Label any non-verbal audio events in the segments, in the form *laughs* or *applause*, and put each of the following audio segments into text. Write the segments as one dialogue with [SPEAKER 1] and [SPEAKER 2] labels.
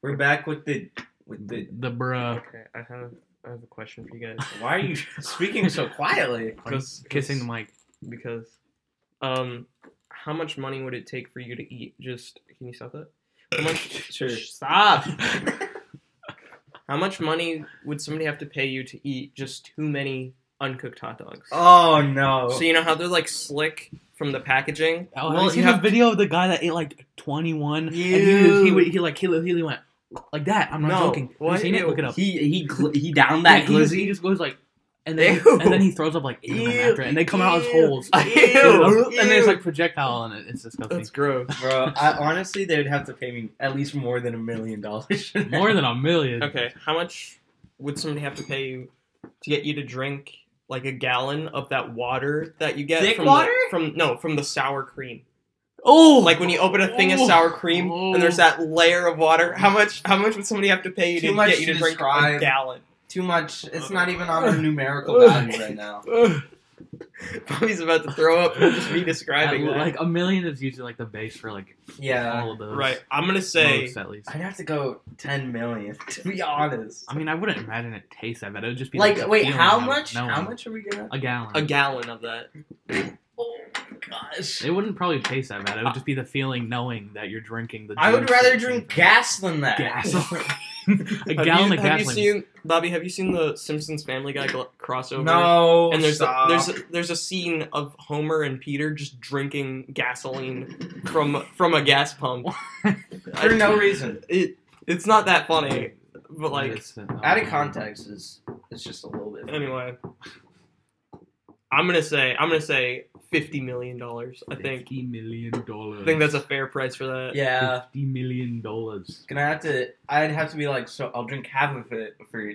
[SPEAKER 1] We're back with the with the.
[SPEAKER 2] The bruh.
[SPEAKER 3] Okay, I have I have a question for you guys
[SPEAKER 1] Why are you speaking so quietly?
[SPEAKER 2] Are you
[SPEAKER 3] Because-
[SPEAKER 2] kissing the mic.
[SPEAKER 3] because, um, how much money would it take for you to eat? Just can you stop that? How
[SPEAKER 2] *laughs*
[SPEAKER 3] much?
[SPEAKER 1] Sure.
[SPEAKER 3] Stop. how much money would somebody have to pay you to eat just too many uncooked hot dogs?
[SPEAKER 1] Oh no.
[SPEAKER 3] So you know how they're like slick from the packaging.
[SPEAKER 2] Oh,
[SPEAKER 3] Well,
[SPEAKER 2] have you seen
[SPEAKER 3] you
[SPEAKER 2] the
[SPEAKER 3] have-
[SPEAKER 2] video of the guy that ate like 21? And he, was, he,
[SPEAKER 1] Ew.
[SPEAKER 2] would- he like he, li- he went like that. I'm not
[SPEAKER 3] No.
[SPEAKER 2] joking. Have
[SPEAKER 3] What?
[SPEAKER 2] you seen it?
[SPEAKER 3] Ew.
[SPEAKER 2] Look it up.
[SPEAKER 1] He he gl- he downed that
[SPEAKER 2] Yeah,
[SPEAKER 3] *laughs*
[SPEAKER 2] he, just,
[SPEAKER 1] glizzy.
[SPEAKER 2] he just goes like, and then
[SPEAKER 3] Ew.
[SPEAKER 2] and then he throws up like eight of them
[SPEAKER 1] Ew.
[SPEAKER 2] after, it, and they come out as
[SPEAKER 1] Ew.
[SPEAKER 2] holes.
[SPEAKER 1] Ew.
[SPEAKER 2] *laughs*
[SPEAKER 3] *laughs*
[SPEAKER 2] and there's
[SPEAKER 1] Ew.
[SPEAKER 2] like projectile on it. It's disgusting.
[SPEAKER 3] That's gross.
[SPEAKER 1] Bro, I, honestly, they'd have to pay me at least more than a million dollars.
[SPEAKER 2] More than a million.
[SPEAKER 3] Okay, how much would somebody have to pay you to get you to drink like a gallon of that water that you get
[SPEAKER 1] Thick
[SPEAKER 3] from
[SPEAKER 1] water?
[SPEAKER 3] The, from no from the sour cream?
[SPEAKER 2] Oh,
[SPEAKER 3] Like when you open a thing of
[SPEAKER 2] Oh.
[SPEAKER 3] sour cream and there's
[SPEAKER 2] Oh.
[SPEAKER 3] that layer of water. How much? How much would somebody have to pay you
[SPEAKER 1] Too
[SPEAKER 3] to
[SPEAKER 1] much
[SPEAKER 3] get you
[SPEAKER 1] to
[SPEAKER 3] to drink a
[SPEAKER 1] describe.
[SPEAKER 3] gallon?
[SPEAKER 1] *laughs*
[SPEAKER 3] *laughs*
[SPEAKER 1] Too much. It's not even on the numerical value right now.
[SPEAKER 2] Ugh.
[SPEAKER 3] Bobby's about to throw up from just me describing
[SPEAKER 2] Yeah,
[SPEAKER 3] that.
[SPEAKER 2] like a million is usually like the base for like
[SPEAKER 1] Yeah,
[SPEAKER 2] *laughs* all of those.
[SPEAKER 3] right, I'm gonna say
[SPEAKER 2] Most, at least.
[SPEAKER 1] I'd have to go ten million *laughs* to be honest.
[SPEAKER 2] I mean, I wouldn't imagine it tastes that bad. It would just be
[SPEAKER 1] Like,
[SPEAKER 2] the
[SPEAKER 1] wait,
[SPEAKER 2] feeling
[SPEAKER 1] how
[SPEAKER 2] of
[SPEAKER 1] much?
[SPEAKER 2] knowing.
[SPEAKER 1] How much are we gonna?
[SPEAKER 2] A gallon.
[SPEAKER 3] a gallon of that.
[SPEAKER 1] Oh gosh.
[SPEAKER 2] It wouldn't probably taste that bad. It would just be the feeling knowing that you're drinking the.
[SPEAKER 1] I would
[SPEAKER 2] juice
[SPEAKER 1] rather
[SPEAKER 2] that's in
[SPEAKER 1] drink
[SPEAKER 2] there.
[SPEAKER 1] gas than that. *laughs*
[SPEAKER 2] *laughs* Gasoline. a
[SPEAKER 3] Have
[SPEAKER 2] gallon
[SPEAKER 3] you,
[SPEAKER 2] of
[SPEAKER 3] have
[SPEAKER 2] gasoline.
[SPEAKER 3] you seen Bobby? Have you seen the Simpsons Family Guy gl- crossover?
[SPEAKER 1] no.
[SPEAKER 3] and there's a,
[SPEAKER 1] stop.
[SPEAKER 3] there's a, there's a scene of Homer and Peter just drinking gasoline from from a gas pump
[SPEAKER 1] for no reason.
[SPEAKER 3] It it's not that funny, but like
[SPEAKER 2] It's, uh, no,
[SPEAKER 1] Out
[SPEAKER 3] Um,
[SPEAKER 1] of
[SPEAKER 2] no.
[SPEAKER 1] context is it's just a little bit.
[SPEAKER 3] anyway, I'm gonna say I'm gonna say fifty million dollars. I think
[SPEAKER 2] Fifty million dollars.
[SPEAKER 3] I think that's a fair price for that.
[SPEAKER 1] Yeah.
[SPEAKER 2] fifty million dollars.
[SPEAKER 1] Gonna have to. I'd have to be like, so I'll drink half of it for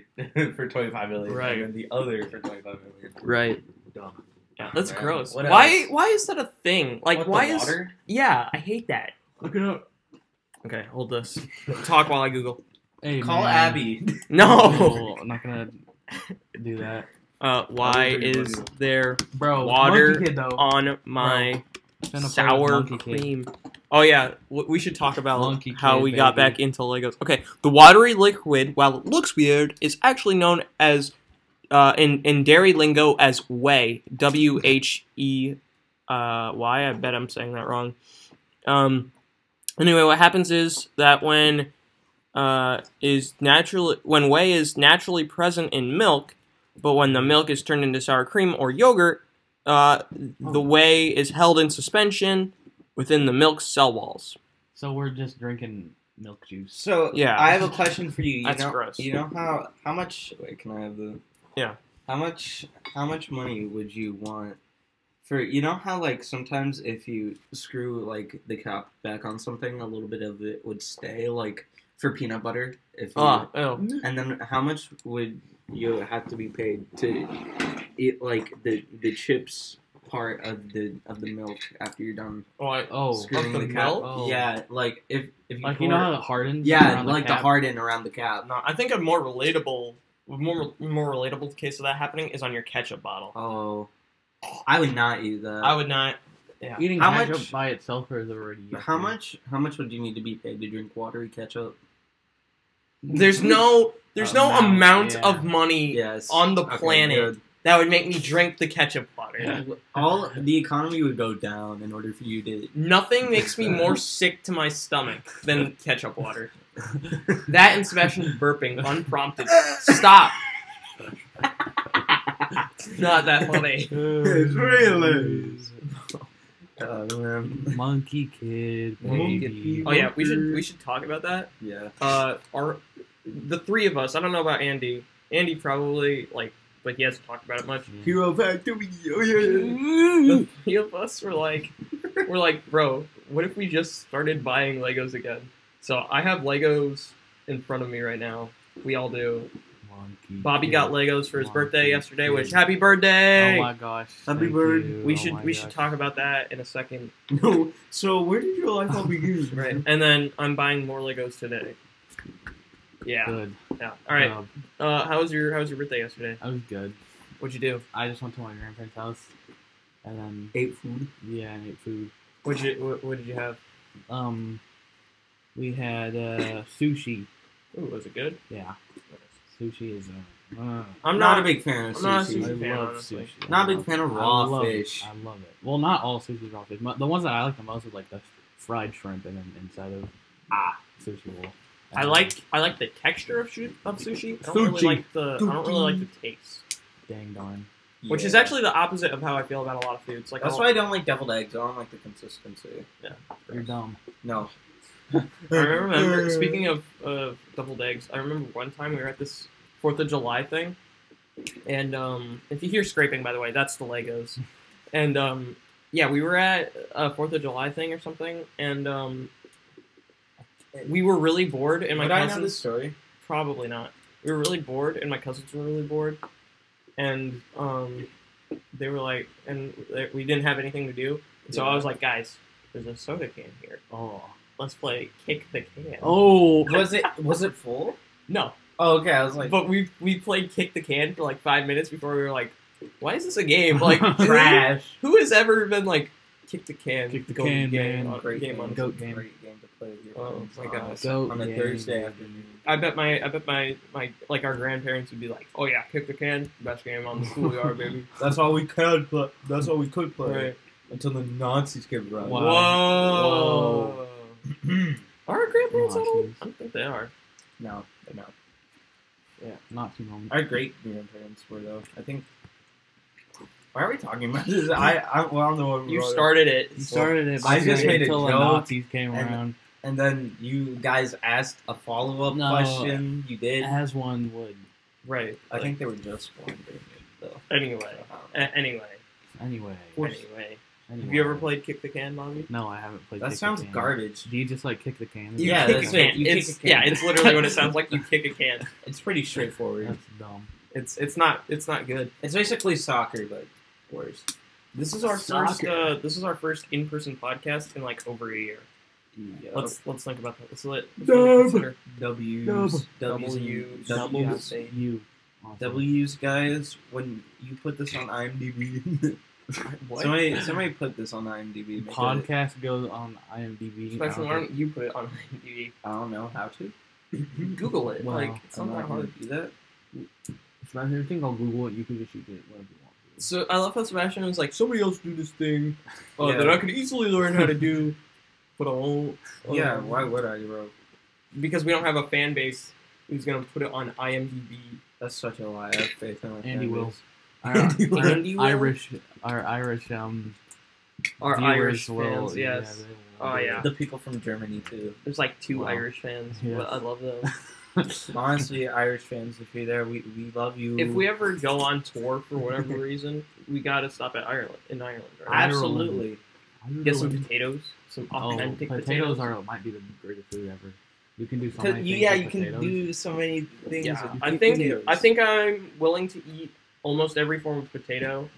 [SPEAKER 1] for *laughs* twenty five million,
[SPEAKER 3] Right.
[SPEAKER 1] and then the other for twenty five million.
[SPEAKER 3] Right.
[SPEAKER 2] Dumb.
[SPEAKER 3] Yeah, that's
[SPEAKER 1] Yeah.
[SPEAKER 3] gross.
[SPEAKER 1] What
[SPEAKER 3] why
[SPEAKER 1] else?
[SPEAKER 3] why is that a thing? Like
[SPEAKER 1] What, the
[SPEAKER 3] why is
[SPEAKER 1] water?
[SPEAKER 3] yeah? I hate that.
[SPEAKER 2] Look it up.
[SPEAKER 3] Okay, hold this. Talk while I Google.
[SPEAKER 2] Hey,
[SPEAKER 1] call
[SPEAKER 2] man.
[SPEAKER 1] Abby?
[SPEAKER 3] *laughs*
[SPEAKER 1] *laughs*
[SPEAKER 3] No.
[SPEAKER 2] I'm not gonna do that,
[SPEAKER 3] Uh, why
[SPEAKER 1] pretty
[SPEAKER 3] is
[SPEAKER 1] funny.
[SPEAKER 3] there
[SPEAKER 2] bro.
[SPEAKER 3] Water
[SPEAKER 2] Monkey kid, though.
[SPEAKER 3] on my
[SPEAKER 2] It's been a part of
[SPEAKER 3] sour
[SPEAKER 2] monkey kid.
[SPEAKER 3] cream. Oh yeah, W- we should talk about
[SPEAKER 2] Monkey
[SPEAKER 3] how
[SPEAKER 2] kid,
[SPEAKER 3] we got
[SPEAKER 2] baby.
[SPEAKER 3] back into Legos. Okay, the watery liquid, while it looks weird, is actually known as uh, in in dairy lingo as whey. W H E uh, Y. I bet I'm saying that wrong. Um. Anyway, what happens is that when uh, is naturally when whey is naturally present in milk, but when the milk is turned into sour cream or yogurt, uh,
[SPEAKER 2] Oh.
[SPEAKER 3] the whey is held in suspension within the milk cell walls.
[SPEAKER 2] So we're just drinking milk juice.
[SPEAKER 1] So
[SPEAKER 3] Yeah.
[SPEAKER 1] I have a question for you. you
[SPEAKER 3] That's
[SPEAKER 1] know,
[SPEAKER 3] gross.
[SPEAKER 1] You know how how much? Wait, can I have the?
[SPEAKER 3] Yeah.
[SPEAKER 1] How much? How much money would you want for? You know how like sometimes if you screw like the cap back on something, a little bit of it would stay. Like for peanut butter, if you,
[SPEAKER 3] Ah, oh,
[SPEAKER 1] and then how much would you have to be paid to eat like the the chips part of the of the milk after you're done
[SPEAKER 3] oh, I,
[SPEAKER 2] Oh,
[SPEAKER 1] screwing
[SPEAKER 3] of
[SPEAKER 1] the,
[SPEAKER 3] the
[SPEAKER 1] cap?
[SPEAKER 3] milk?
[SPEAKER 2] Oh.
[SPEAKER 1] Yeah, like if if you
[SPEAKER 2] like you
[SPEAKER 1] pour-
[SPEAKER 2] know how it hardens.
[SPEAKER 1] yeah,
[SPEAKER 2] around
[SPEAKER 1] like the,
[SPEAKER 2] cap?
[SPEAKER 1] harden around the cap.
[SPEAKER 3] no, I think a more relatable, more more relatable case of that happening is on your ketchup bottle.
[SPEAKER 1] Oh, I would not eat that.
[SPEAKER 3] I would not. Yeah.
[SPEAKER 2] Eating
[SPEAKER 1] How
[SPEAKER 2] ketchup
[SPEAKER 1] much-
[SPEAKER 2] by itself is already.
[SPEAKER 1] How
[SPEAKER 2] yucky.
[SPEAKER 1] *laughs* much? How much would you need to be paid to drink watery ketchup?
[SPEAKER 3] There's no there's no amount
[SPEAKER 2] Amount, yeah.
[SPEAKER 3] of money
[SPEAKER 1] Yes.
[SPEAKER 3] on the
[SPEAKER 1] Okay,
[SPEAKER 3] planet
[SPEAKER 1] good.
[SPEAKER 3] that would make me drink the ketchup water.
[SPEAKER 2] Yeah.
[SPEAKER 1] all the economy would go down in order for you to.
[SPEAKER 3] Nothing makes me
[SPEAKER 2] *laughs*
[SPEAKER 3] more sick to my stomach than ketchup water. That and Sebastian burping unprompted.
[SPEAKER 2] *laughs*
[SPEAKER 3] Stop. It's not that funny.
[SPEAKER 1] It's really- Oh
[SPEAKER 2] *laughs*
[SPEAKER 1] man.
[SPEAKER 2] Monkey kid,
[SPEAKER 1] Monkey
[SPEAKER 2] baby.
[SPEAKER 1] kid.
[SPEAKER 3] Oh yeah, we should we should talk about that.
[SPEAKER 1] Yeah.
[SPEAKER 3] Uh, our the three of us. I don't know about Andy. Andy probably like, but he hasn't talked about it much.
[SPEAKER 1] Hero factory. Oh yeah.
[SPEAKER 3] The three of us were like, we're like, bro, what if we just started buying Legos again? So I have Legos in front of me right now. We all do.
[SPEAKER 1] Oh,
[SPEAKER 2] Monkey
[SPEAKER 3] Bobby
[SPEAKER 2] kid.
[SPEAKER 3] got Legos for his
[SPEAKER 2] Monkey
[SPEAKER 3] birthday yesterday, which
[SPEAKER 2] kid.
[SPEAKER 3] happy birthday!
[SPEAKER 2] Oh my gosh.
[SPEAKER 1] Happy
[SPEAKER 2] thank
[SPEAKER 1] bird.
[SPEAKER 2] you.
[SPEAKER 3] we
[SPEAKER 2] Oh
[SPEAKER 3] should
[SPEAKER 2] my
[SPEAKER 3] we should
[SPEAKER 2] gosh.
[SPEAKER 3] talk about that in a second.
[SPEAKER 1] No. *laughs* So where did your life all *laughs* begin?
[SPEAKER 2] Mm-hmm.
[SPEAKER 3] Right. And then I'm buying more Legos today. Yeah.
[SPEAKER 2] Good.
[SPEAKER 3] Yeah. All right.
[SPEAKER 2] Um,
[SPEAKER 3] Uh, how was your How was your birthday yesterday?
[SPEAKER 2] I was good.
[SPEAKER 3] What'd you do?
[SPEAKER 2] I just went to my grandparents' house, and then
[SPEAKER 1] Ate food.
[SPEAKER 2] yeah, and ate food.
[SPEAKER 3] What'd you What, what did you have?
[SPEAKER 2] Um, we had uh, sushi
[SPEAKER 3] Ooh, was it good?
[SPEAKER 2] Yeah, sushi is. A, uh,
[SPEAKER 3] I'm
[SPEAKER 1] not,
[SPEAKER 3] not,
[SPEAKER 1] a big fan of sushi.
[SPEAKER 3] I'm not a
[SPEAKER 2] I
[SPEAKER 3] sushi
[SPEAKER 2] love
[SPEAKER 3] fan, honestly.
[SPEAKER 2] sushi. I
[SPEAKER 1] Not a
[SPEAKER 2] love-
[SPEAKER 1] big fan of
[SPEAKER 2] I
[SPEAKER 1] raw
[SPEAKER 2] love it.
[SPEAKER 1] fish.
[SPEAKER 2] I love it. Well, not all sushi is raw fish. Mo- The ones that I like the most are like the fried shrimp and then inside of
[SPEAKER 3] Ah.
[SPEAKER 2] sushi roll.
[SPEAKER 3] I
[SPEAKER 2] Um,
[SPEAKER 3] like I like the texture of shu- of sushi. I don't
[SPEAKER 1] Sushi.
[SPEAKER 3] really like the I don't really like the taste,
[SPEAKER 2] dang darn.
[SPEAKER 3] which is
[SPEAKER 1] Yeah.
[SPEAKER 3] actually the opposite of how I feel about a lot of foods. Like I
[SPEAKER 1] That's
[SPEAKER 3] don't-
[SPEAKER 1] why I don't like deviled eggs. I don't like the consistency.
[SPEAKER 2] You're dumb.
[SPEAKER 1] *laughs* No.
[SPEAKER 3] I remember speaking of uh, doubled eggs. I remember one time we were at this Fourth of July thing, and um, if you hear scraping, by the way, that's the Legos. And um, yeah, we were at a Fourth of July thing or something, and um, we were really bored. And my
[SPEAKER 1] Would I know
[SPEAKER 3] cousins
[SPEAKER 1] this story?
[SPEAKER 3] probably not. We were really bored, and my cousins were really bored, and um, they were like, and they- we didn't have anything to do. And so I was like, guys, there's a soda can here.
[SPEAKER 2] Oh.
[SPEAKER 3] Let's play kick the can.
[SPEAKER 2] Oh.
[SPEAKER 1] Was it was it full?
[SPEAKER 3] No,
[SPEAKER 1] Oh, okay. I was like,
[SPEAKER 3] but we we played kick the can for like five minutes before we were like, why is this a game? Like, who-
[SPEAKER 1] trash.
[SPEAKER 3] *laughs* Who has ever been like kick the can?
[SPEAKER 2] Kick the
[SPEAKER 3] go
[SPEAKER 2] can,
[SPEAKER 3] game
[SPEAKER 2] man.
[SPEAKER 3] on-
[SPEAKER 1] Great
[SPEAKER 3] game
[SPEAKER 1] game.
[SPEAKER 3] on.
[SPEAKER 2] Goat game.
[SPEAKER 1] Great game to play with your
[SPEAKER 3] Oh,
[SPEAKER 1] friends.
[SPEAKER 3] my gosh.
[SPEAKER 2] Goat
[SPEAKER 1] on a
[SPEAKER 2] game.
[SPEAKER 1] Thursday afternoon.
[SPEAKER 3] I bet my I bet my my like our grandparents would be like, oh yeah, kick the can, best game on the schoolyard,
[SPEAKER 1] *laughs*
[SPEAKER 3] baby.
[SPEAKER 1] That's all we could. Play. That's all we could
[SPEAKER 3] Right.
[SPEAKER 1] until the Nazis came around. Hmm.
[SPEAKER 2] Wow.
[SPEAKER 3] Whoa. Are our grandparents that old?
[SPEAKER 2] Nazis.
[SPEAKER 3] I don't think they are.
[SPEAKER 1] No, no.
[SPEAKER 2] Not too long.
[SPEAKER 1] Our great grandparents were though. I think. Why are we talking about this? I I, well, I don't know what we
[SPEAKER 3] You
[SPEAKER 1] wrote.
[SPEAKER 3] started it.
[SPEAKER 2] You started it. by
[SPEAKER 1] I just
[SPEAKER 2] saying
[SPEAKER 1] made a
[SPEAKER 2] until the
[SPEAKER 1] joke,
[SPEAKER 2] Nazis came
[SPEAKER 1] and-
[SPEAKER 2] around,
[SPEAKER 1] and then you guys asked a follow up
[SPEAKER 2] No.
[SPEAKER 1] question. You did.
[SPEAKER 2] as one would.
[SPEAKER 3] Right.
[SPEAKER 1] I think they were just wondering though.
[SPEAKER 3] Anyway. A- anyway.
[SPEAKER 2] Anyway.
[SPEAKER 3] Anyway.
[SPEAKER 2] anyway.
[SPEAKER 3] Have you ever played kick the can, Bobby?
[SPEAKER 2] No, I haven't played.
[SPEAKER 1] That
[SPEAKER 2] kick
[SPEAKER 1] sounds
[SPEAKER 2] the can.
[SPEAKER 1] garbage.
[SPEAKER 2] Do you just like kick the can?
[SPEAKER 1] You Yeah,
[SPEAKER 3] kick
[SPEAKER 1] that's
[SPEAKER 3] a
[SPEAKER 1] it.
[SPEAKER 3] can.
[SPEAKER 1] You kick
[SPEAKER 3] It's-
[SPEAKER 1] a can.
[SPEAKER 3] Yeah, it's literally what it sounds like. You kick a can.
[SPEAKER 1] It's pretty straightforward.
[SPEAKER 2] That's dumb.
[SPEAKER 3] It's it's not it's not good.
[SPEAKER 1] It's basically soccer, but worse.
[SPEAKER 3] This is our first
[SPEAKER 2] Soccer.
[SPEAKER 3] uh, this is our first in person podcast in like over a year.
[SPEAKER 1] Yeah.
[SPEAKER 3] Let's let's think about that. Let's let let's
[SPEAKER 2] Dub.
[SPEAKER 3] really consider.
[SPEAKER 1] W's, W's,
[SPEAKER 3] W's,
[SPEAKER 1] W's,
[SPEAKER 3] W's.
[SPEAKER 2] You. awesome.
[SPEAKER 1] W's, guys. When you put this on IMDb,
[SPEAKER 3] *laughs* What?
[SPEAKER 1] somebody somebody put this on IMDb. make it-
[SPEAKER 2] Podcast goes on IMDb. I
[SPEAKER 3] Special
[SPEAKER 2] don't
[SPEAKER 3] alarm. You put it on *laughs* IMDb.
[SPEAKER 1] I don't know how to.
[SPEAKER 3] Google it.
[SPEAKER 2] Wow.
[SPEAKER 3] Like it's
[SPEAKER 1] I'm
[SPEAKER 3] not
[SPEAKER 1] not
[SPEAKER 3] that
[SPEAKER 1] gonna
[SPEAKER 3] hard.
[SPEAKER 1] do that.
[SPEAKER 2] It's not everything on Google. You can just shoot it whatever you want.
[SPEAKER 3] So I love how Sebastian was like, somebody else do this thing uh,
[SPEAKER 1] Yeah.
[SPEAKER 3] that I could easily learn how to do, but I *laughs* won't. Um,
[SPEAKER 1] Yeah, why would I, bro?
[SPEAKER 3] Because we don't have a fan base who's gonna put it on IMDb.
[SPEAKER 1] That's such a lie. I have faith in my
[SPEAKER 2] Andy
[SPEAKER 1] fan
[SPEAKER 2] will.
[SPEAKER 1] base.
[SPEAKER 2] Our,
[SPEAKER 1] Andy
[SPEAKER 2] our
[SPEAKER 3] Andy will?
[SPEAKER 2] Irish, our Irish, um,
[SPEAKER 3] Our
[SPEAKER 2] viewers
[SPEAKER 3] Irish
[SPEAKER 2] will,
[SPEAKER 3] fans,
[SPEAKER 2] yeah,
[SPEAKER 3] yes.
[SPEAKER 2] they will
[SPEAKER 3] Oh,
[SPEAKER 2] do it.
[SPEAKER 3] yeah.
[SPEAKER 1] The people from Germany *laughs* too.
[SPEAKER 3] There's like two
[SPEAKER 2] Wow.
[SPEAKER 3] Irish fans.
[SPEAKER 2] Yes.
[SPEAKER 3] but I love them.
[SPEAKER 2] *laughs*
[SPEAKER 1] Honestly, Irish fans, if you're there, we, we love you.
[SPEAKER 3] if we ever go on tour
[SPEAKER 2] *laughs*
[SPEAKER 3] for whatever reason, we gotta stop at Ireland in Ireland, right?
[SPEAKER 1] absolutely,
[SPEAKER 3] Get some potatoes, some
[SPEAKER 2] Oh,
[SPEAKER 3] authentic
[SPEAKER 2] potatoes,
[SPEAKER 3] potatoes.
[SPEAKER 2] are might be the greatest food ever. You can do so
[SPEAKER 1] 'Cause
[SPEAKER 2] many
[SPEAKER 1] you-
[SPEAKER 2] things
[SPEAKER 1] yeah,
[SPEAKER 2] with
[SPEAKER 1] you can
[SPEAKER 2] potatoes.
[SPEAKER 1] do so many things.
[SPEAKER 3] yeah,
[SPEAKER 1] with
[SPEAKER 3] I think
[SPEAKER 1] potatoes.
[SPEAKER 3] I think I'm willing to eat almost every form of potato,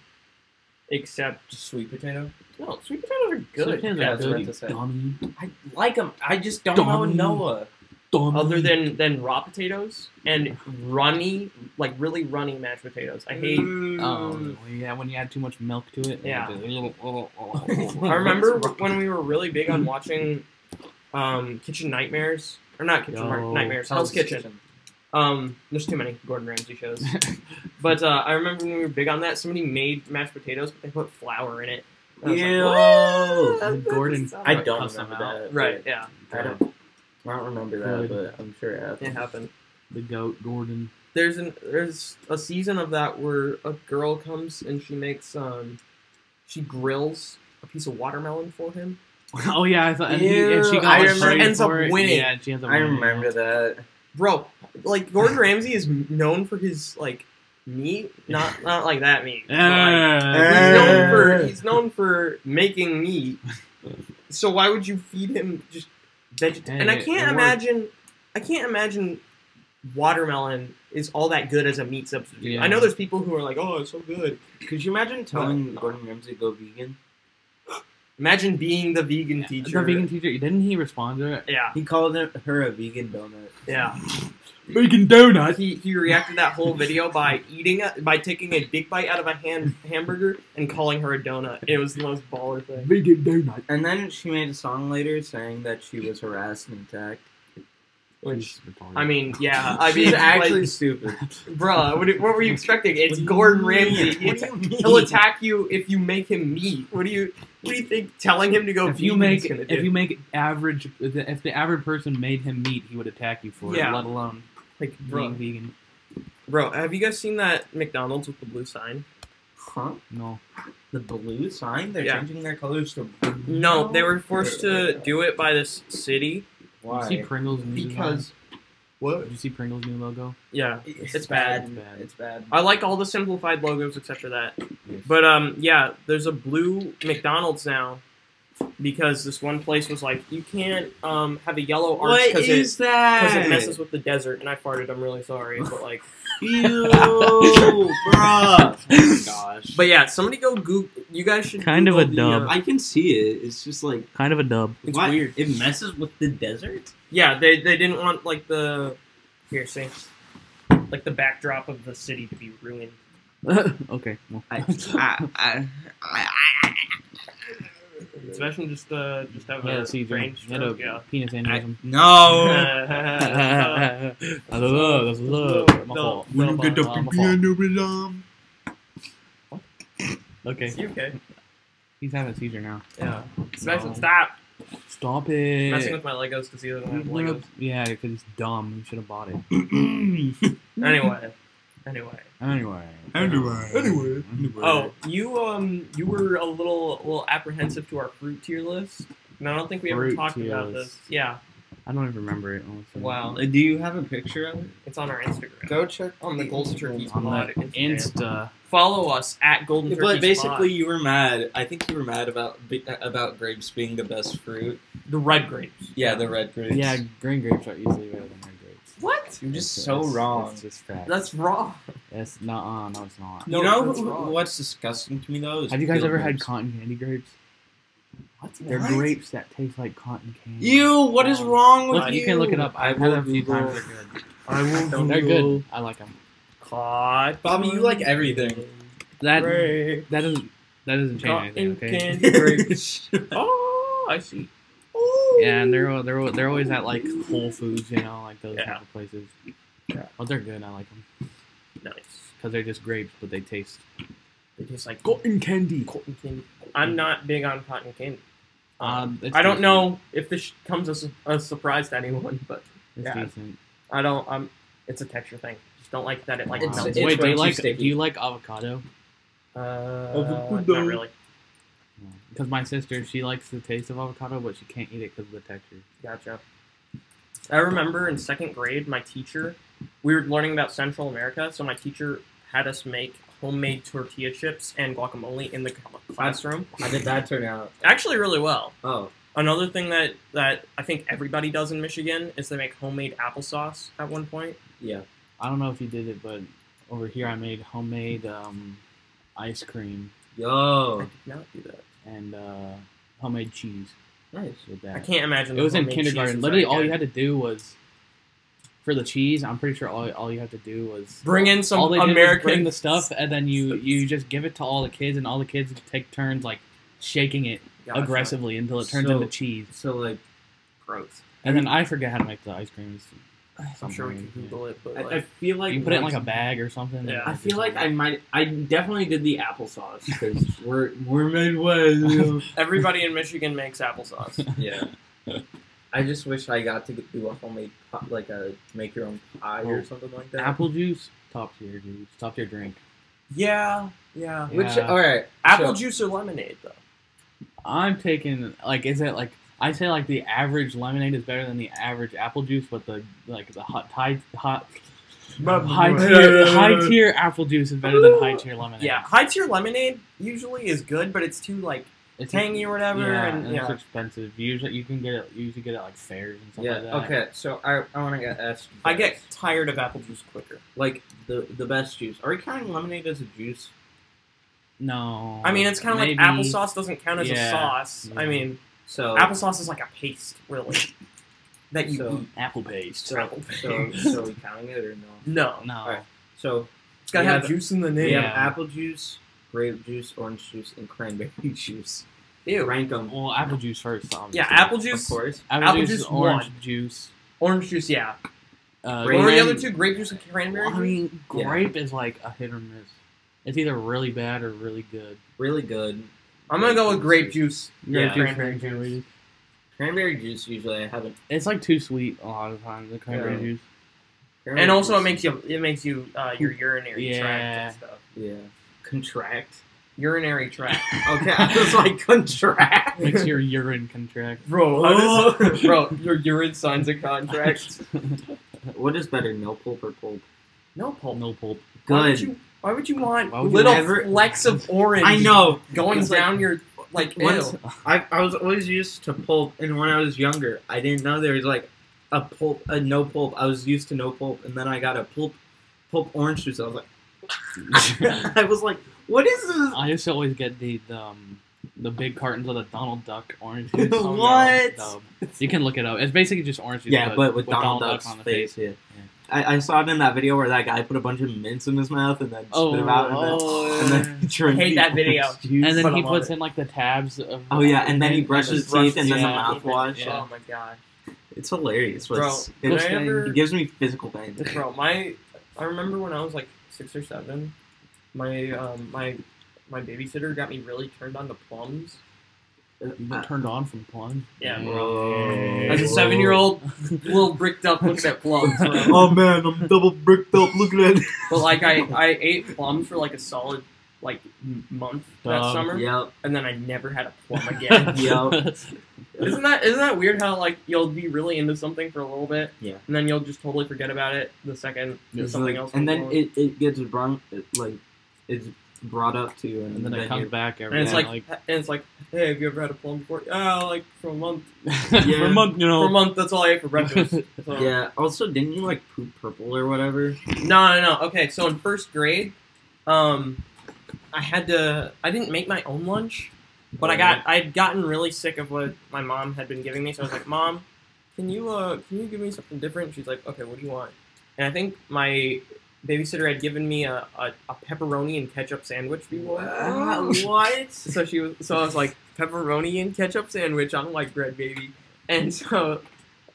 [SPEAKER 3] except
[SPEAKER 1] Just sweet potato.
[SPEAKER 3] no, sweet potatoes are
[SPEAKER 2] Sweet
[SPEAKER 3] good.
[SPEAKER 2] potatoes
[SPEAKER 1] yeah,
[SPEAKER 2] are
[SPEAKER 1] that's what I
[SPEAKER 2] good, you
[SPEAKER 1] just said.
[SPEAKER 2] dummy,
[SPEAKER 1] I like them. I just don't know
[SPEAKER 2] Dummy.
[SPEAKER 1] Noah.
[SPEAKER 2] dummy.
[SPEAKER 3] Other than than raw potatoes and runny, like really runny mashed potatoes, I hate.
[SPEAKER 1] Mm. um,
[SPEAKER 2] oh, yeah, when you add too much milk to it.
[SPEAKER 3] Yeah.
[SPEAKER 2] I
[SPEAKER 3] *laughs* I remember when we were really big on watching um, Kitchen Nightmares, or not Kitchen
[SPEAKER 2] No.
[SPEAKER 3] Nightmares, Hell's Kitchen. Um, there's too many Gordon Ramsay shows. but uh, I remember when we were big on that, somebody made mashed potatoes, but they put flour in it. And I was like,
[SPEAKER 1] Ew.
[SPEAKER 3] "What? That- that
[SPEAKER 2] Gordon-
[SPEAKER 3] doesn't sound
[SPEAKER 1] I
[SPEAKER 3] right."
[SPEAKER 1] don't
[SPEAKER 2] Cuss 'em
[SPEAKER 1] remember
[SPEAKER 2] out.
[SPEAKER 1] that.
[SPEAKER 3] Right, yeah,
[SPEAKER 1] I don't. I don't remember that,
[SPEAKER 2] Good.
[SPEAKER 1] but I'm sure it happened.
[SPEAKER 3] it happened.
[SPEAKER 2] the goat Gordon.
[SPEAKER 3] There's an there's a season of that where a girl comes and she makes um, she grills a piece of watermelon for him.
[SPEAKER 2] *laughs* Oh yeah, I thought and, he, and she
[SPEAKER 1] Ew,
[SPEAKER 2] got
[SPEAKER 1] I
[SPEAKER 2] like,
[SPEAKER 1] remember-
[SPEAKER 2] praised
[SPEAKER 3] ends up
[SPEAKER 2] for it.
[SPEAKER 3] winning.
[SPEAKER 2] Yeah, she ends up
[SPEAKER 1] I
[SPEAKER 2] winning, *laughs*
[SPEAKER 1] remember that.
[SPEAKER 3] Bro, like Gordon Ramsay is known for his like meat,
[SPEAKER 2] *laughs*
[SPEAKER 3] not not like that meat. but, like, He's known for he's known for making meat. So why would you feed him just vegetarian? And I
[SPEAKER 2] Hey, it
[SPEAKER 3] can't
[SPEAKER 2] worked.
[SPEAKER 3] imagine. I can't imagine watermelon is all that good as a meat substitute.
[SPEAKER 2] Yeah.
[SPEAKER 3] I know there's people who are like, "Oh, it's so good."
[SPEAKER 1] Could you imagine telling Gordon Ramsay to go vegan?
[SPEAKER 3] Imagine being the vegan
[SPEAKER 2] Yeah,
[SPEAKER 3] teacher.
[SPEAKER 2] The vegan teacher didn't he respond to it?
[SPEAKER 3] Yeah,
[SPEAKER 1] He called it- her a vegan donut.
[SPEAKER 3] yeah.
[SPEAKER 2] Vegan donut.
[SPEAKER 3] He, he reacted that whole video by eating a, by taking a big bite out of a ham, hamburger and calling her a donut. It was the most baller thing.
[SPEAKER 2] Vegan donut.
[SPEAKER 1] And then she made a song later saying that she was harassed and attacked.
[SPEAKER 3] Which
[SPEAKER 2] He's retarded.
[SPEAKER 3] I mean, yeah. I mean,
[SPEAKER 1] She's actually
[SPEAKER 3] actually,
[SPEAKER 1] stupid.
[SPEAKER 3] bruh, what, what were you expecting? It's
[SPEAKER 2] What do you
[SPEAKER 3] Gordon
[SPEAKER 2] mean?
[SPEAKER 3] Ramsay.
[SPEAKER 2] What
[SPEAKER 3] It's,
[SPEAKER 2] do you mean?
[SPEAKER 3] he'll attack you if you make him meat. What do you? What do you think? Telling him to go
[SPEAKER 2] if you
[SPEAKER 3] vegan
[SPEAKER 2] make
[SPEAKER 3] is gonna
[SPEAKER 2] if
[SPEAKER 3] do?
[SPEAKER 2] you make average if the average person made him meat, he would attack you for
[SPEAKER 3] Yeah.
[SPEAKER 2] it. Let alone
[SPEAKER 3] like,
[SPEAKER 2] being
[SPEAKER 3] bro,
[SPEAKER 2] vegan.
[SPEAKER 3] bro, have you guys seen that McDonald's with the blue sign?
[SPEAKER 1] Huh?
[SPEAKER 2] No,
[SPEAKER 1] The blue sign? They're
[SPEAKER 3] Yeah.
[SPEAKER 1] changing their colors to blue.
[SPEAKER 3] No, they were forced to do it by this
[SPEAKER 2] Did
[SPEAKER 3] city.
[SPEAKER 2] you see
[SPEAKER 1] Why?
[SPEAKER 2] Pringles new design?
[SPEAKER 1] Because what?
[SPEAKER 2] Did you see Pringles new logo?
[SPEAKER 3] Yeah,
[SPEAKER 1] It's,
[SPEAKER 3] bad.
[SPEAKER 2] bad.
[SPEAKER 1] It's bad.
[SPEAKER 3] I like all the simplified logos except for that. But um, yeah, there's a blue McDonald's now because this one place was like, you can't um have a yellow arch because it
[SPEAKER 1] that?
[SPEAKER 3] because it messes with the desert. And I farted. I'm really sorry, but like,
[SPEAKER 1] Ew,
[SPEAKER 3] Oh
[SPEAKER 1] bruh.
[SPEAKER 2] gosh.
[SPEAKER 3] *laughs* but yeah, somebody go Google. You guys should
[SPEAKER 2] Kind of
[SPEAKER 3] Google
[SPEAKER 2] a
[SPEAKER 3] the, uh,
[SPEAKER 2] dub.
[SPEAKER 1] I can see it. It's just like
[SPEAKER 2] kind of a dub.
[SPEAKER 3] it's
[SPEAKER 1] what?
[SPEAKER 3] weird.
[SPEAKER 1] It messes with the desert.
[SPEAKER 3] Yeah, they they didn't want like the here see like the backdrop of the city to be *laughs* ruined.
[SPEAKER 2] okay. well.
[SPEAKER 1] *laughs* I, I,
[SPEAKER 3] Especially just uh just have
[SPEAKER 2] He had a
[SPEAKER 3] a
[SPEAKER 2] seizure.
[SPEAKER 3] brain
[SPEAKER 2] He had a
[SPEAKER 3] stroke. Yeah.
[SPEAKER 2] penis aneurysm.
[SPEAKER 3] Oh. *laughs*
[SPEAKER 1] no.
[SPEAKER 3] Uh,
[SPEAKER 2] that's a love. That's a love.
[SPEAKER 3] No,
[SPEAKER 2] My
[SPEAKER 3] no,
[SPEAKER 2] fault. My
[SPEAKER 3] no,
[SPEAKER 2] fault, my fault.
[SPEAKER 3] it's
[SPEAKER 2] Okay.
[SPEAKER 3] okay.
[SPEAKER 2] He's having a seizure now.
[SPEAKER 3] Yeah. Sebastian,
[SPEAKER 2] No.
[SPEAKER 3] stop
[SPEAKER 2] Stop
[SPEAKER 3] messing
[SPEAKER 2] it.
[SPEAKER 3] with my Legos because he doesn't have
[SPEAKER 2] You little-
[SPEAKER 3] Legos.
[SPEAKER 2] Yeah, because it's dumb. You should have bought it.
[SPEAKER 3] Anyway. Anyway.
[SPEAKER 2] Anyway.
[SPEAKER 1] *clears throat* Anyway.
[SPEAKER 2] Anyway.
[SPEAKER 3] Oh, you um you were a little a little apprehensive to our fruit tier list. And I don't think we ever
[SPEAKER 2] Fruit
[SPEAKER 3] talked
[SPEAKER 2] tier
[SPEAKER 3] about
[SPEAKER 2] list.
[SPEAKER 3] this. Yeah.
[SPEAKER 2] I don't even remember it. honestly.
[SPEAKER 3] Wow.
[SPEAKER 1] Do you have a picture of it?
[SPEAKER 3] It's on our Instagram.
[SPEAKER 1] Go check
[SPEAKER 3] On the Golden Turkeys
[SPEAKER 2] On
[SPEAKER 3] pod.
[SPEAKER 2] the
[SPEAKER 3] Instagram.
[SPEAKER 2] Insta.
[SPEAKER 3] Follow us at Golden Turkeys
[SPEAKER 1] But basically,
[SPEAKER 3] Pod.
[SPEAKER 1] you were mad. I think you were mad about about grapes being the best fruit.
[SPEAKER 3] the red grapes.
[SPEAKER 1] Yeah, the red grapes.
[SPEAKER 2] Yeah, green grapes are easily better than red grapes.
[SPEAKER 3] What?
[SPEAKER 1] you're just
[SPEAKER 2] It's-
[SPEAKER 1] so
[SPEAKER 2] it's-
[SPEAKER 1] wrong.
[SPEAKER 2] It's just fact.
[SPEAKER 3] That's raw.
[SPEAKER 2] That's not. Uh, no, it's not.
[SPEAKER 3] No,
[SPEAKER 1] you know
[SPEAKER 3] that's
[SPEAKER 1] who-
[SPEAKER 3] wrong.
[SPEAKER 1] what's disgusting to me though? Is
[SPEAKER 2] Have you guys
[SPEAKER 1] field
[SPEAKER 2] ever had
[SPEAKER 1] grapes.
[SPEAKER 2] cotton candy grapes?
[SPEAKER 3] What?
[SPEAKER 2] They're grapes that taste like cotton candy.
[SPEAKER 1] Ew! What is wrong with
[SPEAKER 2] Look,
[SPEAKER 1] you?
[SPEAKER 2] Oh. you can look it up. I've had
[SPEAKER 1] will
[SPEAKER 2] them a few
[SPEAKER 1] Google-
[SPEAKER 2] times. They're good.
[SPEAKER 3] I
[SPEAKER 2] *laughs*
[SPEAKER 3] will.
[SPEAKER 2] They're good. I like them.
[SPEAKER 3] Cotton.
[SPEAKER 1] Bobby, you like everything.
[SPEAKER 2] That
[SPEAKER 3] Grape.
[SPEAKER 2] that doesn't that doesn't change anything.
[SPEAKER 3] Cotton
[SPEAKER 2] Okay.
[SPEAKER 3] candy
[SPEAKER 1] *laughs*
[SPEAKER 3] grapes. oh, I see.
[SPEAKER 2] Yeah, and they're al- they're al- they're always at like Whole Foods, you know, like those
[SPEAKER 3] Yeah.
[SPEAKER 2] type of places.
[SPEAKER 3] Yeah.
[SPEAKER 2] But they're good. I like them
[SPEAKER 3] Nice.
[SPEAKER 2] because they're just grapes, but they taste
[SPEAKER 3] They taste like
[SPEAKER 2] cotton candy.
[SPEAKER 3] cotton candy. I'm not big on cotton candy.
[SPEAKER 2] Um, it's
[SPEAKER 3] I don't
[SPEAKER 2] decent.
[SPEAKER 3] know if this comes as a surprise to anyone, but
[SPEAKER 2] It's
[SPEAKER 3] Yeah.
[SPEAKER 2] decent.
[SPEAKER 3] I don't. Um, it's a texture thing. Just don't like that it like
[SPEAKER 1] Wow.
[SPEAKER 2] Wow.
[SPEAKER 3] melts.
[SPEAKER 1] it's
[SPEAKER 2] Wait, do
[SPEAKER 1] way
[SPEAKER 2] you
[SPEAKER 1] too
[SPEAKER 2] like
[SPEAKER 1] sticky.
[SPEAKER 2] do you like avocado? Oh,
[SPEAKER 3] Uh, not
[SPEAKER 1] Avocado.
[SPEAKER 3] really.
[SPEAKER 2] Because my sister, she likes the taste of avocado, but she can't eat it because of the texture.
[SPEAKER 3] Gotcha. I remember in second grade, my teacher, we were learning about Central America, so my teacher had us make homemade tortilla chips and guacamole in the classroom.
[SPEAKER 1] How did that turn out?
[SPEAKER 3] Actually, really well.
[SPEAKER 1] Oh,
[SPEAKER 3] Another thing that, that I think everybody does in Michigan is they make homemade applesauce at one point.
[SPEAKER 1] yeah.
[SPEAKER 2] I don't know if you did it, but over here I made homemade um, ice cream
[SPEAKER 3] I
[SPEAKER 1] Yo,
[SPEAKER 3] did not do that.
[SPEAKER 2] and uh, homemade cheese
[SPEAKER 1] *laughs* nice.
[SPEAKER 2] with
[SPEAKER 3] I
[SPEAKER 2] that.
[SPEAKER 3] can't imagine.
[SPEAKER 2] It was in
[SPEAKER 3] homemade cheese
[SPEAKER 2] kindergarten.
[SPEAKER 3] is
[SPEAKER 2] Literally,
[SPEAKER 3] that
[SPEAKER 2] all you
[SPEAKER 3] good.
[SPEAKER 2] had to do was for the cheese. I'm pretty sure all, all you had to do was
[SPEAKER 3] bring in some
[SPEAKER 2] all they did was
[SPEAKER 3] American
[SPEAKER 2] bring the
[SPEAKER 3] *laughs*
[SPEAKER 2] stuff, and then you you just give it to all the kids, and all the kids take turns like shaking it
[SPEAKER 3] Gotcha.
[SPEAKER 2] aggressively until it turns
[SPEAKER 1] So-
[SPEAKER 2] into cheese.
[SPEAKER 1] So like,
[SPEAKER 3] Gross.
[SPEAKER 2] And then I forget how to make the ice cream.
[SPEAKER 3] I'm sure
[SPEAKER 2] Oh,
[SPEAKER 3] we can Google it, but
[SPEAKER 1] I,
[SPEAKER 3] like,
[SPEAKER 1] I feel like
[SPEAKER 2] you put it in like
[SPEAKER 1] once-
[SPEAKER 2] a bag or something. and
[SPEAKER 3] Yeah.
[SPEAKER 1] I
[SPEAKER 2] it's
[SPEAKER 1] feel
[SPEAKER 2] just-
[SPEAKER 1] like I might. I definitely did the applesauce because *laughs* we're we're Midwest.
[SPEAKER 3] *laughs* everybody in Michigan makes applesauce.
[SPEAKER 1] *laughs*
[SPEAKER 2] *laughs*
[SPEAKER 1] yeah. I just wish I got to do a homemade pot, like a make your own pie
[SPEAKER 2] Oh.
[SPEAKER 1] or something like that.
[SPEAKER 2] apple juice top tier juice top tier drink.
[SPEAKER 3] Yeah, yeah.
[SPEAKER 1] Which
[SPEAKER 2] Yeah.
[SPEAKER 1] all right,
[SPEAKER 3] Apple
[SPEAKER 1] So-
[SPEAKER 3] juice or lemonade, though.
[SPEAKER 2] I'm taking like is it like I say like the average lemonade is better than the average apple juice, but the like the hot high hot high *laughs* tier high tier apple juice is better than high tier lemonade.
[SPEAKER 3] Yeah, high tier lemonade usually is good, but it's too like
[SPEAKER 2] it's
[SPEAKER 3] tangy or whatever,
[SPEAKER 2] yeah,
[SPEAKER 3] and, yeah.
[SPEAKER 2] it's expensive. Usually you can get it you usually get it like fairs and stuff
[SPEAKER 1] yeah.
[SPEAKER 2] like that.
[SPEAKER 1] Okay, so I I want to ask. you
[SPEAKER 3] I get
[SPEAKER 1] guys,
[SPEAKER 3] tired of apple juice quicker.
[SPEAKER 1] like the the best juice. Are we counting lemonade as a juice?
[SPEAKER 2] No.
[SPEAKER 3] I mean, it's kind of like
[SPEAKER 2] maybe-
[SPEAKER 3] applesauce doesn't count as a
[SPEAKER 2] Yeah.
[SPEAKER 3] sauce. I
[SPEAKER 2] Yeah.
[SPEAKER 3] mean,
[SPEAKER 1] So
[SPEAKER 3] applesauce is like a paste,
[SPEAKER 2] *laughs*
[SPEAKER 3] really, that you
[SPEAKER 1] So-
[SPEAKER 3] eat.
[SPEAKER 2] apple paste.
[SPEAKER 1] so so, so we counting it or no?
[SPEAKER 3] No,
[SPEAKER 2] No.
[SPEAKER 1] Alright. So
[SPEAKER 3] it's gotta
[SPEAKER 1] Yeah,
[SPEAKER 3] have
[SPEAKER 1] but-
[SPEAKER 3] juice in the
[SPEAKER 1] we
[SPEAKER 3] name.
[SPEAKER 2] Yeah.
[SPEAKER 1] have apple juice, grape juice, orange juice, and cranberry *laughs* juice. Rank them.
[SPEAKER 2] Well, apple juice first. Obviously.
[SPEAKER 3] Yeah, apple
[SPEAKER 1] Of
[SPEAKER 3] juice,
[SPEAKER 1] course.
[SPEAKER 2] Apple,
[SPEAKER 3] apple
[SPEAKER 2] juice,
[SPEAKER 3] juice
[SPEAKER 2] orange
[SPEAKER 3] one.
[SPEAKER 2] juice,
[SPEAKER 3] Orange juice, yeah.
[SPEAKER 2] Uh,
[SPEAKER 3] What were the
[SPEAKER 1] Grapefruit.
[SPEAKER 3] other two? Grape juice and cranberry.
[SPEAKER 2] well, I
[SPEAKER 3] juice?
[SPEAKER 2] mean,
[SPEAKER 1] Yeah.
[SPEAKER 2] grape is like a hit or miss. It's either really bad or really good.
[SPEAKER 1] Really good.
[SPEAKER 3] I'm gonna go with grape juice.
[SPEAKER 2] Grape
[SPEAKER 1] Yeah.
[SPEAKER 2] juice,
[SPEAKER 3] Cranberry
[SPEAKER 2] cranberry
[SPEAKER 3] juice.
[SPEAKER 2] juice.
[SPEAKER 1] Cranberry juice usually I haven't.
[SPEAKER 2] It's like too sweet a lot of times. The cranberry
[SPEAKER 1] Yeah.
[SPEAKER 2] juice.
[SPEAKER 1] cranberry
[SPEAKER 3] And also, it
[SPEAKER 1] juice
[SPEAKER 3] makes you it makes you uh, your urinary
[SPEAKER 2] Yeah.
[SPEAKER 3] tract and stuff.
[SPEAKER 1] is- yeah contract.
[SPEAKER 3] Urinary tract,
[SPEAKER 1] *laughs* Okay, I was *laughs* like contract.
[SPEAKER 2] Makes your urine contract.
[SPEAKER 3] bro.
[SPEAKER 1] how does-
[SPEAKER 3] *laughs* bro, your urine signs a contract.
[SPEAKER 1] *laughs* What is better, no pulp or pulp?
[SPEAKER 3] No pulp.
[SPEAKER 2] No pulp.
[SPEAKER 3] *laughs* Why would
[SPEAKER 1] Good.
[SPEAKER 3] you, why would you want
[SPEAKER 2] Why would you
[SPEAKER 3] little
[SPEAKER 1] ever-
[SPEAKER 3] flecks of orange?
[SPEAKER 1] I know.
[SPEAKER 3] going
[SPEAKER 1] It's like-
[SPEAKER 3] down your like
[SPEAKER 1] Once-
[SPEAKER 3] ew.
[SPEAKER 1] I, I was always used to pulp, and when I was younger, I didn't know there was like a pulp, a no pulp. I was used to no pulp, and then I got a pulp, pulp orange juice. I was
[SPEAKER 2] *laughs*
[SPEAKER 1] like, *laughs* I was like, what is this?
[SPEAKER 2] I used to always get the, the, um, the big cartons of the Donald Duck orange
[SPEAKER 3] *laughs*
[SPEAKER 2] juice. no.
[SPEAKER 1] What?
[SPEAKER 2] No. You can look it up. It's basically just orange juice.
[SPEAKER 1] Yeah, but with Donald, Duck's
[SPEAKER 2] on the
[SPEAKER 1] face.
[SPEAKER 2] face.
[SPEAKER 1] Yeah.
[SPEAKER 2] Yeah.
[SPEAKER 1] I, I saw it in that video where that guy put a bunch of mints in his mouth and then
[SPEAKER 2] Oh,
[SPEAKER 1] spit it out and then,
[SPEAKER 2] oh,
[SPEAKER 1] and then *laughs* he drank
[SPEAKER 3] hate
[SPEAKER 1] the
[SPEAKER 3] that
[SPEAKER 1] *laughs*
[SPEAKER 3] video.
[SPEAKER 1] orange juice.
[SPEAKER 2] And then
[SPEAKER 3] But
[SPEAKER 2] he
[SPEAKER 3] I love
[SPEAKER 2] puts
[SPEAKER 3] it.
[SPEAKER 2] in like the tabs of.
[SPEAKER 1] Oh yeah, and then he
[SPEAKER 2] and
[SPEAKER 1] brushes
[SPEAKER 2] brushes
[SPEAKER 1] teeth and does a
[SPEAKER 2] his
[SPEAKER 3] mouth.
[SPEAKER 1] mouthwash.
[SPEAKER 2] Yeah.
[SPEAKER 3] Oh my god,
[SPEAKER 1] It's hilarious. but
[SPEAKER 3] Bro,
[SPEAKER 1] it's-
[SPEAKER 3] did
[SPEAKER 1] it's-
[SPEAKER 3] I ever-
[SPEAKER 1] it gives me physical pain.
[SPEAKER 3] bro. My I remember when I was like six or seven, my um my my babysitter got me really turned on to plums.
[SPEAKER 2] You get turned on from
[SPEAKER 1] *laughs*
[SPEAKER 2] plunge.
[SPEAKER 3] Yeah,
[SPEAKER 1] Whoa.
[SPEAKER 3] As a seven year old, little bricked up looks at
[SPEAKER 1] *laughs*
[SPEAKER 3] plums. Bro.
[SPEAKER 1] Oh man, I'm double bricked up. Look at that.
[SPEAKER 3] But like I, I ate plums for like a solid like m- month that
[SPEAKER 2] Dog,
[SPEAKER 3] summer,
[SPEAKER 1] Yep.
[SPEAKER 3] and then I never had a plum
[SPEAKER 1] *laughs*
[SPEAKER 2] *laughs*
[SPEAKER 3] again.
[SPEAKER 1] Yeah.
[SPEAKER 3] isn't that isn't that weird? How like you'll be really into something for a little bit,
[SPEAKER 1] Yeah.
[SPEAKER 3] and then you'll just totally forget about it the second
[SPEAKER 2] Yeah.
[SPEAKER 1] Like,
[SPEAKER 3] something else.
[SPEAKER 1] and then
[SPEAKER 3] comes along.
[SPEAKER 1] it, it gets brung, it, like it's brought up to you, and,
[SPEAKER 2] And then it comes
[SPEAKER 1] you-
[SPEAKER 2] back every
[SPEAKER 3] And it's
[SPEAKER 2] now
[SPEAKER 3] like, *laughs* and it's like, hey, have you ever had a plum before? Yeah, like for a month.
[SPEAKER 2] *laughs* for a month, you
[SPEAKER 3] *laughs* For a
[SPEAKER 2] know.
[SPEAKER 3] month, that's all I ate for breakfast. So-
[SPEAKER 1] Yeah. Also, didn't you like poop purple or whatever?
[SPEAKER 3] No, no, no. Okay, so in first grade, um, I had to. I didn't make my own lunch, but I got. I had gotten really sick of what my mom had been giving me, so I was like, "Mom, can you uh, can you give me something different?" She's like, "Okay, what do you want?" And I think my babysitter had given me a, a, a pepperoni and ketchup sandwich before.
[SPEAKER 1] Wow,
[SPEAKER 3] *laughs*
[SPEAKER 1] what?
[SPEAKER 3] So she was. So I was like pepperoni and ketchup sandwich on white bread, baby. And *laughs* so,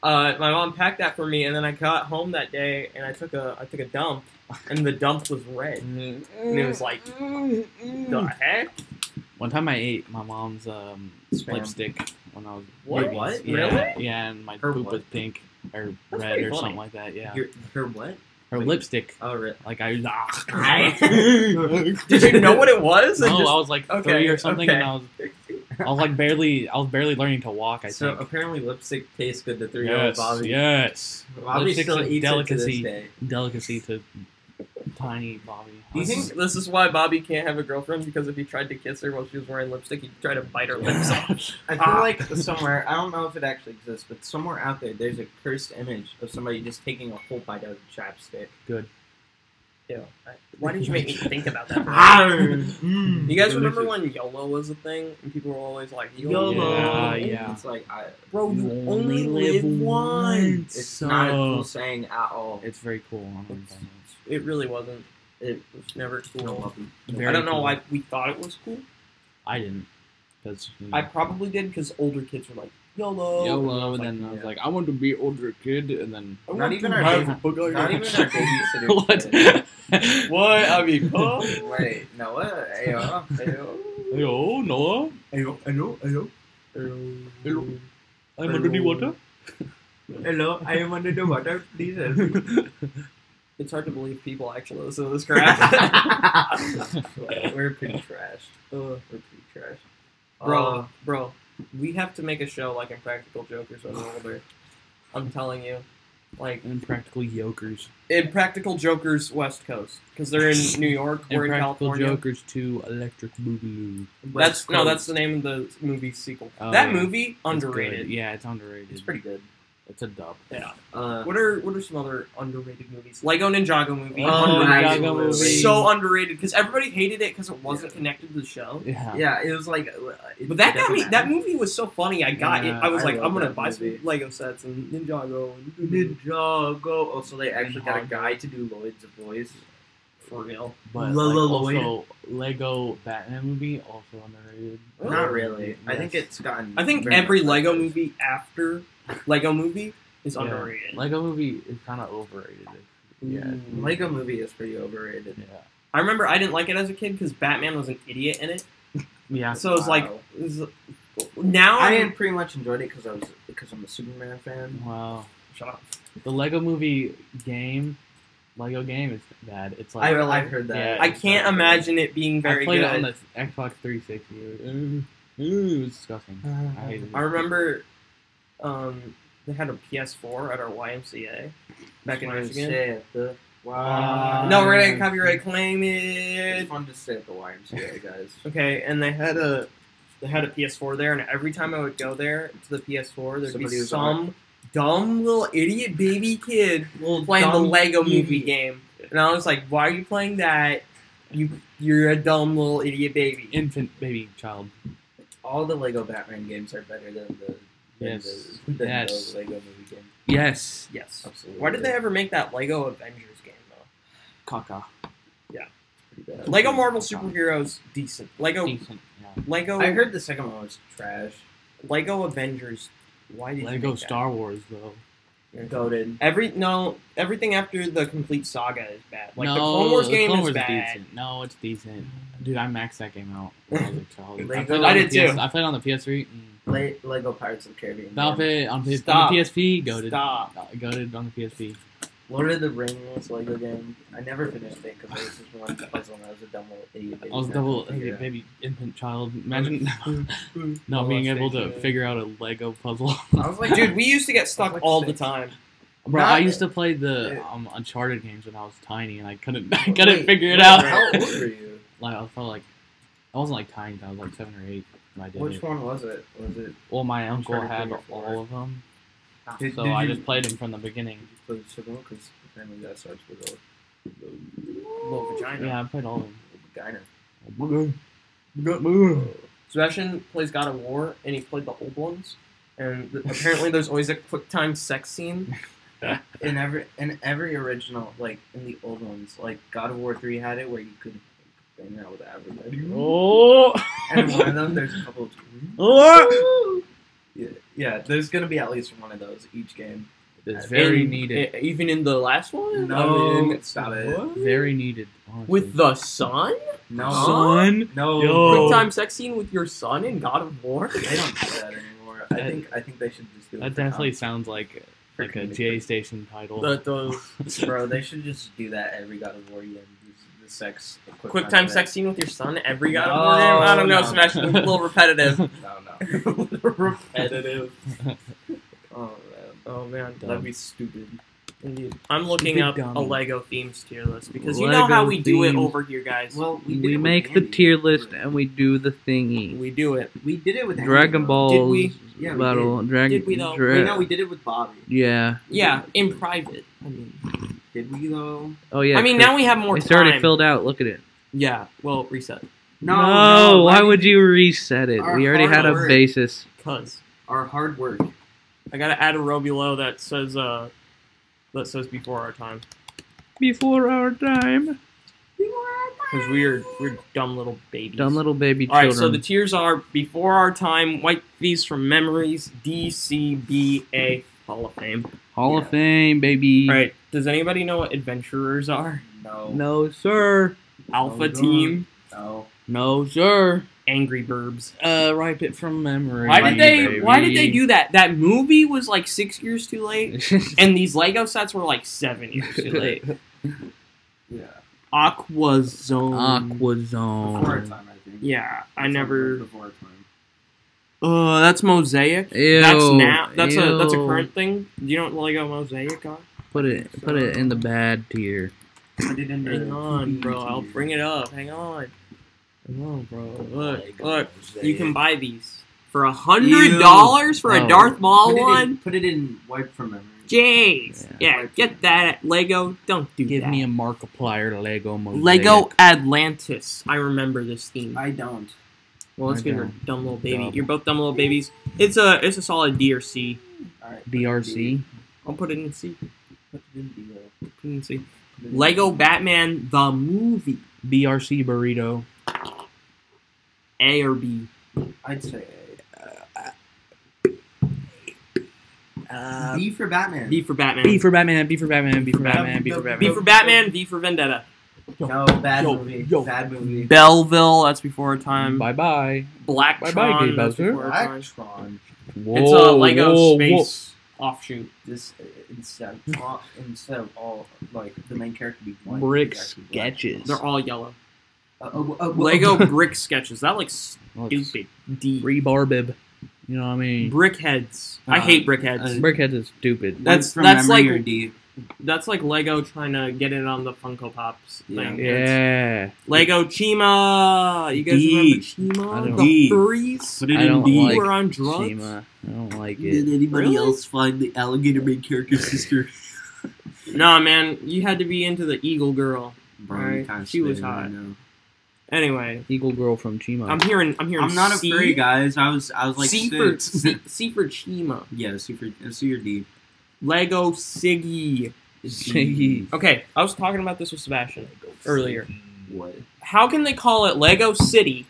[SPEAKER 3] uh, my mom packed that for me, and then I got home that day, and I took a I took a dump, and the dump was red.
[SPEAKER 2] And
[SPEAKER 3] it was like, The heck?
[SPEAKER 2] One time I ate my mom's um,
[SPEAKER 1] Spam.
[SPEAKER 2] lipstick when I was
[SPEAKER 3] What?
[SPEAKER 2] baby.
[SPEAKER 1] What?
[SPEAKER 2] Yeah,
[SPEAKER 3] Really?
[SPEAKER 2] yeah, and my
[SPEAKER 1] Her
[SPEAKER 2] poop
[SPEAKER 1] what?
[SPEAKER 2] was pink or
[SPEAKER 3] That's
[SPEAKER 2] red
[SPEAKER 3] pretty
[SPEAKER 2] or
[SPEAKER 3] funny.
[SPEAKER 2] something like that. Yeah,
[SPEAKER 1] Your, her what?
[SPEAKER 2] her
[SPEAKER 1] Wait.
[SPEAKER 2] lipstick.
[SPEAKER 1] Oh, right.
[SPEAKER 2] Like I was.
[SPEAKER 1] *laughs*
[SPEAKER 3] *laughs* Did you
[SPEAKER 2] *laughs*
[SPEAKER 3] know what it was?
[SPEAKER 2] No,
[SPEAKER 3] And *laughs* just-
[SPEAKER 2] I was like
[SPEAKER 3] okay,
[SPEAKER 2] three or something, and
[SPEAKER 3] okay.
[SPEAKER 2] I was, I was like barely, I was barely learning to walk. I
[SPEAKER 1] so
[SPEAKER 2] think.
[SPEAKER 1] apparently, lipstick tastes good to three-year-old
[SPEAKER 2] Yes,
[SPEAKER 1] Bobby.
[SPEAKER 2] yes.
[SPEAKER 1] Bobby
[SPEAKER 2] Lipstick's
[SPEAKER 1] still
[SPEAKER 2] a
[SPEAKER 1] eats it
[SPEAKER 2] delicacy.
[SPEAKER 1] to this day.
[SPEAKER 2] Delicacy to tiny Bobby.
[SPEAKER 3] Do
[SPEAKER 2] *laughs*
[SPEAKER 3] you think this is why Bobby can't have a girlfriend? Because if he tried to kiss her while she was wearing lipstick, he'd try to bite her lips
[SPEAKER 2] *laughs*
[SPEAKER 3] off.
[SPEAKER 1] I feel *laughs*
[SPEAKER 3] Ah.
[SPEAKER 1] like somewhere, I don't know if it actually exists, but somewhere out there, there's a cursed image of somebody just taking a whole bite out of *laughs* chapstick.
[SPEAKER 3] Ew. Why did you make me think about that? bro?
[SPEAKER 1] Ah!
[SPEAKER 3] *laughs*
[SPEAKER 1] mm,
[SPEAKER 3] You guys remember when YOLO was a thing, and people were always like,
[SPEAKER 1] YOLO?
[SPEAKER 2] Yeah, yeah.
[SPEAKER 1] It's like, I,
[SPEAKER 3] Bro, you
[SPEAKER 2] You
[SPEAKER 3] only live once.
[SPEAKER 1] it's
[SPEAKER 2] So-
[SPEAKER 1] not a cool saying at all.
[SPEAKER 2] It's very cool. I don't know.
[SPEAKER 3] It really wasn't.
[SPEAKER 1] It-
[SPEAKER 3] It was never
[SPEAKER 1] I
[SPEAKER 3] cool.
[SPEAKER 2] *laughs*
[SPEAKER 1] love them.
[SPEAKER 2] Very
[SPEAKER 3] I don't know
[SPEAKER 2] cool.
[SPEAKER 3] why we thought it was cool.
[SPEAKER 2] I didn't. Because you know,
[SPEAKER 3] I probably did because older kids were like, YOLO.
[SPEAKER 2] YOLO, and
[SPEAKER 3] I was
[SPEAKER 2] then I was
[SPEAKER 1] yeah.
[SPEAKER 2] like, I want to be older kid, and *laughs* then
[SPEAKER 3] like, I
[SPEAKER 1] Not
[SPEAKER 3] want
[SPEAKER 1] even
[SPEAKER 3] to
[SPEAKER 1] our
[SPEAKER 3] have
[SPEAKER 1] baby-
[SPEAKER 3] a book like
[SPEAKER 1] Not
[SPEAKER 3] that.
[SPEAKER 1] even our
[SPEAKER 2] *laughs*
[SPEAKER 1] babysitter.
[SPEAKER 2] what?
[SPEAKER 1] did it.
[SPEAKER 3] What? I *laughs* mean, huh?
[SPEAKER 1] Wait, no, what? Ayo, ayo.
[SPEAKER 2] Yo, oh, Noah,
[SPEAKER 1] Ayo,
[SPEAKER 2] oh,
[SPEAKER 1] hello, hello. Hello.
[SPEAKER 2] Um,
[SPEAKER 3] Hello.
[SPEAKER 2] I'm under the water.
[SPEAKER 1] Hello, I am under the water. Please help me.
[SPEAKER 3] It's hard to believe people actually listen to this
[SPEAKER 2] *laughs*
[SPEAKER 3] crap. *laughs*
[SPEAKER 1] We're pretty trash. Uh, We're pretty trash.
[SPEAKER 2] Uh,
[SPEAKER 3] bro, bro, we have to make a show like Impractical Jokers when we're older. I'm telling you. Like,
[SPEAKER 2] and practically yokers.
[SPEAKER 3] Impractical Jokers West Coast. Because
[SPEAKER 2] *laughs*
[SPEAKER 3] they're in New York or in
[SPEAKER 2] Impractical
[SPEAKER 3] California.
[SPEAKER 2] Jokers to Electric Boogaloo.
[SPEAKER 3] That's no, that's the name of the movie sequel.
[SPEAKER 2] Oh,
[SPEAKER 3] that
[SPEAKER 2] yeah.
[SPEAKER 3] movie
[SPEAKER 2] It's
[SPEAKER 3] underrated.
[SPEAKER 2] good. Yeah, it's underrated.
[SPEAKER 1] It's pretty good.
[SPEAKER 2] It's a dub.
[SPEAKER 3] Yeah.
[SPEAKER 1] Uh,
[SPEAKER 3] What are what are some other underrated movies? Lego Ninjago movie.
[SPEAKER 2] Oh,
[SPEAKER 3] underrated.
[SPEAKER 2] Ninjago movie.
[SPEAKER 3] So underrated because everybody hated it because it wasn't connected to the show.
[SPEAKER 2] Yeah.
[SPEAKER 1] uh, yeah, it was like. uh, it
[SPEAKER 3] But that got
[SPEAKER 1] doesn't
[SPEAKER 3] me. That
[SPEAKER 1] matter.
[SPEAKER 3] movie was so funny. I got
[SPEAKER 2] Yeah,
[SPEAKER 3] it. I was
[SPEAKER 1] I
[SPEAKER 3] like,
[SPEAKER 1] love
[SPEAKER 3] I'm gonna
[SPEAKER 1] that
[SPEAKER 3] buy
[SPEAKER 1] movie.
[SPEAKER 3] some Lego sets and Ninjago. And
[SPEAKER 1] Ninjago. Also, oh, they actually got a
[SPEAKER 2] Ninjago.
[SPEAKER 1] guy to do Lloyd's voice.
[SPEAKER 3] for real.
[SPEAKER 2] But
[SPEAKER 1] La
[SPEAKER 2] like,
[SPEAKER 1] La
[SPEAKER 2] also, Lego Batman movie also underrated.
[SPEAKER 1] Not really. I think
[SPEAKER 2] Yes.
[SPEAKER 1] it's gotten.
[SPEAKER 3] Oh, I think
[SPEAKER 1] very
[SPEAKER 3] every
[SPEAKER 1] much
[SPEAKER 3] Lego
[SPEAKER 1] better.
[SPEAKER 3] movie after Lego movie is
[SPEAKER 2] Yeah.
[SPEAKER 3] underrated. Mm.
[SPEAKER 2] Lego Movie is kind of overrated. Yeah.
[SPEAKER 1] Lego Movie is pretty overrated.
[SPEAKER 2] Yeah.
[SPEAKER 3] I remember I didn't like it as a kid because Batman was an idiot in it.
[SPEAKER 2] Yeah.
[SPEAKER 3] So it was like, um,
[SPEAKER 1] Wow.
[SPEAKER 3] it was- now
[SPEAKER 1] I
[SPEAKER 3] I'm,
[SPEAKER 1] didn't pretty much enjoyed it because I was because I'm a Superman fan.
[SPEAKER 2] Wow.
[SPEAKER 3] shut up.
[SPEAKER 2] The Lego Movie game, Lego game is bad. It's like
[SPEAKER 1] I well, I've heard that.
[SPEAKER 2] Yeah.
[SPEAKER 3] I can't imagine it being very
[SPEAKER 2] I played
[SPEAKER 3] good.
[SPEAKER 2] it on the Xbox 360. It was, ooh, ooh, it was disgusting. I hated it.
[SPEAKER 3] I remember um, they had a PS4 at our YMCA back in
[SPEAKER 1] Fun to
[SPEAKER 3] Michigan.
[SPEAKER 1] stay at the
[SPEAKER 2] Wow.
[SPEAKER 3] No, we're gonna copyright claim it.
[SPEAKER 1] It's fun to stay at the YMCA, guys.
[SPEAKER 3] Okay, and they had a they had a PS4 there, and every time I would go there to the PS4, there'd
[SPEAKER 1] Somebody
[SPEAKER 3] be
[SPEAKER 1] was
[SPEAKER 3] some
[SPEAKER 1] on
[SPEAKER 3] dumb little idiot baby kid playing the
[SPEAKER 1] dumb
[SPEAKER 3] Lego Movie
[SPEAKER 1] idiot.
[SPEAKER 3] game, and I was like, "Why are you playing that? You you're a dumb little idiot baby."
[SPEAKER 2] Infant baby child.
[SPEAKER 1] All the Lego Batman games are better than the than
[SPEAKER 2] Yes.
[SPEAKER 1] the, than
[SPEAKER 2] Yes.
[SPEAKER 1] the Lego Movie game.
[SPEAKER 2] Yes.
[SPEAKER 3] yes.
[SPEAKER 1] Absolutely.
[SPEAKER 3] Why did they ever make that Lego Avengers game though?
[SPEAKER 2] Caca.
[SPEAKER 1] Pretty bad.
[SPEAKER 3] Lego Marvel Superheroes decent. Lego
[SPEAKER 2] Decent. Yeah.
[SPEAKER 3] Lego
[SPEAKER 1] I heard the second one was trash.
[SPEAKER 3] Lego Avengers. Why did you
[SPEAKER 2] Lego
[SPEAKER 3] make that?
[SPEAKER 2] Star Wars though.
[SPEAKER 1] Goaded.
[SPEAKER 3] Every no, everything after the complete saga is bad. Like
[SPEAKER 2] no,
[SPEAKER 3] the Clone Wars
[SPEAKER 2] the
[SPEAKER 3] game
[SPEAKER 2] Clone
[SPEAKER 3] is
[SPEAKER 2] Wars
[SPEAKER 3] bad.
[SPEAKER 2] decent. No, it's decent. Dude, I maxed that game
[SPEAKER 3] *laughs*
[SPEAKER 2] out when I was a child.
[SPEAKER 1] Lego-
[SPEAKER 2] played it
[SPEAKER 3] I
[SPEAKER 2] on the
[SPEAKER 3] did
[SPEAKER 2] PS
[SPEAKER 3] too.
[SPEAKER 2] I played on the PS3. Mm.
[SPEAKER 1] Le- Lego Pirates of the Caribbean.
[SPEAKER 2] Stop it on, P-
[SPEAKER 3] Stop.
[SPEAKER 2] on the PSP. Goaded. Uh,
[SPEAKER 3] Stop.
[SPEAKER 2] Goaded on the PSP.
[SPEAKER 1] Lord of the Rings Lego game. I never finished it because I was just one puzzle and I was a dumb little idiot.
[SPEAKER 2] I was
[SPEAKER 1] baby.
[SPEAKER 2] double
[SPEAKER 1] Yeah.
[SPEAKER 2] a baby infant child.
[SPEAKER 3] *laughs*
[SPEAKER 2] Imagine *laughs* not
[SPEAKER 1] Well,
[SPEAKER 2] being
[SPEAKER 1] that's
[SPEAKER 2] able to
[SPEAKER 1] it.
[SPEAKER 2] figure out a Lego puzzle. *laughs*
[SPEAKER 1] I was like,
[SPEAKER 3] Dude, we used to get stuck
[SPEAKER 1] like
[SPEAKER 3] all
[SPEAKER 1] six.
[SPEAKER 3] the time.
[SPEAKER 2] Bro,
[SPEAKER 1] Not-
[SPEAKER 2] I used to play the
[SPEAKER 1] Yeah.
[SPEAKER 2] um, Uncharted games when I was tiny, and I couldn't, *laughs* I
[SPEAKER 1] Wait,
[SPEAKER 2] couldn't figure it
[SPEAKER 1] wait,
[SPEAKER 2] out.
[SPEAKER 1] How old were you?
[SPEAKER 2] *laughs* like I was probably like, I wasn't like tiny. I was like seven or eight when I did
[SPEAKER 1] Which
[SPEAKER 2] it.
[SPEAKER 1] one was it? Was it?
[SPEAKER 2] Well, my uncle
[SPEAKER 1] Uncharted
[SPEAKER 2] had
[SPEAKER 1] three or four.
[SPEAKER 2] all of them,
[SPEAKER 1] Did,
[SPEAKER 2] Ah, so
[SPEAKER 1] did
[SPEAKER 2] I
[SPEAKER 1] you,
[SPEAKER 2] just played them from the beginning.
[SPEAKER 1] Did you play Civil? Because apparently that starts with a
[SPEAKER 3] Little vagina.
[SPEAKER 2] Yeah, I played all of
[SPEAKER 1] vagina.
[SPEAKER 2] them. Dude,
[SPEAKER 3] Sebastian plays God of War, and he played the old ones. And th- apparently, there's always a quick time sex scene.
[SPEAKER 1] In every in every original, like in the old ones, like God of War three had it where you could hang out with everybody.
[SPEAKER 2] Oh,
[SPEAKER 1] And in one of them, there's a couple. Of, yeah, yeah, there's gonna be at least one of those each game.
[SPEAKER 2] it's very
[SPEAKER 3] And
[SPEAKER 2] needed.
[SPEAKER 3] e- even in the last one,
[SPEAKER 1] No,
[SPEAKER 3] I mean,
[SPEAKER 1] stop it.
[SPEAKER 3] what?
[SPEAKER 2] very needed. Honestly.
[SPEAKER 3] with the son,
[SPEAKER 1] No,
[SPEAKER 3] Son?
[SPEAKER 1] no,
[SPEAKER 2] Yo.
[SPEAKER 3] quick time sex scene with your son in God of War.
[SPEAKER 1] They don't do that anymore. I
[SPEAKER 2] That-
[SPEAKER 1] think I think they should just do. it
[SPEAKER 2] that
[SPEAKER 1] for
[SPEAKER 2] definitely
[SPEAKER 1] comedy.
[SPEAKER 2] sounds like
[SPEAKER 1] For
[SPEAKER 2] like a
[SPEAKER 1] comedic
[SPEAKER 2] GA station title.
[SPEAKER 3] That does.
[SPEAKER 1] Bro, they should just do that every God of War game. The sex.
[SPEAKER 3] Quick time sex scene with your son every God of
[SPEAKER 1] No,
[SPEAKER 3] War game. I don't know,
[SPEAKER 1] no.
[SPEAKER 3] Sebastian. it's A little repetitive. *laughs*
[SPEAKER 1] No, no. *laughs*
[SPEAKER 2] *laughs*
[SPEAKER 3] repetitive.
[SPEAKER 1] Oh man,
[SPEAKER 3] Oh man,
[SPEAKER 1] that'd be stupid.
[SPEAKER 3] Indeed. I'm looking
[SPEAKER 2] Big
[SPEAKER 3] up
[SPEAKER 2] dummy.
[SPEAKER 3] a Lego themes tier list because you know
[SPEAKER 2] Lego
[SPEAKER 3] how we do it
[SPEAKER 2] themed.
[SPEAKER 3] over here, guys.
[SPEAKER 1] Well, we,
[SPEAKER 2] we do the thingy.
[SPEAKER 3] we do it.
[SPEAKER 1] we did it with Andy,
[SPEAKER 3] Did we?
[SPEAKER 1] Yeah, we battle,
[SPEAKER 2] Dragon.
[SPEAKER 3] Did we though?
[SPEAKER 1] though. Wait, no, we did it with Bobby.
[SPEAKER 2] Yeah.
[SPEAKER 1] We
[SPEAKER 3] Yeah,
[SPEAKER 1] did it
[SPEAKER 3] in
[SPEAKER 1] with-
[SPEAKER 3] private. I mean,
[SPEAKER 1] Did we though?
[SPEAKER 2] Oh yeah.
[SPEAKER 3] I mean now we have more time.
[SPEAKER 2] out. Look at it.
[SPEAKER 3] Yeah. Well, reset.
[SPEAKER 1] No, no, why why would
[SPEAKER 2] you reset it?
[SPEAKER 1] Our We already hard had a work.
[SPEAKER 2] basis.
[SPEAKER 3] Cause
[SPEAKER 1] Our hard work.
[SPEAKER 3] I gotta add a row below that says uh that says before our time
[SPEAKER 2] Before our time.
[SPEAKER 3] because we're we're dumb little babies.
[SPEAKER 2] Dumb little baby
[SPEAKER 3] All
[SPEAKER 2] children.
[SPEAKER 3] right, so the tiers are before our time, wipe these from memories, DCBA Hall of Fame.
[SPEAKER 2] Hall of Fame, baby.
[SPEAKER 3] All right, does anybody know what adventurers are?
[SPEAKER 1] No.
[SPEAKER 2] No, sir.
[SPEAKER 3] Alpha
[SPEAKER 1] God.
[SPEAKER 3] Team,
[SPEAKER 1] No.
[SPEAKER 2] No, sir.
[SPEAKER 3] Angry Burbs.
[SPEAKER 2] Uh, ripe it from memory.
[SPEAKER 3] Why did they?
[SPEAKER 2] baby.
[SPEAKER 3] Why did they do that? That movie was like six years too late, and these Lego sets were like seven years too
[SPEAKER 2] *laughs*
[SPEAKER 3] late.
[SPEAKER 1] Yeah.
[SPEAKER 3] Aqua
[SPEAKER 2] *laughs*
[SPEAKER 3] Zone.
[SPEAKER 2] Aqua
[SPEAKER 1] Before our
[SPEAKER 2] Zone.
[SPEAKER 1] time, I think.
[SPEAKER 3] Yeah, I
[SPEAKER 1] Something
[SPEAKER 3] never.
[SPEAKER 1] Before our time.
[SPEAKER 3] Oh, that's Mosaic.
[SPEAKER 2] Ew,
[SPEAKER 3] that's now. That's a that's a
[SPEAKER 2] ew.
[SPEAKER 3] current thing. Do you know what Lego Mosaic are?
[SPEAKER 2] Put it, put it in the bad tier.
[SPEAKER 1] Put it in
[SPEAKER 3] *coughs* Hang
[SPEAKER 1] the-
[SPEAKER 3] on, bro. I'll bring it up. Hang on. Hang on, bro. Look, look. You can buy these for a hundred
[SPEAKER 1] Ew.
[SPEAKER 3] dollars for a
[SPEAKER 2] Oh.
[SPEAKER 3] Darth
[SPEAKER 2] *laughs*
[SPEAKER 3] Maul
[SPEAKER 1] Put it in-
[SPEAKER 3] one.
[SPEAKER 1] Put it in wipe from memory.
[SPEAKER 3] Jeez.
[SPEAKER 1] Yeah.
[SPEAKER 3] Yeah, get that at Lego. Don't do
[SPEAKER 2] Give
[SPEAKER 3] that.
[SPEAKER 2] me a Markiplier Lego mosaic.
[SPEAKER 3] Lego Atlantis. I remember this theme.
[SPEAKER 1] I don't.
[SPEAKER 3] Well, that's
[SPEAKER 2] I
[SPEAKER 3] because you're
[SPEAKER 2] don't.
[SPEAKER 3] dumb little baby.
[SPEAKER 2] Dumb.
[SPEAKER 3] You're both dumb little babies. It's a it's a solid D or C.
[SPEAKER 1] Alright.
[SPEAKER 2] DRC.
[SPEAKER 3] I'll put it in C.
[SPEAKER 1] Put it in the, uh,
[SPEAKER 3] Put it in C.
[SPEAKER 1] put it in-
[SPEAKER 3] Lego Batman the movie.
[SPEAKER 2] BRC burrito.
[SPEAKER 3] A or B.
[SPEAKER 1] I'd say
[SPEAKER 3] Uh,
[SPEAKER 1] B for Batman.
[SPEAKER 3] B for Batman.
[SPEAKER 2] B for Batman, B for Batman, B for Batman, B for
[SPEAKER 3] Mm. B
[SPEAKER 2] Batman.
[SPEAKER 3] for Batman. V for Vendetta.
[SPEAKER 1] no, bad
[SPEAKER 3] yo,
[SPEAKER 1] movie.
[SPEAKER 2] yo.
[SPEAKER 1] Bad movie.
[SPEAKER 3] Belleville. That's before our time.
[SPEAKER 2] Bye bye.
[SPEAKER 3] Black
[SPEAKER 2] Bye-bye,
[SPEAKER 3] Tron.
[SPEAKER 2] Gay
[SPEAKER 3] that's
[SPEAKER 2] Buzzer.
[SPEAKER 3] before our time.
[SPEAKER 1] Electron.
[SPEAKER 3] It's a Lego space offshoot.
[SPEAKER 1] This uh, instead of all, instead of all like the main character be white.
[SPEAKER 2] Brick
[SPEAKER 1] he's actually black.
[SPEAKER 2] sketches.
[SPEAKER 3] They're all yellow.
[SPEAKER 1] Uh, oh, oh, oh,
[SPEAKER 2] *laughs*
[SPEAKER 3] Lego brick sketches. That looks stupid. D.
[SPEAKER 2] Rebarbib. You know what I mean?
[SPEAKER 3] Brickheads. I
[SPEAKER 1] Uh,
[SPEAKER 3] hate brickheads.
[SPEAKER 1] uh,
[SPEAKER 2] Brickheads is stupid.
[SPEAKER 3] *laughs* That's-
[SPEAKER 1] from
[SPEAKER 3] that's
[SPEAKER 1] memory
[SPEAKER 3] like-
[SPEAKER 1] or D.
[SPEAKER 3] That's like Lego trying to get in on the Funko Pops
[SPEAKER 1] Yeah.
[SPEAKER 3] thing. It's-
[SPEAKER 2] Yeah.
[SPEAKER 3] Lego Chima. You guys
[SPEAKER 1] D.
[SPEAKER 3] remember
[SPEAKER 2] I
[SPEAKER 3] Chima?
[SPEAKER 2] don't-
[SPEAKER 3] The
[SPEAKER 1] D.
[SPEAKER 3] threes
[SPEAKER 1] Put it
[SPEAKER 2] I
[SPEAKER 1] in
[SPEAKER 2] don't
[SPEAKER 1] D.
[SPEAKER 2] like-
[SPEAKER 3] were on drugs.
[SPEAKER 2] Shima. I don't like
[SPEAKER 1] Did
[SPEAKER 2] it.
[SPEAKER 1] anybody
[SPEAKER 3] Really?
[SPEAKER 1] else find the alligator main *laughs* character sister?
[SPEAKER 3] Nah, man, you had to be into the Eagle Girl.
[SPEAKER 1] Bro,
[SPEAKER 3] Alright,
[SPEAKER 1] you kinda
[SPEAKER 3] she was
[SPEAKER 1] spit, I
[SPEAKER 3] hot.
[SPEAKER 1] know.
[SPEAKER 3] Anyway,
[SPEAKER 2] Eagle girl from Chima. *laughs*
[SPEAKER 3] I'm hearing. I'm hearing.
[SPEAKER 1] I'm not a
[SPEAKER 3] C,
[SPEAKER 1] furry, guys. I was I was like
[SPEAKER 3] C for
[SPEAKER 1] six.
[SPEAKER 3] C, C for Chima.
[SPEAKER 1] yeah, C for C or
[SPEAKER 3] *laughs*
[SPEAKER 1] D.
[SPEAKER 3] Lego Siggy.
[SPEAKER 2] Shaggy.
[SPEAKER 3] Okay, I was talking about this with Sebastian earlier.
[SPEAKER 1] What?
[SPEAKER 3] How can they call it Lego City,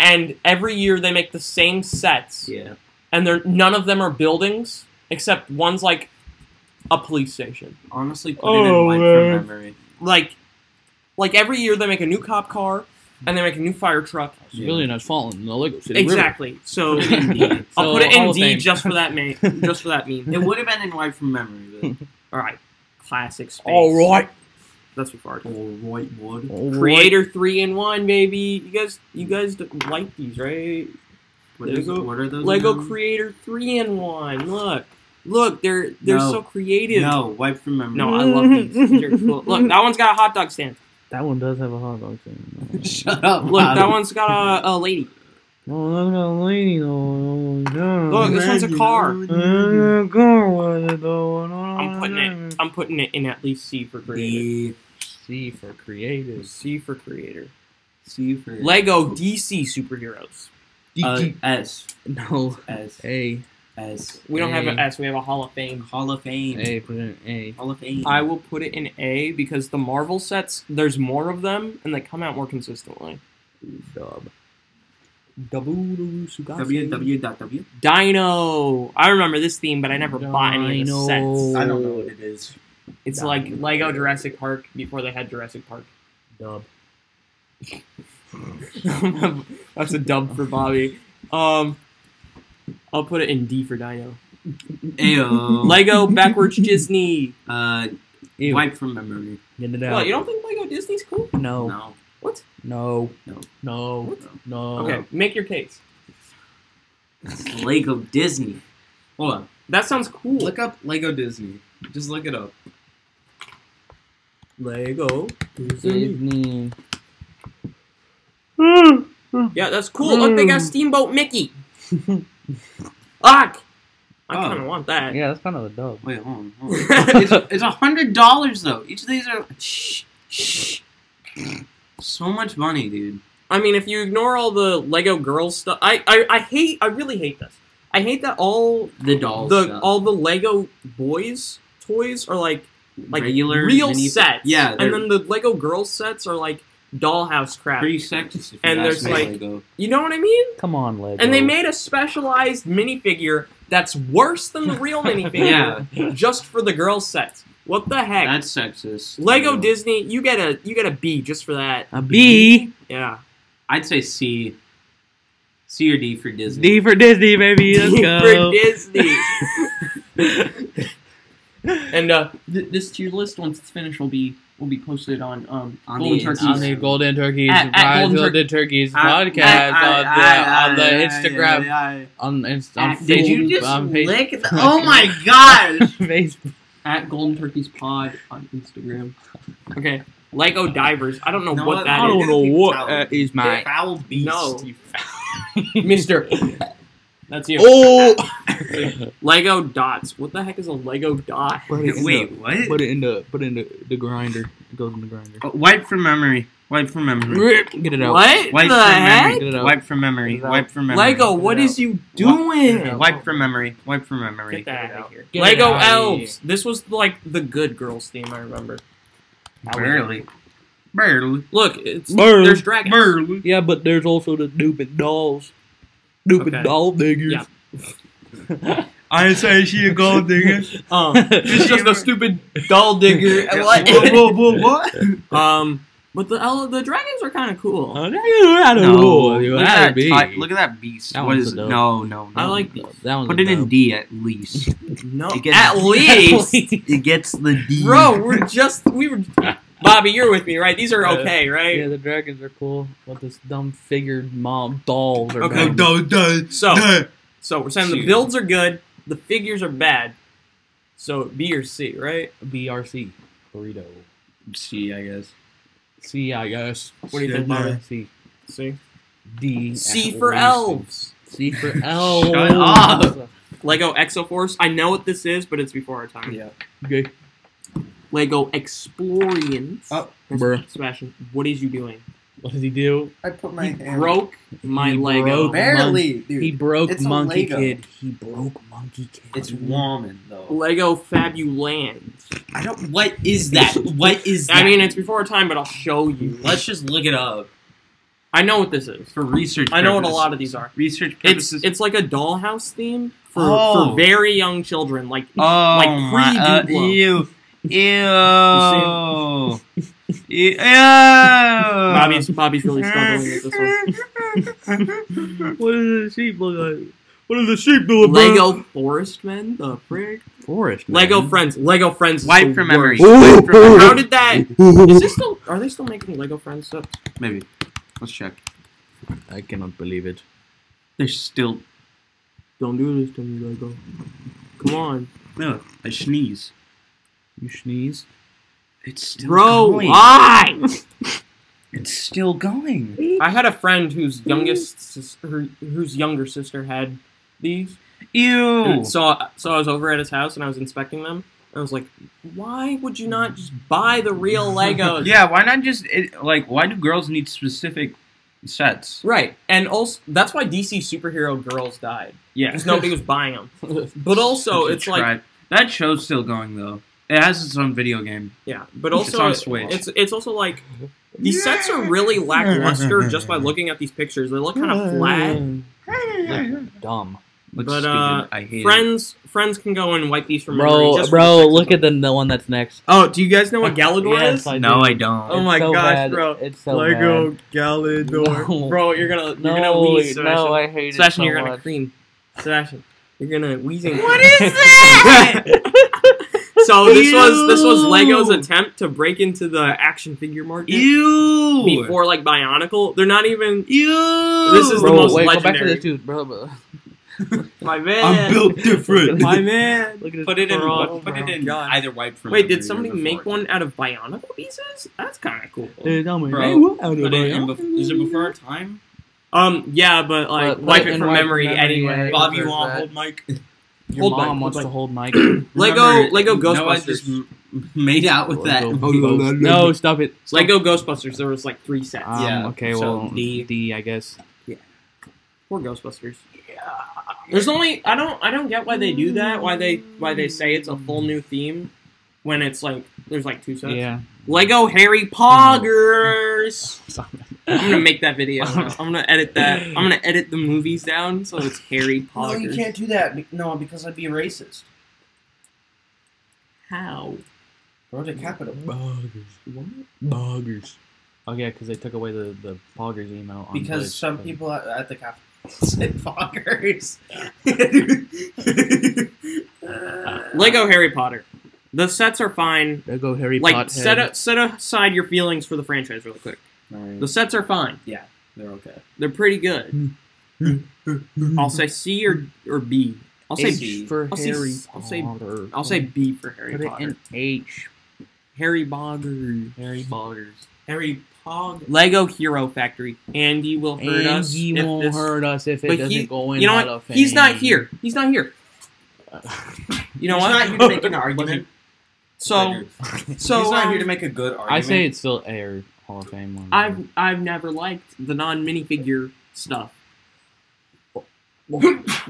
[SPEAKER 3] and every year they make the same sets,
[SPEAKER 1] Yeah.
[SPEAKER 3] and they're none of them are buildings except one's like a police station.
[SPEAKER 1] Honestly, put it
[SPEAKER 2] Oh,
[SPEAKER 1] in white
[SPEAKER 2] man.
[SPEAKER 1] from memory. *laughs*
[SPEAKER 3] Like, like every year they make a new cop car, and they make a new fire truck.
[SPEAKER 2] Civilian fallen in the Lego City
[SPEAKER 3] Exactly.
[SPEAKER 1] *laughs*
[SPEAKER 3] So
[SPEAKER 1] Put it in D.
[SPEAKER 3] I'll
[SPEAKER 2] So,
[SPEAKER 3] put it
[SPEAKER 2] Hall
[SPEAKER 3] in
[SPEAKER 2] of
[SPEAKER 3] D
[SPEAKER 2] Fame.
[SPEAKER 3] just for
[SPEAKER 2] *laughs*
[SPEAKER 3] that meme. Just for that meme.
[SPEAKER 1] It would have been in white from memory,
[SPEAKER 3] All right, classic space.
[SPEAKER 2] River. All right.
[SPEAKER 3] that's what
[SPEAKER 1] but
[SPEAKER 3] we're
[SPEAKER 1] or white wood.
[SPEAKER 2] All right.
[SPEAKER 3] Creator three in one, baby. You guys, you guys d- like these, right?
[SPEAKER 1] What, is,
[SPEAKER 3] Lego-
[SPEAKER 1] what are those?
[SPEAKER 3] Lego
[SPEAKER 2] Mm-hmm.
[SPEAKER 1] again?
[SPEAKER 3] Creator three in one. Look, look, they're they're
[SPEAKER 1] No.
[SPEAKER 3] so creative.
[SPEAKER 1] No, white from memory.
[SPEAKER 3] No, I love these.
[SPEAKER 2] *laughs*
[SPEAKER 3] These are cool. Look, that one's got a hot dog stand.
[SPEAKER 2] That one does have a hot dog *laughs*
[SPEAKER 1] *laughs*
[SPEAKER 2] stand.
[SPEAKER 1] Shut up.
[SPEAKER 3] Look, that
[SPEAKER 1] Bobby.
[SPEAKER 3] one's got a, a lady.
[SPEAKER 2] Oh, that's got a lady though. Oh, no.
[SPEAKER 3] Look, this one's a car.
[SPEAKER 2] Uh, go with it, though. No, no,
[SPEAKER 3] I'm putting
[SPEAKER 2] no.
[SPEAKER 3] it. I'm putting it in at least C for creator.
[SPEAKER 1] D.
[SPEAKER 2] C for creative.
[SPEAKER 3] C for creator.
[SPEAKER 1] C for
[SPEAKER 3] Lego DC superheroes.
[SPEAKER 1] uh, S.
[SPEAKER 2] no.
[SPEAKER 1] S.
[SPEAKER 2] A.
[SPEAKER 1] S.
[SPEAKER 3] We don't have an
[SPEAKER 2] A.
[SPEAKER 3] S. We have a Hall of Fame.
[SPEAKER 1] Hall of Fame.
[SPEAKER 2] A. Put in A.
[SPEAKER 1] Hall of Fame.
[SPEAKER 3] I will put it in A because the Marvel sets, there's more of them and they come out more consistently.
[SPEAKER 2] Dub.
[SPEAKER 1] www.
[SPEAKER 3] Dino. I remember this theme, but I never bought any of the
[SPEAKER 2] Dino.
[SPEAKER 3] sets.
[SPEAKER 1] I don't know what it is.
[SPEAKER 3] It's
[SPEAKER 2] Dino.
[SPEAKER 3] like Lego Jurassic Park before they had Jurassic Park. *laughs*
[SPEAKER 2] Dub.
[SPEAKER 3] That's a dub for Bobby. Um, I'll put it in D for Dino.
[SPEAKER 1] Ayo.
[SPEAKER 3] Lego backwards Disney.
[SPEAKER 1] uh,
[SPEAKER 2] Ew.
[SPEAKER 1] white from memory.
[SPEAKER 2] Get it out.
[SPEAKER 3] What, you don't think Lego Disney's cool?
[SPEAKER 2] No.
[SPEAKER 1] No.
[SPEAKER 3] What?
[SPEAKER 2] No.
[SPEAKER 1] No.
[SPEAKER 2] No. No.
[SPEAKER 3] Okay, make your case.
[SPEAKER 1] It's Lego Disney. Hold on.
[SPEAKER 3] That sounds cool.
[SPEAKER 1] Look up Lego Disney. Just look it up.
[SPEAKER 3] Lego Mm-hmm.
[SPEAKER 2] Disney.
[SPEAKER 3] Yeah, that's cool. Look, they got
[SPEAKER 2] Mm.
[SPEAKER 3] Steamboat Mickey. Fuck! I
[SPEAKER 1] Oh.
[SPEAKER 3] kind of want that.
[SPEAKER 2] Yeah, that's kind of a dub.
[SPEAKER 1] Wait, hold on. Hold *laughs* on. it's it's a hundred dollars though. Each of these are
[SPEAKER 3] Shh, shh.
[SPEAKER 1] so much money, dude.
[SPEAKER 3] I mean, if you ignore all the Lego girls stuff, I, I I hate. I really hate this. I hate that all
[SPEAKER 1] The dolls.
[SPEAKER 3] the all the Lego boys toys are like like
[SPEAKER 1] regular
[SPEAKER 3] real
[SPEAKER 1] mini-
[SPEAKER 3] sets.
[SPEAKER 1] Yeah,
[SPEAKER 3] and
[SPEAKER 1] they're
[SPEAKER 3] then the Lego girls sets are like dollhouse crap.
[SPEAKER 1] pretty sexist. If you
[SPEAKER 3] And
[SPEAKER 1] ask
[SPEAKER 3] there's,
[SPEAKER 1] me,
[SPEAKER 3] like-
[SPEAKER 1] Lego.
[SPEAKER 3] You know what I mean?
[SPEAKER 2] Come on, Lego.
[SPEAKER 3] And they made a specialized minifigure that's worse than the
[SPEAKER 1] *laughs*
[SPEAKER 3] real minifigure just for the girls sets. What the heck?
[SPEAKER 1] that's sexist.
[SPEAKER 3] Lego
[SPEAKER 1] Disney.
[SPEAKER 3] Disney, you get a you get a B just for that.
[SPEAKER 2] a B.
[SPEAKER 3] Yeah.
[SPEAKER 1] I'd say C. C or D for Disney.
[SPEAKER 2] D for Disney, baby. Let's
[SPEAKER 3] D *laughs*
[SPEAKER 2] go.
[SPEAKER 3] for
[SPEAKER 2] *laughs*
[SPEAKER 3] Disney. and uh
[SPEAKER 4] Th- this tier list, once it's finished, will be will be posted on um
[SPEAKER 1] On
[SPEAKER 4] Golden
[SPEAKER 1] the
[SPEAKER 4] Turkeys.
[SPEAKER 1] Insta.
[SPEAKER 2] On the Golden Turkeys,
[SPEAKER 4] At- at
[SPEAKER 2] Rise
[SPEAKER 4] Golden Tur-
[SPEAKER 2] Golden Turkeys
[SPEAKER 1] I- I-
[SPEAKER 2] podcast
[SPEAKER 1] I-
[SPEAKER 2] on the,
[SPEAKER 1] I- I-
[SPEAKER 2] on the
[SPEAKER 1] *laughs*
[SPEAKER 2] Instagram,
[SPEAKER 1] I-
[SPEAKER 2] on Insta,
[SPEAKER 4] At-
[SPEAKER 2] on
[SPEAKER 1] I- Did you
[SPEAKER 2] Facebook-
[SPEAKER 1] just
[SPEAKER 2] on Face-
[SPEAKER 1] lick? The, oh my *laughs* gosh!
[SPEAKER 2] Facebook.
[SPEAKER 4] At Golden Turkeys Pod on Instagram.
[SPEAKER 3] okay, Lego Divers. I don't know
[SPEAKER 1] No,
[SPEAKER 3] what
[SPEAKER 1] I
[SPEAKER 3] that
[SPEAKER 1] don't
[SPEAKER 3] is.
[SPEAKER 1] know what that
[SPEAKER 2] is,
[SPEAKER 1] Foul beast.
[SPEAKER 3] No.
[SPEAKER 1] You
[SPEAKER 3] Mister That's you.
[SPEAKER 2] Oh,
[SPEAKER 3] *laughs* Lego dots. What the heck is a Lego dot?
[SPEAKER 2] put it in
[SPEAKER 1] Wait,
[SPEAKER 2] the-
[SPEAKER 1] what?
[SPEAKER 2] put it in the put it in the, the grinder. It goes in the grinder.
[SPEAKER 1] Uh, wipe from memory. Wipe from memory.
[SPEAKER 2] Get it out.
[SPEAKER 3] What
[SPEAKER 1] Wipe
[SPEAKER 3] the
[SPEAKER 1] from
[SPEAKER 3] heck?
[SPEAKER 2] Get it
[SPEAKER 1] memory.
[SPEAKER 2] out.
[SPEAKER 1] Wipe from memory.
[SPEAKER 2] Get it out.
[SPEAKER 1] Wipe from memory.
[SPEAKER 3] Lego, what
[SPEAKER 2] Get it
[SPEAKER 3] is you
[SPEAKER 1] Uh,
[SPEAKER 3] doing?
[SPEAKER 1] Wipe from memory. Wipe from memory.
[SPEAKER 3] Get that out of
[SPEAKER 1] out.
[SPEAKER 3] here.
[SPEAKER 2] Get
[SPEAKER 3] Lego
[SPEAKER 2] it outta
[SPEAKER 3] elves. This was like the good girls theme. I remember.
[SPEAKER 1] Barely. Barely.
[SPEAKER 3] Look, it's
[SPEAKER 2] Burn.
[SPEAKER 3] there's dragons.
[SPEAKER 1] Barely.
[SPEAKER 2] Yeah, but there's also the stupid dolls, stupid *laughs*
[SPEAKER 3] Okay.
[SPEAKER 2] doll figures.
[SPEAKER 5] I say she a gold *laughs* digger.
[SPEAKER 3] *laughs*
[SPEAKER 2] *laughs*
[SPEAKER 3] Um, she's just a stupid doll *laughs* digger.
[SPEAKER 1] *laughs*
[SPEAKER 4] What?
[SPEAKER 5] Whoa, whoa, whoa, *laughs* what?
[SPEAKER 3] um, but the ele- the dragons are kind of cool.
[SPEAKER 2] Oh, that- you had a rule. You
[SPEAKER 5] look,
[SPEAKER 2] had
[SPEAKER 5] at
[SPEAKER 2] to be.
[SPEAKER 5] that ti- look at that beast.
[SPEAKER 2] That
[SPEAKER 5] what
[SPEAKER 2] one's
[SPEAKER 5] is
[SPEAKER 2] a dope.
[SPEAKER 5] no, no, no.
[SPEAKER 3] I like
[SPEAKER 2] No, that one.
[SPEAKER 5] Put it *laughs* in D at least.
[SPEAKER 4] No.
[SPEAKER 5] It gets,
[SPEAKER 3] At
[SPEAKER 5] *laughs*
[SPEAKER 3] least,
[SPEAKER 5] it gets the D.
[SPEAKER 3] bro, we're just we were. Bobby, you're with me, right? These are
[SPEAKER 2] Yeah.
[SPEAKER 3] okay,
[SPEAKER 2] *laughs*
[SPEAKER 3] right?
[SPEAKER 2] Yeah, the dragons are cool. But this dumb figured mom dolls are
[SPEAKER 3] Okay.
[SPEAKER 5] No,
[SPEAKER 2] bad.
[SPEAKER 5] no, no,
[SPEAKER 1] *laughs*
[SPEAKER 3] So-
[SPEAKER 5] no.
[SPEAKER 3] So we're saying the
[SPEAKER 1] Shoot.
[SPEAKER 3] builds are good, the figures are bad. So B or C, right?
[SPEAKER 2] BRC burrito.
[SPEAKER 1] C, I guess.
[SPEAKER 2] C I guess.
[SPEAKER 3] What do you think,
[SPEAKER 5] Yeah.
[SPEAKER 3] Bobby?
[SPEAKER 2] C
[SPEAKER 4] See?
[SPEAKER 2] D
[SPEAKER 3] C
[SPEAKER 2] at
[SPEAKER 3] for
[SPEAKER 2] least.
[SPEAKER 3] elves.
[SPEAKER 2] C
[SPEAKER 5] *laughs*
[SPEAKER 2] for L.
[SPEAKER 5] up.
[SPEAKER 3] Lego Exoforce. I know what this is, but it's before our time.
[SPEAKER 1] Yeah.
[SPEAKER 2] Okay.
[SPEAKER 3] Lego Explorians.
[SPEAKER 1] Oh,
[SPEAKER 3] That's-
[SPEAKER 2] bruh.
[SPEAKER 3] Sebastian, what is you doing?
[SPEAKER 2] What did he do?
[SPEAKER 6] I put my
[SPEAKER 3] you
[SPEAKER 6] hand.
[SPEAKER 3] broke my
[SPEAKER 2] He
[SPEAKER 3] Lego.
[SPEAKER 2] broke-
[SPEAKER 6] Barely, dude.
[SPEAKER 2] he broke
[SPEAKER 6] it's a
[SPEAKER 2] Monkey
[SPEAKER 6] Lego.
[SPEAKER 2] Kid. He broke Monkey Kid.
[SPEAKER 1] It's woman though.
[SPEAKER 3] Lego Fabuland.
[SPEAKER 5] I don't. What is that? What is that?
[SPEAKER 3] I mean, it's before our time, but I'll show you.
[SPEAKER 5] *laughs* let's just look it up
[SPEAKER 3] I know what this is.
[SPEAKER 5] for research.
[SPEAKER 3] I know what a
[SPEAKER 5] purposes.
[SPEAKER 3] lot of these are.
[SPEAKER 5] research
[SPEAKER 3] It's
[SPEAKER 5] purposes.
[SPEAKER 3] it's like a dollhouse theme for,
[SPEAKER 5] Oh.
[SPEAKER 3] for very young children. Like
[SPEAKER 5] oh like
[SPEAKER 3] pre-
[SPEAKER 5] my, uh,
[SPEAKER 3] Duplo.
[SPEAKER 5] ew, *laughs* ew, *laughs* ew. Bobby's
[SPEAKER 3] Bobby's Bobby's really struggling with this
[SPEAKER 5] *laughs*
[SPEAKER 3] one.
[SPEAKER 2] what does the sheep look like? What does the sheep do?
[SPEAKER 3] Lego Forest Men, the frig.
[SPEAKER 2] Forest.
[SPEAKER 3] Lego Friends. Lego Friends. is
[SPEAKER 5] Wipe
[SPEAKER 3] the
[SPEAKER 5] from memory.
[SPEAKER 3] worst.
[SPEAKER 5] Wipe from memory.
[SPEAKER 3] How did that? Is this still? Are they still making Lego Friends stuff?
[SPEAKER 5] Maybe. Let's check.
[SPEAKER 2] I cannot believe it.
[SPEAKER 5] There's still
[SPEAKER 3] Don't do this to me, Lego. Come on,
[SPEAKER 5] no. I sneeze.
[SPEAKER 2] You sneeze.
[SPEAKER 5] It's still
[SPEAKER 3] bro.
[SPEAKER 5] going.
[SPEAKER 3] Why?
[SPEAKER 5] It's still going.
[SPEAKER 3] *laughs* I had a friend whose youngest sis- her, whose younger sister had these.
[SPEAKER 5] Ew.
[SPEAKER 3] And so, so I was over at his house and I was inspecting them. And I was like, why would you not just buy the real
[SPEAKER 5] *laughs*
[SPEAKER 3] Legos?
[SPEAKER 5] Yeah. Why not just it, like? Why do girls need specific sets?
[SPEAKER 3] Right. And also, that's why DC superhero girls died.
[SPEAKER 5] Yeah.
[SPEAKER 3] Because nobody was buying
[SPEAKER 5] *laughs*
[SPEAKER 3] them. But also,
[SPEAKER 5] Should
[SPEAKER 3] it's like,
[SPEAKER 5] try. that show's still going though. It has its own video game.
[SPEAKER 3] yeah. But
[SPEAKER 5] It's
[SPEAKER 3] also,
[SPEAKER 5] on
[SPEAKER 3] it-
[SPEAKER 5] Switch.
[SPEAKER 3] it's it's also like these sets
[SPEAKER 5] *laughs*
[SPEAKER 3] are really lackluster just by looking at these pictures. They look kind of flat.
[SPEAKER 2] Mm, Dumb.
[SPEAKER 5] Looks
[SPEAKER 3] But,
[SPEAKER 5] stupid.
[SPEAKER 3] uh,
[SPEAKER 5] I hate it.
[SPEAKER 3] Friends, friends can go and wipe these from memory.
[SPEAKER 2] Bro,
[SPEAKER 3] just for the
[SPEAKER 2] bro,
[SPEAKER 3] sake of
[SPEAKER 2] look
[SPEAKER 3] it.
[SPEAKER 2] at the, the one that's next.
[SPEAKER 3] Oh, do you guys know what Galador
[SPEAKER 2] Yes,
[SPEAKER 3] is?
[SPEAKER 2] I
[SPEAKER 5] No,
[SPEAKER 2] do.
[SPEAKER 5] I don't.
[SPEAKER 3] Oh my
[SPEAKER 2] It's so
[SPEAKER 3] gosh,
[SPEAKER 2] bad.
[SPEAKER 3] bro.
[SPEAKER 2] It's so bad. *laughs*
[SPEAKER 4] Galador.
[SPEAKER 2] *laughs* No.
[SPEAKER 3] Bro, you're gonna you're gonna
[SPEAKER 2] No,
[SPEAKER 3] wheeze,
[SPEAKER 2] no,
[SPEAKER 3] Sebastian.
[SPEAKER 2] I hate it
[SPEAKER 3] Sebastian,
[SPEAKER 2] so
[SPEAKER 3] you're gonna
[SPEAKER 2] much.
[SPEAKER 3] cream. Sebastian, you're gonna wheeze and *laughs*
[SPEAKER 5] What
[SPEAKER 2] is
[SPEAKER 1] *laughs*
[SPEAKER 3] so this was this was
[SPEAKER 5] Ew.
[SPEAKER 3] Lego's attempt to break into the action figure market
[SPEAKER 5] Ew.
[SPEAKER 3] before like Bionicle. They're not even
[SPEAKER 5] Ew.
[SPEAKER 3] *laughs* This is the
[SPEAKER 2] Bro,
[SPEAKER 3] most
[SPEAKER 2] wait, go back to
[SPEAKER 3] legendary.
[SPEAKER 2] this dude, bro. bro.
[SPEAKER 3] my man.
[SPEAKER 5] I'm built different.
[SPEAKER 3] my man.
[SPEAKER 2] Look at his
[SPEAKER 4] Put it in. put
[SPEAKER 2] frog, bro.
[SPEAKER 4] it in.
[SPEAKER 3] God.
[SPEAKER 4] Either wipe from.
[SPEAKER 3] Wait, did
[SPEAKER 4] memory
[SPEAKER 3] somebody
[SPEAKER 4] or
[SPEAKER 3] make
[SPEAKER 4] before.
[SPEAKER 3] one out of Bionicle pieces? That's kind of cool.
[SPEAKER 2] Dude, tell me,
[SPEAKER 1] Bro,
[SPEAKER 2] man, what out of
[SPEAKER 1] But it,
[SPEAKER 2] it?
[SPEAKER 1] and bef- is it before our time?
[SPEAKER 3] Um, yeah, but like
[SPEAKER 2] But put
[SPEAKER 3] wipe
[SPEAKER 2] it
[SPEAKER 3] it
[SPEAKER 2] in
[SPEAKER 3] from
[SPEAKER 2] wipe from
[SPEAKER 3] memory,
[SPEAKER 2] memory,
[SPEAKER 3] anyway.
[SPEAKER 2] yeah.
[SPEAKER 1] Bob, you
[SPEAKER 2] There's
[SPEAKER 1] want
[SPEAKER 2] that.
[SPEAKER 1] hold mic?
[SPEAKER 2] Your
[SPEAKER 3] Hold
[SPEAKER 2] mom
[SPEAKER 3] back,
[SPEAKER 2] wants
[SPEAKER 3] hold
[SPEAKER 2] to *clears throat*
[SPEAKER 3] back.
[SPEAKER 2] hold Mike.
[SPEAKER 3] Lego-
[SPEAKER 5] Remember,
[SPEAKER 3] Lego
[SPEAKER 5] Noah
[SPEAKER 3] Ghostbusters.
[SPEAKER 5] just m- made out with that.
[SPEAKER 1] *laughs*
[SPEAKER 2] Lego Ghostbusters. no, stop it. Stop.
[SPEAKER 3] Lego Ghostbusters. There was like three sets.
[SPEAKER 2] Um,
[SPEAKER 1] Yeah,
[SPEAKER 2] Okay,
[SPEAKER 3] so
[SPEAKER 2] well,
[SPEAKER 3] D.
[SPEAKER 2] D. I guess.
[SPEAKER 3] Poor Ghostbusters. There's only I don't I don't get why they do that. Why they why they say it's a full new theme when it's like there's like two sets.
[SPEAKER 2] Yeah.
[SPEAKER 3] Lego Harry Poggers. I'm gonna
[SPEAKER 2] Alright,
[SPEAKER 3] make that video. I'm gonna edit that. I'm gonna edit the movies down so it's Harry
[SPEAKER 6] No,
[SPEAKER 3] Poggers.
[SPEAKER 6] you *laughs* can't do that. be- No, because I'd be racist.
[SPEAKER 3] How?
[SPEAKER 6] Road to capital.
[SPEAKER 2] Boggers.
[SPEAKER 3] What?
[SPEAKER 2] Boggers. Oh yeah, because they took away the the Boggers email. On
[SPEAKER 6] Because
[SPEAKER 2] Glitch,
[SPEAKER 6] some
[SPEAKER 2] but-
[SPEAKER 6] people at, at the capital said
[SPEAKER 3] *laughs*
[SPEAKER 6] foggers.
[SPEAKER 3] Lego Harry Potter. The sets are fine.
[SPEAKER 2] Lego Harry
[SPEAKER 3] Like
[SPEAKER 2] Pothead.
[SPEAKER 3] set a, set aside your feelings for the franchise really quick. The sets are fine.
[SPEAKER 6] They're okay.
[SPEAKER 3] They're pretty good. I'll say C or or B. I'll say B.
[SPEAKER 2] H for
[SPEAKER 3] I'll say-
[SPEAKER 2] Harry
[SPEAKER 3] I'll say-
[SPEAKER 2] Potter.
[SPEAKER 3] I'll say B for Harry
[SPEAKER 2] Put it
[SPEAKER 3] Potter.
[SPEAKER 2] in H.
[SPEAKER 3] Harry Boggers.
[SPEAKER 2] Harry Poggers.
[SPEAKER 6] Harry Pog.
[SPEAKER 3] Lego Hero Factory. Andy will hurt
[SPEAKER 2] And
[SPEAKER 3] us.
[SPEAKER 2] he
[SPEAKER 3] if
[SPEAKER 2] won't
[SPEAKER 3] this-
[SPEAKER 2] hurt us if it
[SPEAKER 3] But
[SPEAKER 2] doesn't
[SPEAKER 3] he-
[SPEAKER 2] go in.
[SPEAKER 3] You know
[SPEAKER 2] Hall
[SPEAKER 3] what?
[SPEAKER 2] of
[SPEAKER 3] He's not
[SPEAKER 2] Fame.
[SPEAKER 3] here. He's not
[SPEAKER 2] *laughs*
[SPEAKER 3] here. You know
[SPEAKER 6] He's
[SPEAKER 3] what?
[SPEAKER 6] not here to make an argument.
[SPEAKER 3] so so
[SPEAKER 6] he's not here to
[SPEAKER 3] um,
[SPEAKER 6] make a good argument.
[SPEAKER 2] I say it's still A or Hall of Fame one.
[SPEAKER 3] I've I've never liked the non minifigure stuff.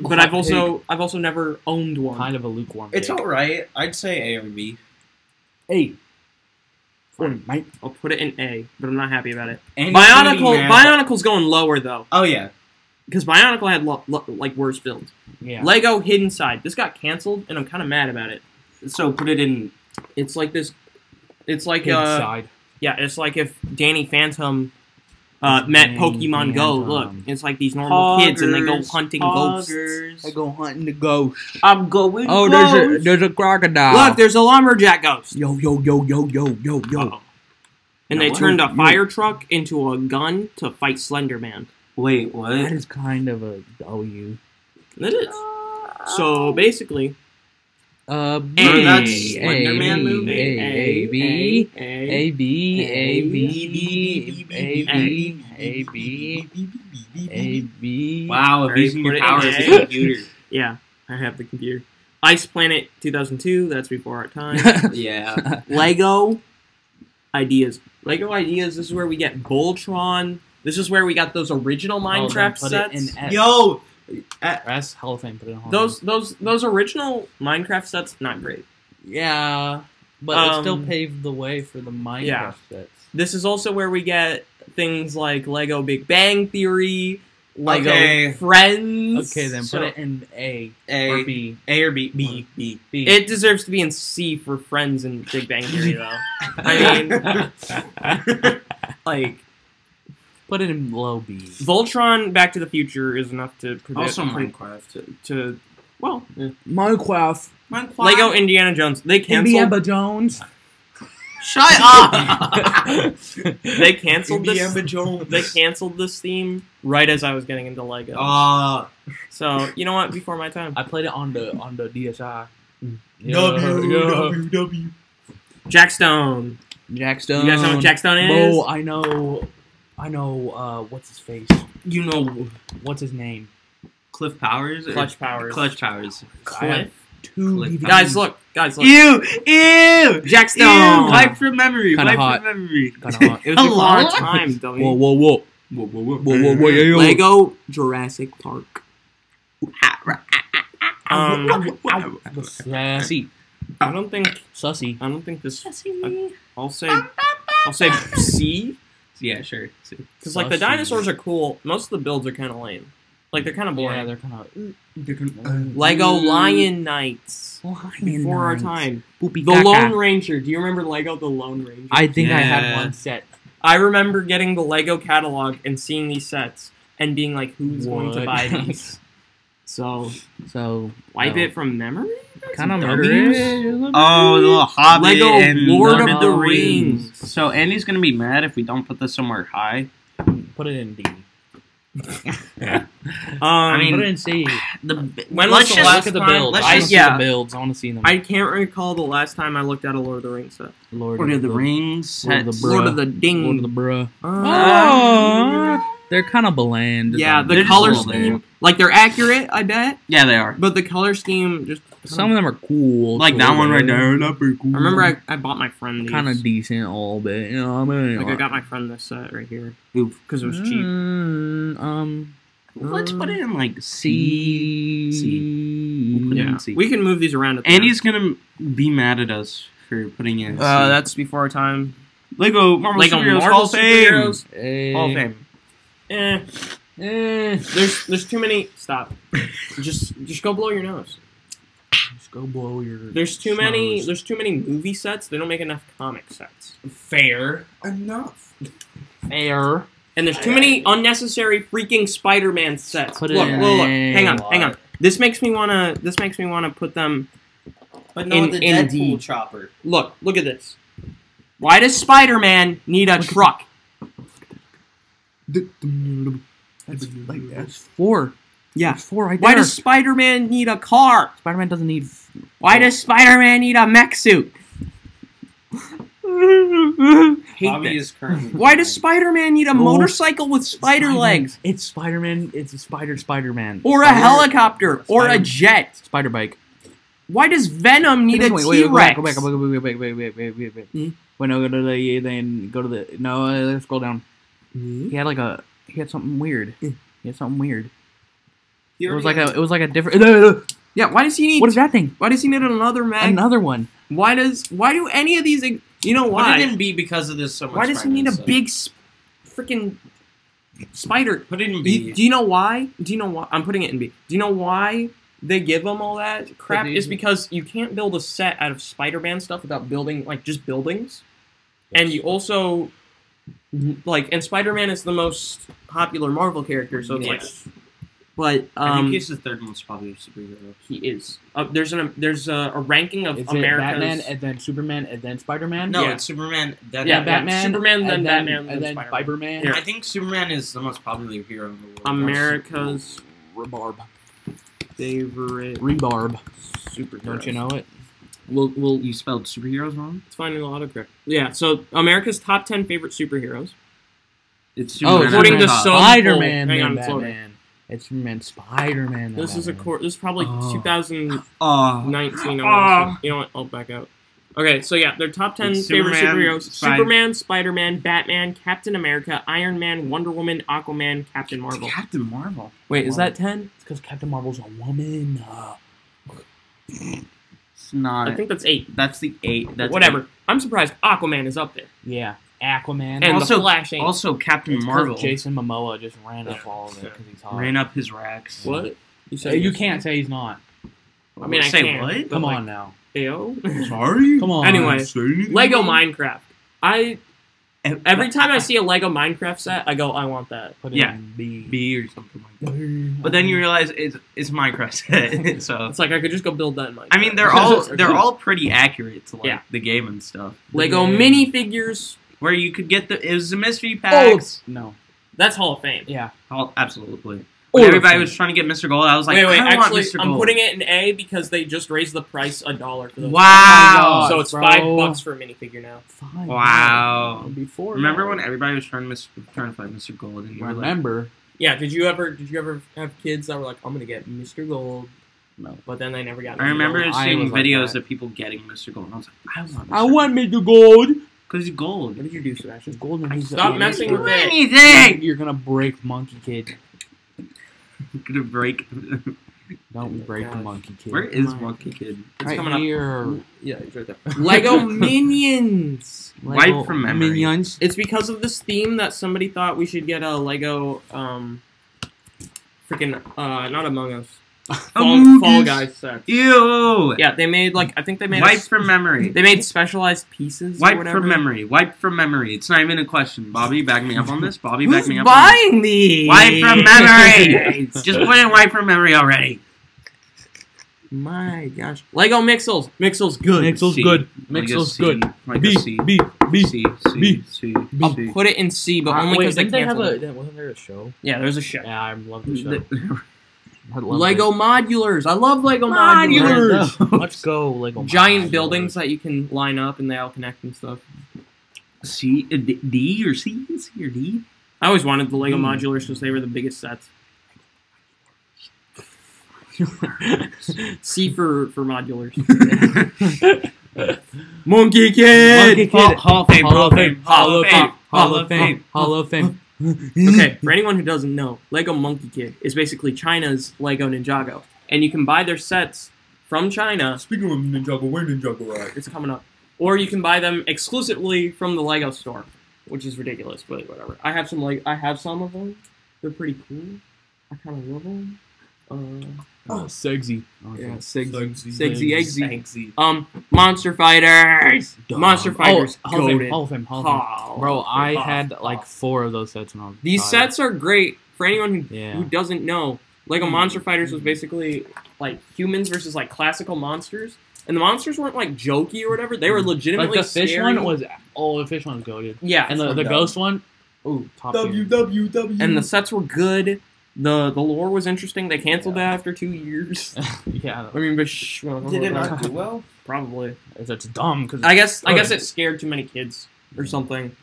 [SPEAKER 3] But I've also I've also never owned one.
[SPEAKER 2] kind of a lukewarm.
[SPEAKER 6] it's
[SPEAKER 2] take.
[SPEAKER 6] all right. I'd say A or B.
[SPEAKER 2] A. Mike.
[SPEAKER 3] I'll put it in A, but I'm not happy about it.
[SPEAKER 5] And
[SPEAKER 3] Bionicle
[SPEAKER 5] Andy Mann-
[SPEAKER 3] Bionicle's going lower though.
[SPEAKER 6] Oh yeah.
[SPEAKER 3] because Bionicle had lo- lo- like worse films.
[SPEAKER 2] Yeah.
[SPEAKER 3] Lego Hidden Side. This got canceled, and I'm kind of mad about it.
[SPEAKER 5] So put it in.
[SPEAKER 3] It's like this. It's like
[SPEAKER 2] Kid's
[SPEAKER 3] uh,
[SPEAKER 2] side.
[SPEAKER 3] yeah, it's like if Danny Phantom uh, met
[SPEAKER 2] Danny
[SPEAKER 3] Pokemon Go.
[SPEAKER 2] Phantom.
[SPEAKER 3] Look, it's like these normal kids, and they go
[SPEAKER 5] Poggers,
[SPEAKER 3] hunting ghosts.
[SPEAKER 5] poggers.
[SPEAKER 2] go hunting the ghost.
[SPEAKER 5] I'm going.
[SPEAKER 2] Oh, there's a there's a crocodile.
[SPEAKER 3] Look, there's a lumberjack ghost.
[SPEAKER 2] yo yo yo yo yo yo yo.
[SPEAKER 3] Uh-oh. And
[SPEAKER 5] Now
[SPEAKER 3] they
[SPEAKER 5] what?
[SPEAKER 3] turned a
[SPEAKER 5] You-
[SPEAKER 3] fire truck into a gun to fight Slenderman.
[SPEAKER 5] Wait,
[SPEAKER 2] That
[SPEAKER 5] what?
[SPEAKER 2] is kind of a W.
[SPEAKER 3] It is. So basically,
[SPEAKER 2] Uh,
[SPEAKER 3] Hey,
[SPEAKER 1] that's
[SPEAKER 2] B,
[SPEAKER 1] Slenderman
[SPEAKER 2] A,
[SPEAKER 1] movie.
[SPEAKER 2] B, A, B, A, B, A, B, A, B, A, B, A, B.
[SPEAKER 5] Wow,
[SPEAKER 3] Alright,
[SPEAKER 5] abusing
[SPEAKER 3] put
[SPEAKER 5] your
[SPEAKER 3] it in
[SPEAKER 5] powers as
[SPEAKER 3] A.
[SPEAKER 5] a computer.
[SPEAKER 3] yeah, I have the computer. Ice Planet 2002. That's before our time.
[SPEAKER 2] *laughs*
[SPEAKER 3] *laughs*
[SPEAKER 6] Yeah.
[SPEAKER 3] Lego ideas. Lego ideas. This is where we get Voltron. This is where we got those original Minecraft
[SPEAKER 2] Oh, put it
[SPEAKER 3] sets.
[SPEAKER 2] in S.
[SPEAKER 6] Yo,
[SPEAKER 2] That's Hall of Fame. Put it in Hall of
[SPEAKER 3] Those
[SPEAKER 2] Fame.
[SPEAKER 3] those those original Minecraft sets not great.
[SPEAKER 2] Yeah, but it still
[SPEAKER 3] Um,
[SPEAKER 2] paved the way for the Minecraft
[SPEAKER 3] yeah.
[SPEAKER 2] sets.
[SPEAKER 3] This is also where we get things like Lego Big Bang Theory, Lego
[SPEAKER 6] Okay.
[SPEAKER 3] Friends.
[SPEAKER 2] Okay, then
[SPEAKER 3] So
[SPEAKER 2] put it in A or
[SPEAKER 6] A,
[SPEAKER 2] B.
[SPEAKER 6] A or B, B, B.
[SPEAKER 2] B.
[SPEAKER 3] it deserves to be in C for Friends and Big Bang Theory though. I mean,
[SPEAKER 2] *laughs*
[SPEAKER 3] like
[SPEAKER 2] put it in low B.
[SPEAKER 3] Voltron Back to the Future is enough to predict,
[SPEAKER 6] also Minecraft.
[SPEAKER 3] to well
[SPEAKER 2] Minecraft.
[SPEAKER 6] Minecraft.
[SPEAKER 3] Lego Indiana Jones. They canceled. *laughs*
[SPEAKER 2] Indiana Jones.
[SPEAKER 3] Shut *laughs* up. Ah! they canceled this.
[SPEAKER 6] Indiana Jones.
[SPEAKER 3] They canceled this theme right as I was getting into Lego. Ah.
[SPEAKER 6] Uh,
[SPEAKER 3] so you know what? Before my time,
[SPEAKER 2] I played it on the on the DSi. Yeah,
[SPEAKER 6] W,
[SPEAKER 2] yeah.
[SPEAKER 6] W, W.
[SPEAKER 3] Jack Stone.
[SPEAKER 2] Jack
[SPEAKER 3] You
[SPEAKER 2] Stone.
[SPEAKER 3] guys know what Jack Stone is?
[SPEAKER 2] Bro, I know. I know. Uh, what's his face?
[SPEAKER 5] you know,
[SPEAKER 2] What's his name?
[SPEAKER 5] Cliff Powers. or-
[SPEAKER 3] Clutch powers.
[SPEAKER 5] Clutch Powers.
[SPEAKER 2] I have
[SPEAKER 3] Cliff.
[SPEAKER 2] two
[SPEAKER 5] Click.
[SPEAKER 2] DVDs.
[SPEAKER 3] Guys, look. Guys, look.
[SPEAKER 5] Ew! Ew!
[SPEAKER 3] Jack
[SPEAKER 5] Ew!
[SPEAKER 3] Stone.
[SPEAKER 5] Wipe from memory.
[SPEAKER 2] Kinda
[SPEAKER 5] wipe
[SPEAKER 2] hot.
[SPEAKER 5] from memory.
[SPEAKER 3] *laughs*
[SPEAKER 2] Kinda hot.
[SPEAKER 3] It was before
[SPEAKER 5] Hello?
[SPEAKER 3] our time, dummy.
[SPEAKER 2] Whoa, whoa, whoa,
[SPEAKER 5] Whoa, whoa, whoa,
[SPEAKER 2] whoa, whoa, whoa, yeah, yeah.
[SPEAKER 3] Lego Jurassic Park. Um,
[SPEAKER 2] The Sassy,
[SPEAKER 3] I don't think
[SPEAKER 2] sussy.
[SPEAKER 3] I don't think this. I'll say I'll say C
[SPEAKER 5] Yeah, sure.
[SPEAKER 3] because like the
[SPEAKER 2] Sussy.
[SPEAKER 3] dinosaurs are cool. Most of the builds are kind of lame. Like they're kind of
[SPEAKER 2] Yeah,
[SPEAKER 3] boring.
[SPEAKER 2] they're kind of
[SPEAKER 5] Uh,
[SPEAKER 3] Lego Lion Knights before our time. The Lone Ranger. Do you remember Lego the Lone Ranger?
[SPEAKER 2] I think I had
[SPEAKER 5] Yeah.
[SPEAKER 2] one set.
[SPEAKER 3] I remember getting the Lego catalog and seeing these sets and being like, "Who's going to
[SPEAKER 2] What? *laughs*
[SPEAKER 3] *laughs* buy these?" so
[SPEAKER 2] So
[SPEAKER 3] wipe
[SPEAKER 2] no.
[SPEAKER 3] it from memory.
[SPEAKER 2] Kind of
[SPEAKER 3] W's?
[SPEAKER 2] murderous.
[SPEAKER 5] Oh, the little Hobbit
[SPEAKER 3] Lego
[SPEAKER 5] and
[SPEAKER 3] Uh, Lord
[SPEAKER 2] Lord
[SPEAKER 3] of the
[SPEAKER 2] of the
[SPEAKER 3] Rings.
[SPEAKER 5] So Andy's gonna be mad if we don't put this somewhere high.
[SPEAKER 2] Put it in D.
[SPEAKER 3] Um,
[SPEAKER 5] I mean,
[SPEAKER 2] Put it in C.
[SPEAKER 5] The
[SPEAKER 3] when
[SPEAKER 5] let's
[SPEAKER 3] was the
[SPEAKER 5] just
[SPEAKER 3] last
[SPEAKER 2] look at the
[SPEAKER 3] time-
[SPEAKER 2] builds.
[SPEAKER 5] let's
[SPEAKER 2] I want
[SPEAKER 5] just-
[SPEAKER 2] to see
[SPEAKER 3] yeah.
[SPEAKER 2] the builds. I want to see them.
[SPEAKER 3] I can't recall the last time I looked at a Lord of the Rings set.
[SPEAKER 2] Lord,
[SPEAKER 5] Lord of the Rings.
[SPEAKER 2] Lord of the
[SPEAKER 5] sets.
[SPEAKER 2] Bruh.
[SPEAKER 3] Lord of the Ding.
[SPEAKER 2] Lord of the Bruh.
[SPEAKER 3] Uh,
[SPEAKER 2] They're kind of bland.
[SPEAKER 3] yeah,
[SPEAKER 5] They're
[SPEAKER 3] the
[SPEAKER 5] just
[SPEAKER 3] color
[SPEAKER 5] a little
[SPEAKER 3] scheme, like they're accurate, I bet,
[SPEAKER 5] Yeah, they are.
[SPEAKER 3] but the color scheme just.
[SPEAKER 2] Some of them are cool.
[SPEAKER 5] Like that one right there. Not pretty cool.
[SPEAKER 3] I remember I, I bought my friend these.
[SPEAKER 2] Kind of decent, a little bit. You know what I mean?
[SPEAKER 3] Like I got my friend this set right here
[SPEAKER 5] Oof.
[SPEAKER 3] because it was cheap.
[SPEAKER 2] Mm, um,
[SPEAKER 5] Let's put it in like C.
[SPEAKER 2] C.
[SPEAKER 5] We'll
[SPEAKER 2] Mm,
[SPEAKER 5] put it in
[SPEAKER 3] Yeah,
[SPEAKER 5] C.
[SPEAKER 3] we can move these around. At the Uh,
[SPEAKER 5] Andy's gonna be mad at us for putting in.
[SPEAKER 3] end. Uh,
[SPEAKER 5] C.
[SPEAKER 3] that's before our time.
[SPEAKER 5] Lego Marvel
[SPEAKER 3] Like a
[SPEAKER 5] Studios
[SPEAKER 3] Marvel
[SPEAKER 5] Hall of Fame.
[SPEAKER 3] superheroes.
[SPEAKER 2] Eh,
[SPEAKER 3] Hall of Fame. Eh,
[SPEAKER 2] eh.
[SPEAKER 3] there's there's too many. Stop. just just go blow your nose.
[SPEAKER 2] Just go blow your.
[SPEAKER 3] There's too many.
[SPEAKER 2] schnoz.
[SPEAKER 3] There's too many movie sets. They don't make enough comic sets.
[SPEAKER 6] Fair enough.
[SPEAKER 2] air.
[SPEAKER 3] And there's too many unnecessary freaking Spider-Man sets.
[SPEAKER 2] Put it
[SPEAKER 3] look,
[SPEAKER 2] in.
[SPEAKER 3] look, look. Hang on, hang on.
[SPEAKER 6] Why?
[SPEAKER 3] This makes me wanna. This makes me wanna put them.
[SPEAKER 6] But
[SPEAKER 3] no,
[SPEAKER 6] no,
[SPEAKER 3] In- the
[SPEAKER 6] the
[SPEAKER 3] in
[SPEAKER 6] Deadpool
[SPEAKER 3] D. Deadpool
[SPEAKER 6] chopper.
[SPEAKER 3] Look, look at this. Why does Spider-Man need a truck?
[SPEAKER 2] Like that's four.
[SPEAKER 3] Yeah.
[SPEAKER 2] That's four right
[SPEAKER 3] Why
[SPEAKER 2] there.
[SPEAKER 3] does Spider-Man need a car?
[SPEAKER 2] Spider-Man doesn't need?
[SPEAKER 3] Why does Spider-Man need a
[SPEAKER 2] *laughs*
[SPEAKER 3] mech suit? Hate
[SPEAKER 6] Bobby
[SPEAKER 3] this.
[SPEAKER 6] is currently.
[SPEAKER 3] Why does Spider-Man need a
[SPEAKER 2] Oh.
[SPEAKER 3] motorcycle with spider
[SPEAKER 2] Spider-Man.
[SPEAKER 3] legs?
[SPEAKER 2] It's Spider-Man. It's a spider. Spider-Man.
[SPEAKER 3] Or a
[SPEAKER 2] Spider-
[SPEAKER 3] helicopter? Or a
[SPEAKER 2] Spider-
[SPEAKER 3] jet?
[SPEAKER 2] Spider bike.
[SPEAKER 3] Why does Venom need a
[SPEAKER 2] wait, wait, go back,
[SPEAKER 3] T-Rex?
[SPEAKER 2] go back, go back, go back, wait, wait, wait, wait, wait.
[SPEAKER 3] Hmm?
[SPEAKER 2] Wait, no, go to the then go to the no. uh, let's Scroll down. He had like a he had something weird.
[SPEAKER 3] Hmm.
[SPEAKER 2] He had something weird.
[SPEAKER 6] He
[SPEAKER 2] It was like
[SPEAKER 6] already
[SPEAKER 2] a it was like a different. *laughs*
[SPEAKER 3] Yeah, why does he need
[SPEAKER 2] What is that thing?
[SPEAKER 3] Why does he need another mag?
[SPEAKER 2] Another one.
[SPEAKER 3] Why does why do any of these? You know
[SPEAKER 6] Why
[SPEAKER 3] why?
[SPEAKER 6] didn't B because of this so much?
[SPEAKER 3] Why does he need a
[SPEAKER 6] Spider-Man stuff.
[SPEAKER 3] big, freaking Spider.
[SPEAKER 6] Put it in
[SPEAKER 3] Do
[SPEAKER 6] B.
[SPEAKER 3] you, do you know why? Do you know why? I'm putting it in B. Do you know why they give them all that crap?
[SPEAKER 2] they-
[SPEAKER 3] Is because you can't build a set out of Spider-Man stuff without building like just buildings, and you also like and Spider-Man is the most popular Marvel character, so it's
[SPEAKER 6] Yes.
[SPEAKER 3] like, but
[SPEAKER 6] I
[SPEAKER 3] um,
[SPEAKER 6] think he's the third most popular superhero.
[SPEAKER 3] he is. Uh, there's an there's a, a ranking of
[SPEAKER 2] Is it
[SPEAKER 3] America's.
[SPEAKER 2] Batman and then Superman and then Spider Man?
[SPEAKER 7] No,
[SPEAKER 3] Yeah.
[SPEAKER 7] it's Superman. Then
[SPEAKER 2] yeah,
[SPEAKER 3] yeah,
[SPEAKER 2] Batman,
[SPEAKER 3] Superman,
[SPEAKER 2] and
[SPEAKER 3] then
[SPEAKER 2] then
[SPEAKER 3] Batman, then
[SPEAKER 2] and then
[SPEAKER 3] Spider-Man.
[SPEAKER 2] Spider Man.
[SPEAKER 3] Yeah.
[SPEAKER 6] I think Superman is the most popular hero in the world.
[SPEAKER 3] America's
[SPEAKER 2] Rebarb,
[SPEAKER 3] favorite
[SPEAKER 2] rebarb.
[SPEAKER 3] superhero.
[SPEAKER 2] Don't you know it?
[SPEAKER 3] We'll we'll
[SPEAKER 1] You spelled superheroes wrong.
[SPEAKER 3] It's finding a lot of correct. Yeah, so America's top 10 favorite superheroes.
[SPEAKER 1] It's
[SPEAKER 2] Oh,
[SPEAKER 1] Superman.
[SPEAKER 2] according
[SPEAKER 1] and
[SPEAKER 2] to
[SPEAKER 1] Hulk.
[SPEAKER 3] some-
[SPEAKER 2] Spider Man,
[SPEAKER 3] Hang
[SPEAKER 2] then
[SPEAKER 3] on, it's loading.
[SPEAKER 2] Batman. It's Superman, Spider Man.
[SPEAKER 3] This is a
[SPEAKER 2] Batman.
[SPEAKER 3] court. This is probably
[SPEAKER 1] Oh.
[SPEAKER 3] 2019.
[SPEAKER 1] Oh,
[SPEAKER 3] I wanna say. You know what? I'll back out. Okay, so yeah, their top 10
[SPEAKER 1] It's
[SPEAKER 3] favorite
[SPEAKER 1] Superman,
[SPEAKER 3] superheroes
[SPEAKER 1] Spy-
[SPEAKER 3] Superman, Spider Man, Batman, Captain America, Iron Man, Wonder Woman, Aquaman, Captain
[SPEAKER 1] it's
[SPEAKER 3] Marvel.
[SPEAKER 1] Captain Marvel.
[SPEAKER 3] Wait, is that 10?
[SPEAKER 2] It's because Captain Marvel's a woman. Uh,
[SPEAKER 1] It's not.
[SPEAKER 3] I think that's 8.
[SPEAKER 1] that's the eight. That's
[SPEAKER 3] Whatever. I'm surprised Aquaman is up there.
[SPEAKER 2] yeah, Aquaman.
[SPEAKER 3] And,
[SPEAKER 1] Also-
[SPEAKER 3] the Flash
[SPEAKER 1] eight.
[SPEAKER 3] ain't.
[SPEAKER 1] Also, Captain
[SPEAKER 2] It's 'cause
[SPEAKER 1] Marvel
[SPEAKER 2] Jason Momoa just ran up all of it because he's hot.
[SPEAKER 1] ran up his racks.
[SPEAKER 3] what?
[SPEAKER 1] uh,
[SPEAKER 3] You
[SPEAKER 2] So you can't say he's not.
[SPEAKER 3] I mean, I
[SPEAKER 1] say
[SPEAKER 3] can,
[SPEAKER 1] what?
[SPEAKER 3] but
[SPEAKER 2] Come
[SPEAKER 3] like-
[SPEAKER 2] on now.
[SPEAKER 3] Ayo.
[SPEAKER 1] Sorry.
[SPEAKER 2] Come
[SPEAKER 1] *laughs*
[SPEAKER 2] on.
[SPEAKER 3] *laughs* Anyway,
[SPEAKER 1] Say anything
[SPEAKER 3] Lego
[SPEAKER 1] about
[SPEAKER 3] Minecraft. I
[SPEAKER 1] it? *laughs*
[SPEAKER 3] Every time I see a Lego Minecraft set, I go, I want that.
[SPEAKER 2] Put
[SPEAKER 1] Yeah.
[SPEAKER 2] in B.
[SPEAKER 1] B or something like that.
[SPEAKER 2] But
[SPEAKER 1] But then you realize it's it's Minecraft. *laughs* so
[SPEAKER 3] It's like I could just go build that in Minecraft.
[SPEAKER 1] I mean, they're
[SPEAKER 3] *laughs*
[SPEAKER 1] all they're all pretty accurate to like
[SPEAKER 3] Yeah.
[SPEAKER 1] the game and stuff.
[SPEAKER 3] Lego
[SPEAKER 2] Yeah.
[SPEAKER 3] minifigures.
[SPEAKER 1] Where you could get the it was the mystery packs.
[SPEAKER 2] no.
[SPEAKER 3] That's Hall of Fame.
[SPEAKER 2] Yeah.
[SPEAKER 1] Oh, absolutely.
[SPEAKER 2] All
[SPEAKER 1] When
[SPEAKER 2] of
[SPEAKER 1] everybody
[SPEAKER 2] them.
[SPEAKER 1] was trying to get Mr. Gold, I was like,
[SPEAKER 3] wait, wait.
[SPEAKER 1] I don't
[SPEAKER 3] Actually,
[SPEAKER 1] want Mr. Gold.
[SPEAKER 3] I'm putting it in A because they just raised the price a dollar for those.
[SPEAKER 1] Wow.
[SPEAKER 3] So it's
[SPEAKER 2] Oh Bro.
[SPEAKER 3] five bucks for a minifigure now.
[SPEAKER 2] Fine.
[SPEAKER 1] Wow.
[SPEAKER 2] Before.
[SPEAKER 1] Remember when everybody was trying to mis- trying to find Mr. Gold and you were like,
[SPEAKER 2] Remember.
[SPEAKER 3] Yeah. Did you ever? Did you ever have kids that were like, I'm gonna get Mr. Gold,
[SPEAKER 2] No.
[SPEAKER 3] but then they never got. Mr.
[SPEAKER 1] I remember
[SPEAKER 3] Gold.
[SPEAKER 2] I
[SPEAKER 1] seeing
[SPEAKER 2] was like
[SPEAKER 1] videos
[SPEAKER 2] that.
[SPEAKER 1] of people getting Mr. Gold, and I was like, I want. Mr.
[SPEAKER 2] I want me to gold.
[SPEAKER 1] because he's gold.
[SPEAKER 3] What did you do, Sebastian?
[SPEAKER 2] Just gold when he's
[SPEAKER 3] Stop
[SPEAKER 2] uh,
[SPEAKER 3] messing with
[SPEAKER 2] *laughs*
[SPEAKER 3] it.
[SPEAKER 1] anything.
[SPEAKER 2] You're gonna break Monkey Kid.
[SPEAKER 1] I'm gonna break. *laughs*
[SPEAKER 2] Don't break
[SPEAKER 3] gosh.
[SPEAKER 2] Monkey Kid.
[SPEAKER 1] Where is Monkey Kid?
[SPEAKER 3] It's
[SPEAKER 2] right
[SPEAKER 3] coming up.
[SPEAKER 2] here.
[SPEAKER 7] Yeah, it's right there.
[SPEAKER 3] Lego Minions.
[SPEAKER 1] Wipe
[SPEAKER 2] Lego
[SPEAKER 1] from memory.
[SPEAKER 2] Minions.
[SPEAKER 3] It's because of this theme that somebody thought we should get a Lego, um, freaking, uh, not
[SPEAKER 1] *laughs*
[SPEAKER 3] Among Us, Fall,
[SPEAKER 1] Among
[SPEAKER 3] Fall
[SPEAKER 1] Us.
[SPEAKER 3] Guys set.
[SPEAKER 1] Ew.
[SPEAKER 3] Yeah, they made like I think they made a
[SPEAKER 1] Wipe
[SPEAKER 3] s-
[SPEAKER 1] from memory.
[SPEAKER 3] they made specialized pieces. or
[SPEAKER 1] Wipe
[SPEAKER 3] whatever.
[SPEAKER 1] from memory. Wipe from memory. It's not even a question. Bobby, back me up on this. Bobby, back
[SPEAKER 3] Who's
[SPEAKER 1] me up. on
[SPEAKER 3] buying
[SPEAKER 1] this.
[SPEAKER 3] these?
[SPEAKER 1] Wipe from
[SPEAKER 3] *laughs*
[SPEAKER 1] memory. Just put in wipe from memory already.
[SPEAKER 3] My gosh, Lego Mixels. Mixels good.
[SPEAKER 2] Mixel's
[SPEAKER 1] C.
[SPEAKER 2] good.
[SPEAKER 1] Like a
[SPEAKER 2] Mixel's
[SPEAKER 1] C.
[SPEAKER 2] good.
[SPEAKER 1] Like a
[SPEAKER 2] B
[SPEAKER 1] C.
[SPEAKER 2] B B.
[SPEAKER 1] C. C.
[SPEAKER 2] B.
[SPEAKER 1] C.
[SPEAKER 3] I'll
[SPEAKER 1] C.
[SPEAKER 3] put it in C, but
[SPEAKER 2] Uh,
[SPEAKER 3] only
[SPEAKER 2] wait,
[SPEAKER 3] because they
[SPEAKER 2] didn't they have
[SPEAKER 3] canceled.
[SPEAKER 2] a
[SPEAKER 3] it.
[SPEAKER 2] didn't- wasn't there a show?
[SPEAKER 3] Yeah, there's a shit.
[SPEAKER 2] Yeah, I love the show.
[SPEAKER 1] The- *laughs*
[SPEAKER 2] I love
[SPEAKER 3] Lego modulars. I love Lego
[SPEAKER 2] it.
[SPEAKER 1] Modulars.
[SPEAKER 3] modulars.
[SPEAKER 2] Let's go, Lego.
[SPEAKER 3] Giant
[SPEAKER 2] Modulars.
[SPEAKER 3] buildings that you can line up and they all connect and stuff.
[SPEAKER 1] C. uh, D- D or C? C or D?
[SPEAKER 3] I always wanted the Lego
[SPEAKER 2] Hmm.
[SPEAKER 3] modulars because they were the
[SPEAKER 2] *laughs*
[SPEAKER 3] biggest sets. C for for modulars. Monkey
[SPEAKER 2] Monkey
[SPEAKER 3] Kid.
[SPEAKER 2] Kid.
[SPEAKER 1] Hall of Fame.
[SPEAKER 2] Hall of Fame.
[SPEAKER 1] Hall of Fame.
[SPEAKER 2] Hall of Fame. Hall of Fame. *laughs*
[SPEAKER 3] okay, for anyone who doesn't know, Lego Monkey Kid is basically China's Lego Ninjago, and you can buy their sets from China.
[SPEAKER 6] Speaking of Ninjago, where Ninjago at?
[SPEAKER 3] It's coming up, or you can buy them exclusively from the Lego store, which is ridiculous, but whatever. I have some like I have some of them. They're pretty cool. I kind of love them. Uh,
[SPEAKER 2] *gasps* Oh, sexy.
[SPEAKER 3] Yeah,
[SPEAKER 6] Sexy.
[SPEAKER 3] Sexy Eggsy.
[SPEAKER 6] Sexy.
[SPEAKER 3] Um, Monster Fighters. Monster Fighters.
[SPEAKER 2] Oh, Hall of Fame.
[SPEAKER 3] goated.
[SPEAKER 2] Hall of Fame. Hall of Fame.
[SPEAKER 3] Oh.
[SPEAKER 2] Bro, I
[SPEAKER 3] Oh.
[SPEAKER 2] had like four of those sets when I was.
[SPEAKER 3] These
[SPEAKER 2] five.
[SPEAKER 3] sets are great for anyone who,
[SPEAKER 2] Yeah. Hmm.
[SPEAKER 3] who doesn't know. Lego Monster Fighters was basically like humans versus like classical monsters, and the monsters weren't like jokey or whatever. They were
[SPEAKER 2] Hmm. Like
[SPEAKER 3] legitimately
[SPEAKER 2] the fish
[SPEAKER 3] scary.
[SPEAKER 2] one was. Oh, the fish one was goaded.
[SPEAKER 3] yeah,
[SPEAKER 2] And the, the ghost one. Ooh, top tier.
[SPEAKER 6] WWW.
[SPEAKER 3] and the sets were good. the The lore was interesting. They canceled that after
[SPEAKER 2] *laughs*
[SPEAKER 3] two years.
[SPEAKER 2] yeah,
[SPEAKER 3] I mean, but shh,
[SPEAKER 6] Did it not do well?
[SPEAKER 3] *laughs* probably.
[SPEAKER 2] it's, it's dumb because
[SPEAKER 3] I guess I guess
[SPEAKER 2] Good.
[SPEAKER 3] it scared too many kids or something.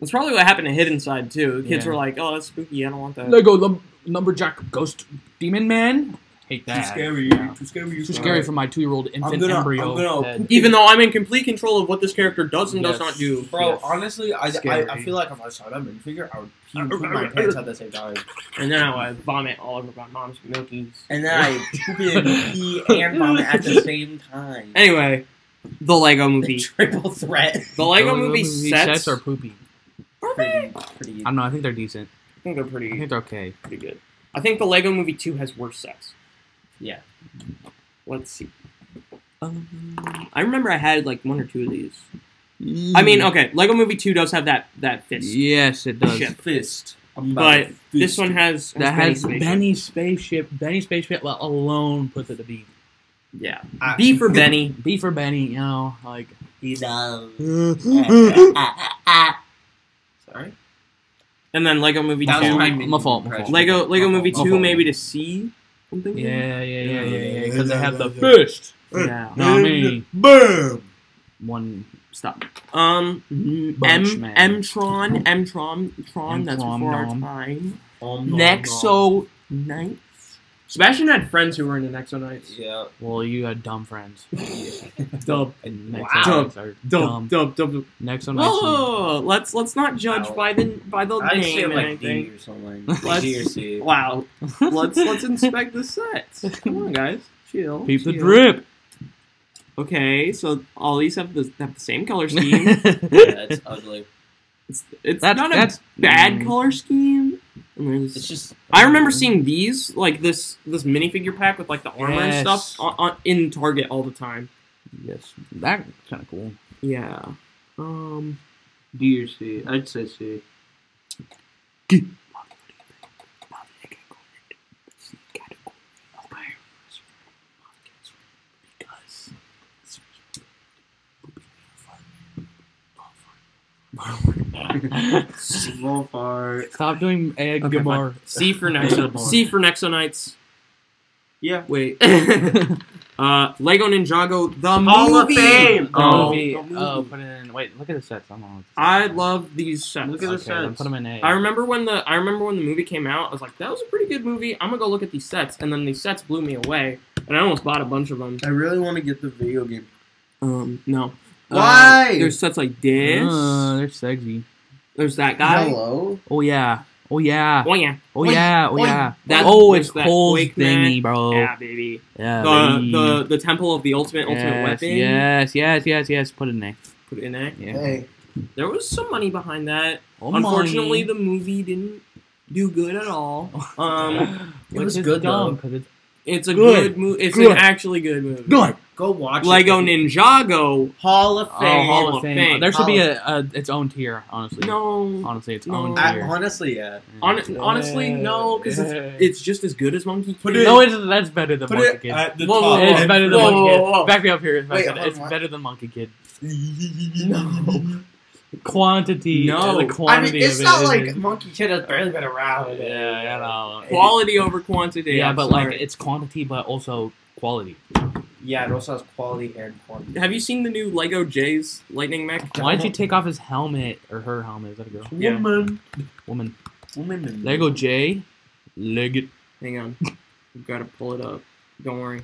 [SPEAKER 3] That's probably what happened to Hidden Side too. The kids
[SPEAKER 2] Yeah.
[SPEAKER 3] were like, "Oh, that's spooky. I don't want that."
[SPEAKER 2] Lego lum- lumberjack ghost demon man. Hate that.
[SPEAKER 6] Too scary.
[SPEAKER 2] Yeah.
[SPEAKER 6] Too scary.
[SPEAKER 2] Too scary for my two-year-old infant
[SPEAKER 6] gonna-
[SPEAKER 2] embryo.
[SPEAKER 6] I'm gonna-
[SPEAKER 2] head.
[SPEAKER 3] Even though I'm in complete control of what this character does and does
[SPEAKER 2] Yes.
[SPEAKER 3] not do.
[SPEAKER 6] Bro,
[SPEAKER 2] Yes.
[SPEAKER 6] honestly, I, I,
[SPEAKER 2] Scary.
[SPEAKER 6] I feel like if I saw that minifigure, I would pee and poop my pants at the same *laughs* time.
[SPEAKER 3] And then I would vomit all over my mom's milkies.
[SPEAKER 6] And then I poop and pee and vomit at the same
[SPEAKER 1] *laughs*
[SPEAKER 6] time.
[SPEAKER 3] Anyway, the Lego movie.
[SPEAKER 6] Triple threat.
[SPEAKER 3] The Lego
[SPEAKER 2] Those
[SPEAKER 3] movie,
[SPEAKER 2] movie
[SPEAKER 3] sets,
[SPEAKER 2] are poopy.
[SPEAKER 6] Pretty, pretty.
[SPEAKER 2] I don't know. I think they're decent.
[SPEAKER 4] think they're pretty
[SPEAKER 2] I *laughs* think they're okay.
[SPEAKER 4] pretty good. I think the Lego Movie Two has worse sets.
[SPEAKER 6] Yeah.
[SPEAKER 4] Let's see.
[SPEAKER 3] Um, I remember I had like one or two of these. I mean, okay, Lego Movie Two does have that that fist,
[SPEAKER 2] Yes, it does.
[SPEAKER 3] Ship.
[SPEAKER 5] Fist.
[SPEAKER 3] but this one has,
[SPEAKER 2] That has
[SPEAKER 3] Benny's face.
[SPEAKER 2] Benny's spaceship. Benny's spaceship well, alone puts it to B.
[SPEAKER 4] Yeah.
[SPEAKER 3] B for Benny.
[SPEAKER 2] B for Benny, you know, like
[SPEAKER 6] He's a.
[SPEAKER 4] Sorry.
[SPEAKER 3] And then Lego Movie
[SPEAKER 6] That was
[SPEAKER 3] Two,
[SPEAKER 6] my
[SPEAKER 2] my fault, my
[SPEAKER 6] impression.
[SPEAKER 2] fault.
[SPEAKER 3] Lego Lego
[SPEAKER 6] Oh,
[SPEAKER 3] Movie
[SPEAKER 2] oh,
[SPEAKER 3] Two,
[SPEAKER 2] oh.
[SPEAKER 3] maybe to C. I'm thinking.
[SPEAKER 2] yeah, yeah, yeah, yeah, yeah, because they have the
[SPEAKER 1] Yeah.
[SPEAKER 2] fist. Yeah, no, I mean,
[SPEAKER 1] Boom.
[SPEAKER 2] one stop.
[SPEAKER 3] Um, M
[SPEAKER 2] Bunchman.
[SPEAKER 3] M Tron M Tron Tron. That's
[SPEAKER 2] M-tron,
[SPEAKER 3] before our
[SPEAKER 2] nom.
[SPEAKER 3] time.
[SPEAKER 1] Um,
[SPEAKER 3] Nexo Knights.
[SPEAKER 4] Sebastian had friends who were into Nexo Knights.
[SPEAKER 6] Yeah.
[SPEAKER 2] Well, you had dumb friends.
[SPEAKER 4] Dub,
[SPEAKER 2] And next
[SPEAKER 6] Wow.
[SPEAKER 2] one are dumb.
[SPEAKER 4] dub, dub, dub.
[SPEAKER 2] Next one,
[SPEAKER 3] Oh, let's let's not judge
[SPEAKER 6] Ow.
[SPEAKER 3] by the by the
[SPEAKER 6] I'd say
[SPEAKER 3] name and
[SPEAKER 6] like
[SPEAKER 3] anything.
[SPEAKER 6] D or something.
[SPEAKER 3] Let's-
[SPEAKER 6] D or C.
[SPEAKER 3] Wow. *laughs* let's let's inspect
[SPEAKER 2] *laughs*
[SPEAKER 3] the sets. Come on, guys. Chill.
[SPEAKER 2] peep the
[SPEAKER 3] chill.
[SPEAKER 2] drip.
[SPEAKER 3] Okay, so all these have the have the same
[SPEAKER 2] *laughs*
[SPEAKER 3] color scheme.
[SPEAKER 6] Yeah, that's ugly.
[SPEAKER 3] it's it's
[SPEAKER 2] That's-
[SPEAKER 3] not a
[SPEAKER 2] that's-
[SPEAKER 3] bad
[SPEAKER 2] mm.
[SPEAKER 3] color scheme. And there's-
[SPEAKER 6] It's just.
[SPEAKER 3] I remember seeing these like this this minifigure pack with like the armor
[SPEAKER 2] Yes.
[SPEAKER 3] and stuff on, on, in Target all the time.
[SPEAKER 2] yes, that's kind of cool.
[SPEAKER 3] Yeah. Um.
[SPEAKER 1] D or C. I'd say C. Wolfart.
[SPEAKER 2] Stop doing egg
[SPEAKER 3] Okay,
[SPEAKER 2] Gabar.
[SPEAKER 3] C
[SPEAKER 1] *laughs*
[SPEAKER 3] for Nexo. C for Nexo Knights.
[SPEAKER 1] Yeah. *laughs*
[SPEAKER 3] Wait. uh, Lego Ninjago the
[SPEAKER 1] Hall of
[SPEAKER 3] movie.
[SPEAKER 1] Fame.
[SPEAKER 2] The
[SPEAKER 3] Oh.
[SPEAKER 2] movie.
[SPEAKER 1] the
[SPEAKER 2] Oh,
[SPEAKER 1] movie.
[SPEAKER 2] put it in. Wait, look at the sets. I'm on.
[SPEAKER 3] I love these sets.
[SPEAKER 1] Look at
[SPEAKER 2] Okay,
[SPEAKER 1] the
[SPEAKER 2] then
[SPEAKER 1] sets.
[SPEAKER 2] put them in A.
[SPEAKER 3] I remember when the I remember when the movie came out. I was like, that was a pretty good movie. I'm gonna go look at these sets, and then these sets blew me away, and I almost bought a bunch of them.
[SPEAKER 1] I really want to get the video game.
[SPEAKER 3] Um, no.
[SPEAKER 1] Why?
[SPEAKER 3] Uh, there's sets like this.
[SPEAKER 2] Uh, they're sexy.
[SPEAKER 3] there's that guy.
[SPEAKER 1] Hello.
[SPEAKER 2] Oh yeah. Oh yeah.
[SPEAKER 3] Oh yeah,
[SPEAKER 2] Oh yeah. Oh
[SPEAKER 1] Oink.
[SPEAKER 2] yeah.
[SPEAKER 3] That's-
[SPEAKER 2] oh, it's
[SPEAKER 3] that
[SPEAKER 2] Cole's
[SPEAKER 3] Quake Net.
[SPEAKER 2] thingy, bro.
[SPEAKER 3] yeah, baby.
[SPEAKER 2] Yeah,
[SPEAKER 3] The,
[SPEAKER 2] baby.
[SPEAKER 3] the the temple of the ultimate ultimate
[SPEAKER 2] yes,
[SPEAKER 3] weapon.
[SPEAKER 2] Yes, yes, yes, yes. Put it in A.
[SPEAKER 3] Put it in there.
[SPEAKER 2] Yeah.
[SPEAKER 1] Hey.
[SPEAKER 3] There was some money behind that.
[SPEAKER 2] Oh,
[SPEAKER 3] Unfortunately,
[SPEAKER 2] my.
[SPEAKER 3] the movie didn't do good
[SPEAKER 2] *laughs*
[SPEAKER 3] at all. Um,
[SPEAKER 2] *gasps* Which
[SPEAKER 6] was
[SPEAKER 2] is
[SPEAKER 6] good,
[SPEAKER 2] dumb
[SPEAKER 6] though.
[SPEAKER 2] because it's
[SPEAKER 3] it's a
[SPEAKER 2] Good.
[SPEAKER 3] good, movie. It's
[SPEAKER 2] Good.
[SPEAKER 3] an actually good movie.
[SPEAKER 6] Go watch
[SPEAKER 3] Lego
[SPEAKER 6] it.
[SPEAKER 3] Ninjago.
[SPEAKER 6] Hall of Fame.
[SPEAKER 2] oh, Hall of Fame.
[SPEAKER 3] Fame. Oh.
[SPEAKER 2] There should be
[SPEAKER 6] Hall
[SPEAKER 2] a, a its own tier, honestly.
[SPEAKER 3] No,
[SPEAKER 2] honestly, its
[SPEAKER 3] No.
[SPEAKER 2] own
[SPEAKER 6] I-
[SPEAKER 2] tier.
[SPEAKER 6] honestly, yeah.
[SPEAKER 3] Hon- honestly, no, because *laughs* it's,
[SPEAKER 6] *laughs*
[SPEAKER 3] it's just as good as Monkey King.
[SPEAKER 2] no, it's, that's better than
[SPEAKER 6] Put
[SPEAKER 2] Monkey
[SPEAKER 6] it
[SPEAKER 2] Kid.
[SPEAKER 6] at the
[SPEAKER 3] Whoa,
[SPEAKER 6] top.
[SPEAKER 3] whoa,
[SPEAKER 2] It's
[SPEAKER 3] whoa.
[SPEAKER 2] better than
[SPEAKER 3] Whoa,
[SPEAKER 2] Monkey
[SPEAKER 3] whoa, whoa.
[SPEAKER 2] Kid. Back me up here. It's,
[SPEAKER 6] Wait,
[SPEAKER 2] back me up.
[SPEAKER 6] hold
[SPEAKER 2] it's
[SPEAKER 6] on.
[SPEAKER 2] better than Monkey Kid.
[SPEAKER 3] no.
[SPEAKER 2] Quantity.
[SPEAKER 3] No.
[SPEAKER 2] The
[SPEAKER 6] I
[SPEAKER 2] quantity
[SPEAKER 6] mean, it's
[SPEAKER 2] of it
[SPEAKER 6] not
[SPEAKER 2] is-
[SPEAKER 6] like Monkey Kid has barely been around.
[SPEAKER 2] Yeah, you know.
[SPEAKER 3] quality over quantity.
[SPEAKER 2] yeah,
[SPEAKER 3] I'm
[SPEAKER 2] but
[SPEAKER 3] sorry.
[SPEAKER 2] like it's quantity, but also quality.
[SPEAKER 6] Yeah, it also has quality and quantity.
[SPEAKER 3] have you seen the new Lego Jay's Lightning Mech?
[SPEAKER 2] Why did you take off his helmet or her helmet? Is that a girl?
[SPEAKER 3] Yeah.
[SPEAKER 1] Woman.
[SPEAKER 2] Woman.
[SPEAKER 1] Woman.
[SPEAKER 2] Lego J. *laughs* Leg.
[SPEAKER 3] Hang on, I've got to pull it up. Don't worry.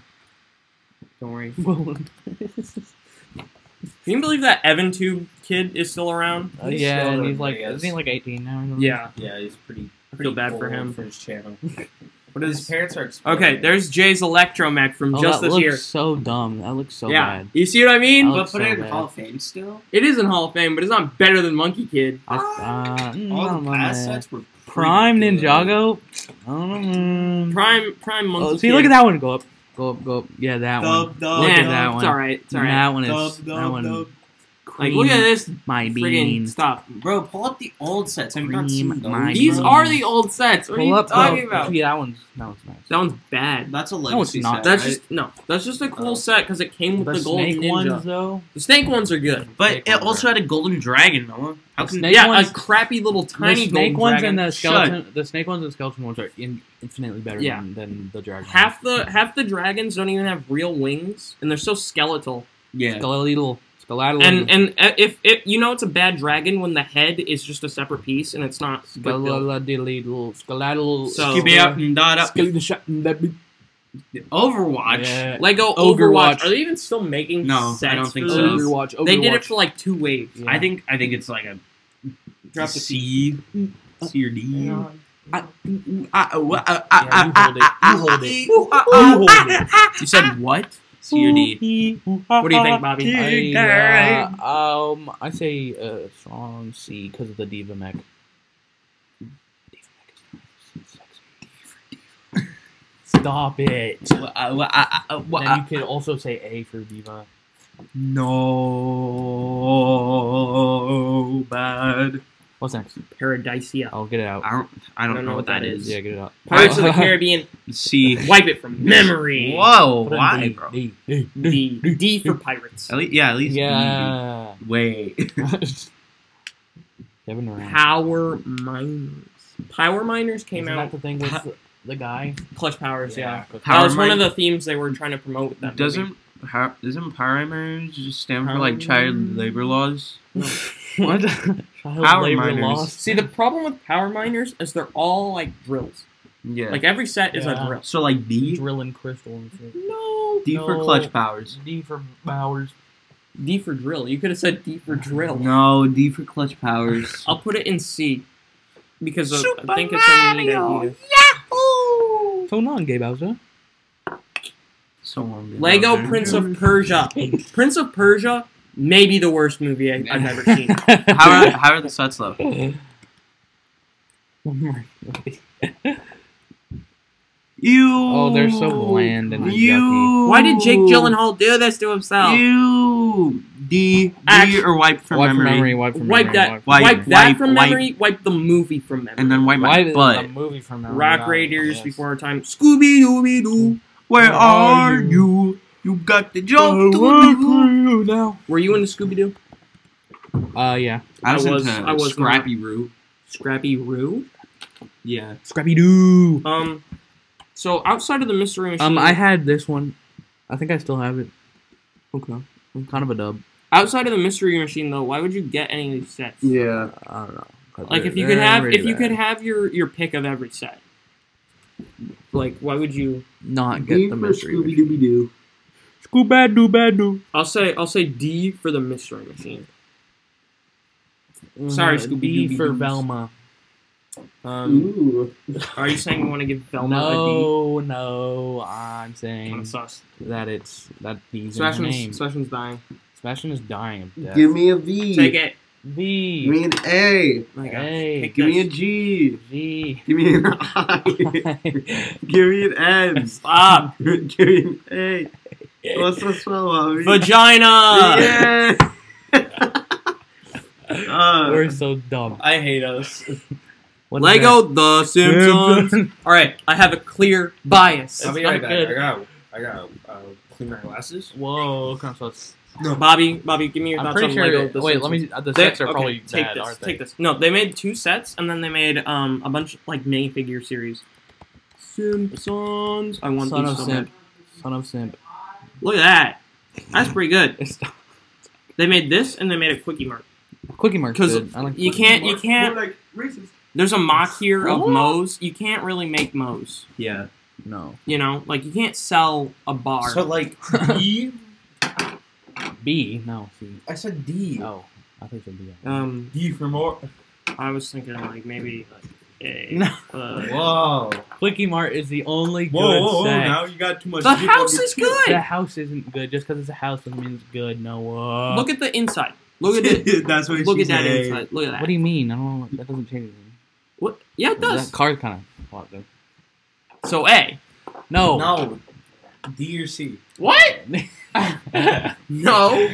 [SPEAKER 3] Don't worry. Can you believe that Evan Tube kid is still around?
[SPEAKER 2] Uh,
[SPEAKER 6] He's
[SPEAKER 2] yeah,
[SPEAKER 6] still
[SPEAKER 2] and he's like,
[SPEAKER 6] there, I
[SPEAKER 2] isn't he
[SPEAKER 6] guess.
[SPEAKER 2] like 18 now? or something?
[SPEAKER 3] Yeah.
[SPEAKER 6] Yeah, he's pretty.
[SPEAKER 3] I
[SPEAKER 6] pretty
[SPEAKER 3] feel bad for
[SPEAKER 6] old
[SPEAKER 3] him.
[SPEAKER 6] for
[SPEAKER 2] *laughs*
[SPEAKER 6] his channel. But his parents are.
[SPEAKER 3] Okay,
[SPEAKER 6] explaining.
[SPEAKER 3] there's Jay's Electromech from
[SPEAKER 2] Oh,
[SPEAKER 3] just
[SPEAKER 2] that
[SPEAKER 3] this
[SPEAKER 2] looks
[SPEAKER 3] year.
[SPEAKER 2] so dumb. That looks so
[SPEAKER 3] yeah,
[SPEAKER 2] bad. Oh.
[SPEAKER 3] you see what I mean?
[SPEAKER 2] That looks
[SPEAKER 6] But put
[SPEAKER 2] so
[SPEAKER 6] it in
[SPEAKER 2] bad.
[SPEAKER 6] Hall of Fame still.
[SPEAKER 3] It is in Hall of Fame, but it's not better than Monkey Kid.
[SPEAKER 2] That's, uh, mm, I
[SPEAKER 6] All
[SPEAKER 2] don't
[SPEAKER 6] the
[SPEAKER 2] know,
[SPEAKER 6] past
[SPEAKER 2] man.
[SPEAKER 6] sets were
[SPEAKER 2] Prime
[SPEAKER 6] pretty good.
[SPEAKER 2] Ninjago. I don't know. man.
[SPEAKER 3] Prime, prime Monkey.
[SPEAKER 2] Oh,
[SPEAKER 3] Kid.
[SPEAKER 2] see, look at that one. Go up. Go up. Go up. Yeah, that one.
[SPEAKER 3] Nah,
[SPEAKER 2] Look at that one.
[SPEAKER 3] It's all right. It's all right.
[SPEAKER 2] That one is.
[SPEAKER 1] Dub,
[SPEAKER 2] that
[SPEAKER 1] dub,
[SPEAKER 2] one.
[SPEAKER 1] dub.
[SPEAKER 3] Like, look at
[SPEAKER 2] cream
[SPEAKER 3] this.
[SPEAKER 2] My
[SPEAKER 3] Friggin'
[SPEAKER 2] beans.
[SPEAKER 3] stop.
[SPEAKER 6] Bro, pull up the old sets. I've not
[SPEAKER 2] Cream,
[SPEAKER 6] seen those.
[SPEAKER 2] my
[SPEAKER 3] These
[SPEAKER 2] beans.
[SPEAKER 3] are the old sets. What are
[SPEAKER 2] Pull
[SPEAKER 3] you
[SPEAKER 2] up.
[SPEAKER 3] talking
[SPEAKER 2] oh,
[SPEAKER 3] about?
[SPEAKER 2] Yeah, that one's. That one's nice.
[SPEAKER 3] That one's bad.
[SPEAKER 6] That's a
[SPEAKER 2] No, it's
[SPEAKER 6] legacy
[SPEAKER 2] not.
[SPEAKER 6] set.
[SPEAKER 3] That's
[SPEAKER 6] right?
[SPEAKER 3] just no. That's just a cool
[SPEAKER 6] Oh.
[SPEAKER 3] set because it came with
[SPEAKER 2] The,
[SPEAKER 3] the, gold
[SPEAKER 2] snake
[SPEAKER 3] ninja.
[SPEAKER 2] ones though.
[SPEAKER 3] The snake ones are good.
[SPEAKER 2] Snake
[SPEAKER 5] But it
[SPEAKER 2] ones
[SPEAKER 5] also
[SPEAKER 2] are-
[SPEAKER 5] had a golden dragon, Noah. How
[SPEAKER 2] The
[SPEAKER 5] can
[SPEAKER 2] snake
[SPEAKER 3] yeah,
[SPEAKER 2] ones.
[SPEAKER 3] a crappy little tiny
[SPEAKER 2] the snake
[SPEAKER 3] gold
[SPEAKER 2] ones
[SPEAKER 3] dragon.
[SPEAKER 2] and the
[SPEAKER 5] Shut.
[SPEAKER 2] skeleton. The snake ones and skeleton ones are in, infinitely better
[SPEAKER 3] Yeah.
[SPEAKER 2] than, than the dragon.
[SPEAKER 3] half the half the dragons don't even have real wings, and they're so skeletal.
[SPEAKER 5] yeah?
[SPEAKER 2] skeletal. Skeletal.
[SPEAKER 3] And and uh, if it, you know it's a bad dragon when the head is just a separate piece and it's not. built.
[SPEAKER 2] skeletal. Skeletal.
[SPEAKER 3] So-
[SPEAKER 5] Keep it up and dot up.
[SPEAKER 2] Skeletal.
[SPEAKER 5] Overwatch.
[SPEAKER 2] Yeah.
[SPEAKER 3] Lego
[SPEAKER 2] Ogre
[SPEAKER 3] Overwatch.
[SPEAKER 2] Watch.
[SPEAKER 3] Are they even still making?
[SPEAKER 5] No, I
[SPEAKER 3] sets
[SPEAKER 5] don't think
[SPEAKER 3] for
[SPEAKER 5] so.
[SPEAKER 3] these?
[SPEAKER 2] Overwatch. Overwatch.
[SPEAKER 3] They did it for like two waves.
[SPEAKER 2] Yeah.
[SPEAKER 5] I think I think it's like a
[SPEAKER 6] Drop the
[SPEAKER 5] C, C or D.
[SPEAKER 2] Yeah, you hold it. You hold it.
[SPEAKER 1] uh,
[SPEAKER 2] You hold it.
[SPEAKER 5] You said what? C or D.
[SPEAKER 3] What
[SPEAKER 2] ah,
[SPEAKER 3] do you think, Bobby?
[SPEAKER 2] I, uh, um, I say uh, strong C because of the diva mech. Diva mech is Stop it.
[SPEAKER 1] Well, I- well, I- I- well,
[SPEAKER 2] then
[SPEAKER 1] I-
[SPEAKER 2] you could also say A for Viva.
[SPEAKER 1] no bad.
[SPEAKER 2] What's next?
[SPEAKER 3] Paradisia.
[SPEAKER 2] I'll get it out.
[SPEAKER 1] I don't. I don't know what that is.
[SPEAKER 2] Yeah, get it out.
[SPEAKER 3] Pirates of
[SPEAKER 2] *laughs*
[SPEAKER 3] the Caribbean.
[SPEAKER 1] C.
[SPEAKER 3] Wipe it from memory.
[SPEAKER 1] Whoa,
[SPEAKER 2] Put in
[SPEAKER 1] why,
[SPEAKER 2] D, *laughs*
[SPEAKER 1] bro?
[SPEAKER 2] D, D, D.
[SPEAKER 1] *laughs*
[SPEAKER 3] D. D for pirates.
[SPEAKER 1] At least, yeah, at
[SPEAKER 2] *laughs*
[SPEAKER 1] least.
[SPEAKER 2] Yeah.
[SPEAKER 1] D. Wait.
[SPEAKER 2] Kevin Durant.
[SPEAKER 3] Power miners. Power miners came
[SPEAKER 2] Isn't
[SPEAKER 3] out.
[SPEAKER 2] that the thing with the, the guy?
[SPEAKER 3] Clutch powers. Yeah. *laughs*
[SPEAKER 1] Power
[SPEAKER 3] that was one of
[SPEAKER 1] Min-
[SPEAKER 3] the themes they were trying to promote with that.
[SPEAKER 1] Doesn't how, doesn't Pyramers just stand for like child labor laws?
[SPEAKER 2] What? Child
[SPEAKER 1] Power
[SPEAKER 2] labor
[SPEAKER 1] miners.
[SPEAKER 2] laws.
[SPEAKER 3] See, the problem with power miners is they're all like drills.
[SPEAKER 1] Yeah.
[SPEAKER 3] Like every set is
[SPEAKER 2] Yeah.
[SPEAKER 3] a drill.
[SPEAKER 1] so like D
[SPEAKER 2] Drilling crystal and shit.
[SPEAKER 3] No.
[SPEAKER 1] D for
[SPEAKER 2] No.
[SPEAKER 1] clutch powers.
[SPEAKER 2] D for Bowers.
[SPEAKER 3] D for drill. You could have said D for drill.
[SPEAKER 1] No, D for clutch
[SPEAKER 3] *laughs*
[SPEAKER 1] powers.
[SPEAKER 3] I'll put it in C because of,
[SPEAKER 1] Super
[SPEAKER 3] I think it's a neat idea.
[SPEAKER 2] So non gay Bowser.
[SPEAKER 1] so long.
[SPEAKER 3] Lego Prince of
[SPEAKER 1] *laughs*
[SPEAKER 3] Persia. Prince of Persia may be the worst movie I,
[SPEAKER 2] *laughs*
[SPEAKER 3] I've ever seen.
[SPEAKER 1] How are, how are the sets though? *laughs* Oh You.
[SPEAKER 2] Oh, they're so bland and yucky.
[SPEAKER 1] you.
[SPEAKER 3] Why did Jake Gyllenhaal do this to himself?
[SPEAKER 1] You D
[SPEAKER 3] Act-
[SPEAKER 1] D or wipe from
[SPEAKER 2] wipe
[SPEAKER 1] memory.
[SPEAKER 2] from memory. Wipe from
[SPEAKER 3] wipe
[SPEAKER 2] memory.
[SPEAKER 3] that,
[SPEAKER 2] from
[SPEAKER 3] wipe,
[SPEAKER 1] Wipe-
[SPEAKER 2] memory.
[SPEAKER 3] that
[SPEAKER 1] wipe-
[SPEAKER 3] from
[SPEAKER 1] wipe.
[SPEAKER 3] memory, wipe the movie from memory.
[SPEAKER 1] And uh, then wipe
[SPEAKER 2] Why um,
[SPEAKER 1] my
[SPEAKER 2] did
[SPEAKER 1] butt.
[SPEAKER 2] a movie from memory?
[SPEAKER 3] Rock
[SPEAKER 2] not-
[SPEAKER 3] Raiders
[SPEAKER 2] yes.
[SPEAKER 3] before our time. Scooby Dooby Doo.
[SPEAKER 1] Where
[SPEAKER 2] are
[SPEAKER 1] are you? You got the
[SPEAKER 2] Oh,
[SPEAKER 1] jump to
[SPEAKER 2] where
[SPEAKER 1] do.
[SPEAKER 2] are you now?
[SPEAKER 3] Were you into Scooby Doo?
[SPEAKER 2] Uh, yeah.
[SPEAKER 1] I was,
[SPEAKER 3] I was-
[SPEAKER 1] into
[SPEAKER 3] I was
[SPEAKER 1] Scrappy Root.
[SPEAKER 3] Scrappy Roo.
[SPEAKER 1] Yeah.
[SPEAKER 2] Scrappy Doo.
[SPEAKER 3] Um. So outside of the mystery machine,
[SPEAKER 2] Um, I had this one. I think I still have it.
[SPEAKER 3] okay.
[SPEAKER 2] It's kind of a dub.
[SPEAKER 3] Outside of the mystery machine, though, why would you get any of these sets?
[SPEAKER 1] Yeah.
[SPEAKER 2] I don't know. 'Cause
[SPEAKER 3] Like if
[SPEAKER 2] they're-
[SPEAKER 3] you could
[SPEAKER 2] they're
[SPEAKER 3] have if
[SPEAKER 2] really
[SPEAKER 3] you could
[SPEAKER 2] bad.
[SPEAKER 3] have your your pick of every set. Like why would you?
[SPEAKER 2] not get the mystery. machine.
[SPEAKER 1] Dooby Doo.
[SPEAKER 2] Scooby Doo Bad Doo.
[SPEAKER 3] I'll say I'll say D for the mystery machine. Sorry,
[SPEAKER 2] Uh,
[SPEAKER 3] Scooby
[SPEAKER 2] D
[SPEAKER 3] Dooby
[SPEAKER 2] for
[SPEAKER 3] Doos.
[SPEAKER 2] Velma.
[SPEAKER 3] Um,
[SPEAKER 1] Ooh.
[SPEAKER 3] are you saying you want to give Velma a D?
[SPEAKER 2] no, no, I'm
[SPEAKER 3] Kind
[SPEAKER 2] saying
[SPEAKER 3] of sus.
[SPEAKER 2] that it's that D's in her name.
[SPEAKER 3] Sebastian's, Sebastian's dying.
[SPEAKER 2] Sebastian is dying of death.
[SPEAKER 1] Give me a V.
[SPEAKER 3] Take
[SPEAKER 2] E.
[SPEAKER 3] it.
[SPEAKER 2] V.
[SPEAKER 1] Give me an A.
[SPEAKER 3] Oh my gosh.
[SPEAKER 2] Hey.
[SPEAKER 3] Take
[SPEAKER 1] Give me a
[SPEAKER 3] this.
[SPEAKER 1] G.
[SPEAKER 2] V.
[SPEAKER 1] Give me an I. *laughs*
[SPEAKER 3] *laughs*
[SPEAKER 1] Give me an M.
[SPEAKER 3] Stop.
[SPEAKER 1] *laughs* Give me an A. What's the spell, mommy?
[SPEAKER 3] Vagina.
[SPEAKER 1] yeah.
[SPEAKER 2] *laughs*
[SPEAKER 1] Uh,
[SPEAKER 2] *laughs* We're so dumb.
[SPEAKER 3] I hate us.
[SPEAKER 2] What is
[SPEAKER 3] Lego the
[SPEAKER 2] that? *laughs*
[SPEAKER 3] Simpsons. All right, I have a clear bias.
[SPEAKER 6] I'll be
[SPEAKER 2] not
[SPEAKER 6] right back.
[SPEAKER 2] good.
[SPEAKER 6] I gotta, I gotta uh, clean my glasses.
[SPEAKER 2] Whoa, kind of sus.
[SPEAKER 3] Bobby, Bobby, give me your
[SPEAKER 2] I'm
[SPEAKER 3] thoughts
[SPEAKER 2] pretty
[SPEAKER 3] on
[SPEAKER 2] sure.
[SPEAKER 3] Lego. The
[SPEAKER 2] wait,
[SPEAKER 3] Simpsons.
[SPEAKER 2] let me. uh, The
[SPEAKER 3] They-
[SPEAKER 2] sets are
[SPEAKER 3] okay,
[SPEAKER 2] probably
[SPEAKER 3] take
[SPEAKER 2] bad,
[SPEAKER 3] this,
[SPEAKER 2] aren't they?
[SPEAKER 3] Take this. No, they made two sets, and then they made um a bunch like minifigure series. Simpsons. I want
[SPEAKER 2] Son
[SPEAKER 3] these
[SPEAKER 2] of
[SPEAKER 3] so
[SPEAKER 2] simp.
[SPEAKER 3] bad.
[SPEAKER 2] Son of simp.
[SPEAKER 3] Look at that. That's pretty good.
[SPEAKER 2] It's
[SPEAKER 3] They made this, and they made a quickie mark.
[SPEAKER 2] Quickie marks.
[SPEAKER 3] 'Cause
[SPEAKER 2] good. I like
[SPEAKER 3] You
[SPEAKER 2] Quickie
[SPEAKER 3] can't.
[SPEAKER 2] Mart.
[SPEAKER 3] You can't.
[SPEAKER 6] like racist.
[SPEAKER 3] There's a mock here of
[SPEAKER 2] What?
[SPEAKER 3] Moe's. You can't really make Moe's.
[SPEAKER 1] yeah.
[SPEAKER 2] No.
[SPEAKER 3] You know, like you can't sell a bar.
[SPEAKER 6] So like
[SPEAKER 3] *laughs*
[SPEAKER 6] D,
[SPEAKER 2] B. No. C.
[SPEAKER 6] I said D.
[SPEAKER 2] Oh, I think it'll be. that.
[SPEAKER 3] um,
[SPEAKER 6] D for more.
[SPEAKER 3] I was thinking like maybe like a.
[SPEAKER 2] No.
[SPEAKER 6] *laughs*
[SPEAKER 3] Uh,
[SPEAKER 6] Whoa.
[SPEAKER 2] Quickie Mart is the only good
[SPEAKER 6] Whoa, whoa, whoa,
[SPEAKER 2] set.
[SPEAKER 6] now you got too much.
[SPEAKER 3] the
[SPEAKER 6] dip on
[SPEAKER 3] house
[SPEAKER 6] your
[SPEAKER 3] is
[SPEAKER 6] chin.
[SPEAKER 2] The
[SPEAKER 3] good.
[SPEAKER 2] house isn't good. Just because it's a house doesn't mean it's good. No. Uh,
[SPEAKER 3] Look at the inside. Look at it.
[SPEAKER 6] That's *laughs* what
[SPEAKER 3] Look
[SPEAKER 6] she
[SPEAKER 3] at that
[SPEAKER 6] said.
[SPEAKER 3] inside. Look at
[SPEAKER 2] What
[SPEAKER 3] that.
[SPEAKER 2] do you mean? I don't. know. That doesn't change anything.
[SPEAKER 3] What? Yeah, it does.
[SPEAKER 2] That car's kind of hot though.
[SPEAKER 3] So A.
[SPEAKER 2] No.
[SPEAKER 6] No. D or C.
[SPEAKER 3] What? No.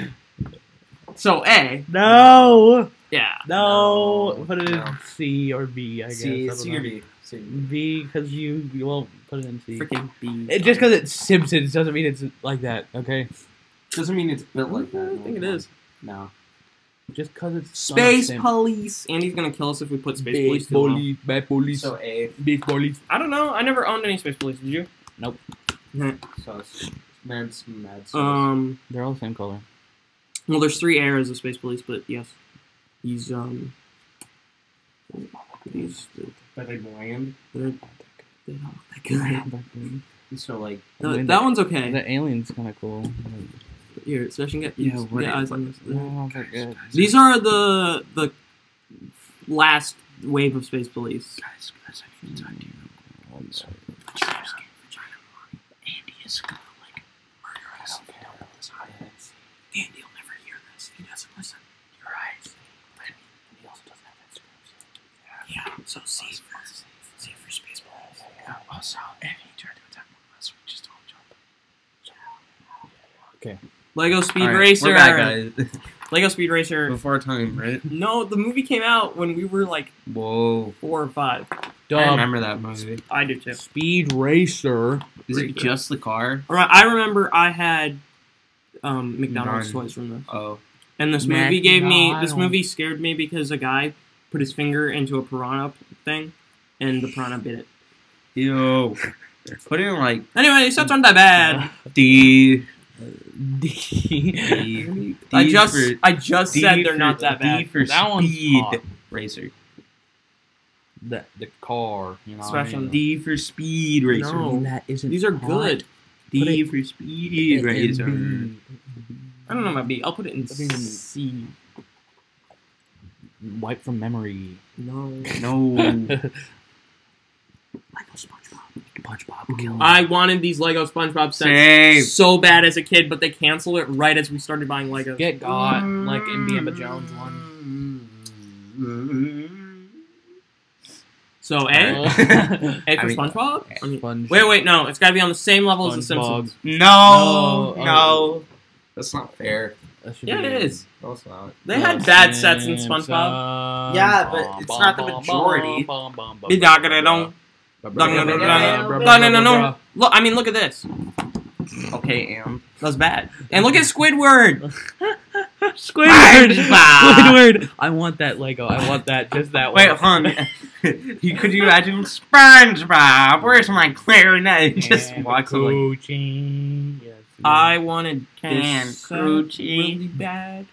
[SPEAKER 3] So A.
[SPEAKER 2] *laughs* no.
[SPEAKER 3] Yeah.
[SPEAKER 2] No.
[SPEAKER 6] No.
[SPEAKER 2] Put it in
[SPEAKER 6] No.
[SPEAKER 2] C or B. I guess. I
[SPEAKER 6] C,
[SPEAKER 2] don't
[SPEAKER 6] C or
[SPEAKER 2] know.
[SPEAKER 6] B. C.
[SPEAKER 2] B because you you won't put it in C.
[SPEAKER 3] Freaking B.
[SPEAKER 2] It, just because it's Simpsons doesn't mean it's like that. Okay.
[SPEAKER 6] Doesn't mean it's built
[SPEAKER 3] like that. I think it is.
[SPEAKER 6] No.
[SPEAKER 2] Just because it's Son of
[SPEAKER 3] Space
[SPEAKER 2] Simp.
[SPEAKER 3] police. Andy's gonna kill us if we put space police.
[SPEAKER 2] Space
[SPEAKER 3] too low.
[SPEAKER 2] police. Bad police.
[SPEAKER 6] So A.
[SPEAKER 2] Big police.
[SPEAKER 3] I don't know. I never owned any space police. Did you?
[SPEAKER 6] So it's mad, it's mad. So
[SPEAKER 3] Um.
[SPEAKER 2] They're all the same color.
[SPEAKER 3] Well, there's three eras of space police, but yes, he's um. He's
[SPEAKER 6] Are they bland?
[SPEAKER 3] they're, they're not that good.
[SPEAKER 6] So like
[SPEAKER 3] No, that one's okay.
[SPEAKER 2] The alien's kind of cool.
[SPEAKER 3] Here, Sebastian, get
[SPEAKER 1] Yeah, what
[SPEAKER 3] get
[SPEAKER 1] it-
[SPEAKER 3] eyes on this.
[SPEAKER 2] No, they're good.
[SPEAKER 3] These are the the last wave of space police.
[SPEAKER 1] Guys, guys, I need to talk to you.
[SPEAKER 2] I'm sorry.
[SPEAKER 3] Andy is gonna like murder us. if we don't let this happen. Andy will never hear this. He doesn't listen. You're right. But he also doesn't have Instagram. So. Yeah. So safe for safe for space balls. Yeah. Also, if he tried to attack my
[SPEAKER 2] Okay.
[SPEAKER 3] Lego Speed
[SPEAKER 1] All right,
[SPEAKER 3] Racer.
[SPEAKER 1] We're back, guys. *laughs*
[SPEAKER 3] Lego Speed Racer.
[SPEAKER 1] Before time, right?
[SPEAKER 3] No, the movie came out when we were like
[SPEAKER 1] Whoa.
[SPEAKER 3] four or five.
[SPEAKER 1] I
[SPEAKER 2] Dub.
[SPEAKER 1] remember that movie.
[SPEAKER 8] I do too.
[SPEAKER 2] Speed Racer. *laughs*
[SPEAKER 1] Is it just the car?
[SPEAKER 3] Or I remember I had um, McDonald's
[SPEAKER 1] Nine.
[SPEAKER 3] toys from this,
[SPEAKER 1] Oh.
[SPEAKER 3] and this movie gave me this
[SPEAKER 2] McDonald's.
[SPEAKER 3] movie scared me because a guy put his finger into a piranha thing, and the piranha bit it.
[SPEAKER 1] Yo. Put in like
[SPEAKER 3] Anyway, so it's not that bad.
[SPEAKER 1] D.
[SPEAKER 2] D.
[SPEAKER 1] D.
[SPEAKER 3] I
[SPEAKER 1] D
[SPEAKER 3] just
[SPEAKER 1] for-
[SPEAKER 3] I just
[SPEAKER 1] D
[SPEAKER 3] said they're
[SPEAKER 1] for-
[SPEAKER 3] not that
[SPEAKER 1] D
[SPEAKER 3] bad.
[SPEAKER 1] for
[SPEAKER 2] That one's
[SPEAKER 1] speed
[SPEAKER 2] hot.
[SPEAKER 1] racer.
[SPEAKER 2] The, the car. You know what I
[SPEAKER 3] Special
[SPEAKER 2] mean?
[SPEAKER 1] D for speed racer.
[SPEAKER 3] No.
[SPEAKER 2] That isn't
[SPEAKER 3] These are
[SPEAKER 2] hot.
[SPEAKER 3] good.
[SPEAKER 2] Put
[SPEAKER 1] D
[SPEAKER 2] it-
[SPEAKER 1] for speed
[SPEAKER 2] Put it in
[SPEAKER 1] racer.
[SPEAKER 2] B.
[SPEAKER 3] I don't know my B. I'll put it in
[SPEAKER 2] Put it in
[SPEAKER 3] C.
[SPEAKER 2] Wipe from
[SPEAKER 3] *laughs*
[SPEAKER 2] memory.
[SPEAKER 3] No.
[SPEAKER 1] *laughs* No.
[SPEAKER 2] Lego SpongeBob. SpongeBob kill.
[SPEAKER 3] I wanted these Lego SpongeBob sets
[SPEAKER 1] Save.
[SPEAKER 3] so bad as a kid, but they canceled it right as we started buying Legos.
[SPEAKER 2] Get got like Indiana Jones *laughs* one.
[SPEAKER 3] So
[SPEAKER 2] *laughs* Uh,
[SPEAKER 3] A, A for
[SPEAKER 1] I mean-
[SPEAKER 3] SpongeBob. I mean-
[SPEAKER 2] Sponge-
[SPEAKER 3] wait, wait, no, it's got to be on the same level as The
[SPEAKER 2] SpongeBob.
[SPEAKER 3] Simpsons.
[SPEAKER 1] No.
[SPEAKER 2] No,
[SPEAKER 1] No. oh.
[SPEAKER 9] That's not fair.
[SPEAKER 2] That should
[SPEAKER 3] Yeah,
[SPEAKER 2] be
[SPEAKER 3] it is.
[SPEAKER 9] No, it's not.
[SPEAKER 3] They had bad sets in SpongeBob.
[SPEAKER 9] Yeah, but it's not the majority.
[SPEAKER 3] Be dogging it on.
[SPEAKER 2] Look,
[SPEAKER 3] Look, I mean, look at this.
[SPEAKER 9] Okay, am.
[SPEAKER 3] That's bad. And look at Squidward.
[SPEAKER 1] *laughs*
[SPEAKER 2] Squidward.
[SPEAKER 3] SpongeBob.
[SPEAKER 2] Squidward. I want that Lego. I want that. Just that
[SPEAKER 1] *laughs* Wait,
[SPEAKER 2] one.
[SPEAKER 1] hon. you could you imagine SpongeBob? Where's my
[SPEAKER 2] *laughs*
[SPEAKER 1] clarinet? *laughs* He just
[SPEAKER 2] And
[SPEAKER 1] walks away.
[SPEAKER 2] coaching. Yes.
[SPEAKER 3] I wanted
[SPEAKER 1] Damn,
[SPEAKER 3] can really
[SPEAKER 1] Crucci.
[SPEAKER 3] bad.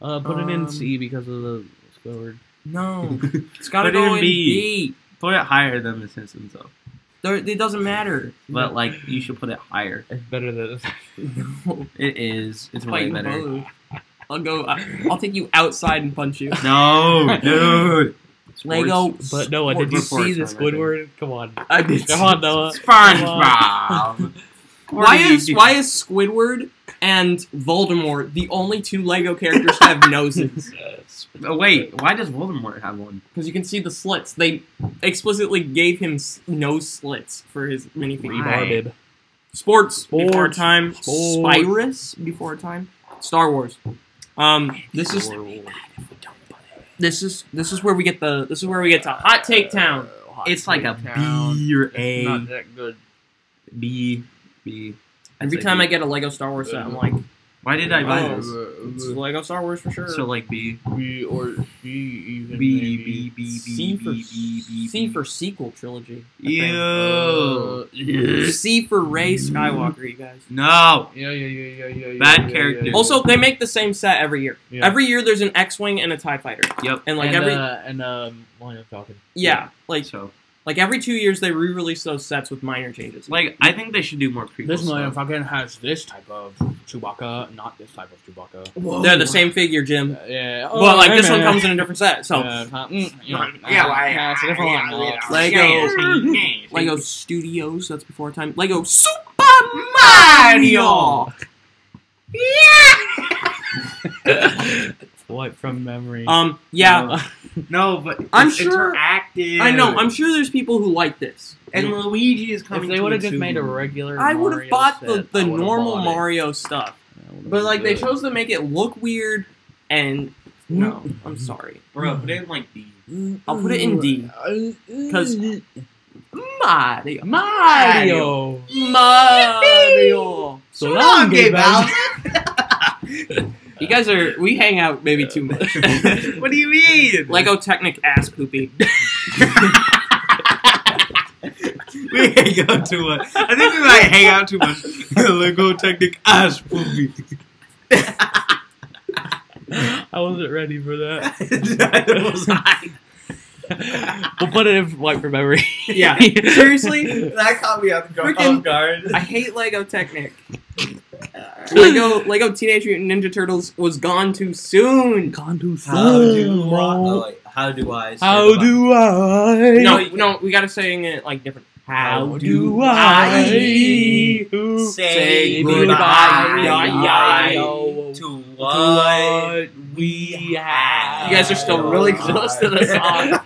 [SPEAKER 2] uh, put it in
[SPEAKER 3] um,
[SPEAKER 2] C because of the Squidward.
[SPEAKER 3] No, it's got to
[SPEAKER 1] Put it
[SPEAKER 3] go
[SPEAKER 1] in
[SPEAKER 3] in
[SPEAKER 1] B.
[SPEAKER 3] B.
[SPEAKER 1] Put it higher than the Simpsons, though.
[SPEAKER 3] There- It doesn't matter. *laughs*
[SPEAKER 1] But like, you should put it higher.
[SPEAKER 2] It's better than.
[SPEAKER 1] It is. It's
[SPEAKER 3] Fight
[SPEAKER 1] way
[SPEAKER 3] you
[SPEAKER 1] better.
[SPEAKER 3] both. I'll go. I- I'll take you outside and punch you.
[SPEAKER 1] No, dude.
[SPEAKER 3] Lego.
[SPEAKER 2] *laughs* But Noah, did you see the Squidward? Come on,
[SPEAKER 3] I did.
[SPEAKER 2] come on, Noah.
[SPEAKER 3] *laughs*
[SPEAKER 1] SpongeBob.
[SPEAKER 3] Why
[SPEAKER 1] What did
[SPEAKER 3] is
[SPEAKER 1] you do?
[SPEAKER 3] why is Squidward and Voldemort the only two Lego characters to have
[SPEAKER 2] *laughs*
[SPEAKER 3] noses?
[SPEAKER 1] Oh, wait, why does Voldemort have one?
[SPEAKER 3] Because you can see the slits. They explicitly gave him s- nose slits for his minifigure.
[SPEAKER 1] Why?
[SPEAKER 2] Retarded.
[SPEAKER 3] Sports, before
[SPEAKER 2] Sports.
[SPEAKER 3] time.
[SPEAKER 2] Sports.
[SPEAKER 3] Spyrus before time. Star Wars. Um, this is this is this is where we get the this is where we get to hot take town.
[SPEAKER 1] It's like a
[SPEAKER 2] Town.
[SPEAKER 1] B or A.
[SPEAKER 2] Not that good.
[SPEAKER 1] B. B. I'd
[SPEAKER 3] Every
[SPEAKER 1] say
[SPEAKER 3] time
[SPEAKER 1] B.
[SPEAKER 3] I get a Lego Star Wars set, I'm like,
[SPEAKER 1] Why did I buy
[SPEAKER 3] Oh,
[SPEAKER 1] this?
[SPEAKER 3] it's Lego Star Wars for sure.
[SPEAKER 1] So like B.
[SPEAKER 2] B or C even.
[SPEAKER 1] B B B B
[SPEAKER 3] C
[SPEAKER 1] B
[SPEAKER 3] for
[SPEAKER 1] B B.
[SPEAKER 3] C for sequel trilogy. I think. Uh,
[SPEAKER 1] Ew.
[SPEAKER 3] C for Ray Skywalker, you guys.
[SPEAKER 1] No.
[SPEAKER 2] Yeah, yeah, yeah, yeah, yeah. yeah,
[SPEAKER 1] Bad
[SPEAKER 2] yeah,
[SPEAKER 1] character.
[SPEAKER 2] yeah, yeah.
[SPEAKER 3] Also, they make the same set every year.
[SPEAKER 2] Yeah.
[SPEAKER 3] Every year, there's an X-wing and a Tie Fighter,
[SPEAKER 1] Yep.
[SPEAKER 3] and like
[SPEAKER 2] and,
[SPEAKER 3] every
[SPEAKER 2] uh, and um, Millennium Falcon.
[SPEAKER 3] yeah, like
[SPEAKER 1] So
[SPEAKER 3] like every two years they re-release those sets with minor changes.
[SPEAKER 1] like I think they should do more prequels.
[SPEAKER 2] This Millennium
[SPEAKER 1] stuff.
[SPEAKER 2] Falcon has this type of Chewbacca, not this type of Chewbacca. Uh,
[SPEAKER 3] They're
[SPEAKER 1] oh.
[SPEAKER 3] the same figure, Jim.
[SPEAKER 2] yeah.
[SPEAKER 3] But like this one comes in a different set, so
[SPEAKER 2] mm, yeah,
[SPEAKER 3] *laughs*
[SPEAKER 2] it's a different one.
[SPEAKER 3] Lego
[SPEAKER 1] Yeah.
[SPEAKER 3] Lego Studios. That's before time. Lego Super Mario.
[SPEAKER 2] *laughs* Wipe from memory.
[SPEAKER 3] Um, yeah,
[SPEAKER 1] No, but
[SPEAKER 3] I'm
[SPEAKER 1] it's
[SPEAKER 3] sure-
[SPEAKER 1] Interactive.
[SPEAKER 3] I know. I'm sure there's people who like this.
[SPEAKER 1] And Luigi is coming.
[SPEAKER 2] if they
[SPEAKER 1] to
[SPEAKER 2] would
[SPEAKER 1] a
[SPEAKER 2] have just
[SPEAKER 1] tube.
[SPEAKER 2] made a regular,
[SPEAKER 3] I would have
[SPEAKER 2] Mario
[SPEAKER 3] bought the,
[SPEAKER 2] set, I
[SPEAKER 3] the
[SPEAKER 2] would've
[SPEAKER 3] normal
[SPEAKER 2] bought it.
[SPEAKER 3] Mario stuff,
[SPEAKER 2] That would've
[SPEAKER 3] but
[SPEAKER 2] been
[SPEAKER 3] like they
[SPEAKER 2] good.
[SPEAKER 3] chose to make it look weird, and no, I'm sorry.
[SPEAKER 1] bro, put it in like B.
[SPEAKER 3] I'll put it in D because Mario.
[SPEAKER 2] Mario.
[SPEAKER 3] Mario.
[SPEAKER 2] So long, gay Bowser.
[SPEAKER 3] You guys are we hang out maybe too much.
[SPEAKER 1] *laughs* what do you mean?
[SPEAKER 3] *laughs* Lego Technic ass poopy.
[SPEAKER 1] *laughs* we hang out too much. I think we might hang out too much. *laughs* Lego Technic ass
[SPEAKER 3] *laughs*
[SPEAKER 1] movie.
[SPEAKER 2] *laughs* I wasn't ready for that.
[SPEAKER 1] *laughs* I
[SPEAKER 2] we'll put it in wipe from memory.
[SPEAKER 3] Yeah.
[SPEAKER 2] *laughs*
[SPEAKER 3] Seriously? *laughs*
[SPEAKER 6] That caught me off guard.
[SPEAKER 3] Freaking-
[SPEAKER 6] off guard.
[SPEAKER 3] I hate Lego Technic. Lego Lego Teenage Mutant Ninja Turtles was gone too soon.
[SPEAKER 2] Gone too
[SPEAKER 6] How do
[SPEAKER 2] soon,
[SPEAKER 6] I? oh,
[SPEAKER 2] bro.
[SPEAKER 6] wait, how do I? say
[SPEAKER 2] How
[SPEAKER 6] goodbye?
[SPEAKER 2] do I?
[SPEAKER 3] No, no, we gotta sing it like different.
[SPEAKER 2] How do I
[SPEAKER 6] I
[SPEAKER 2] who
[SPEAKER 6] say
[SPEAKER 2] goodbye?
[SPEAKER 6] goodbye
[SPEAKER 2] Yo,
[SPEAKER 6] to what?
[SPEAKER 2] we
[SPEAKER 6] have?
[SPEAKER 3] You guys are still really close to the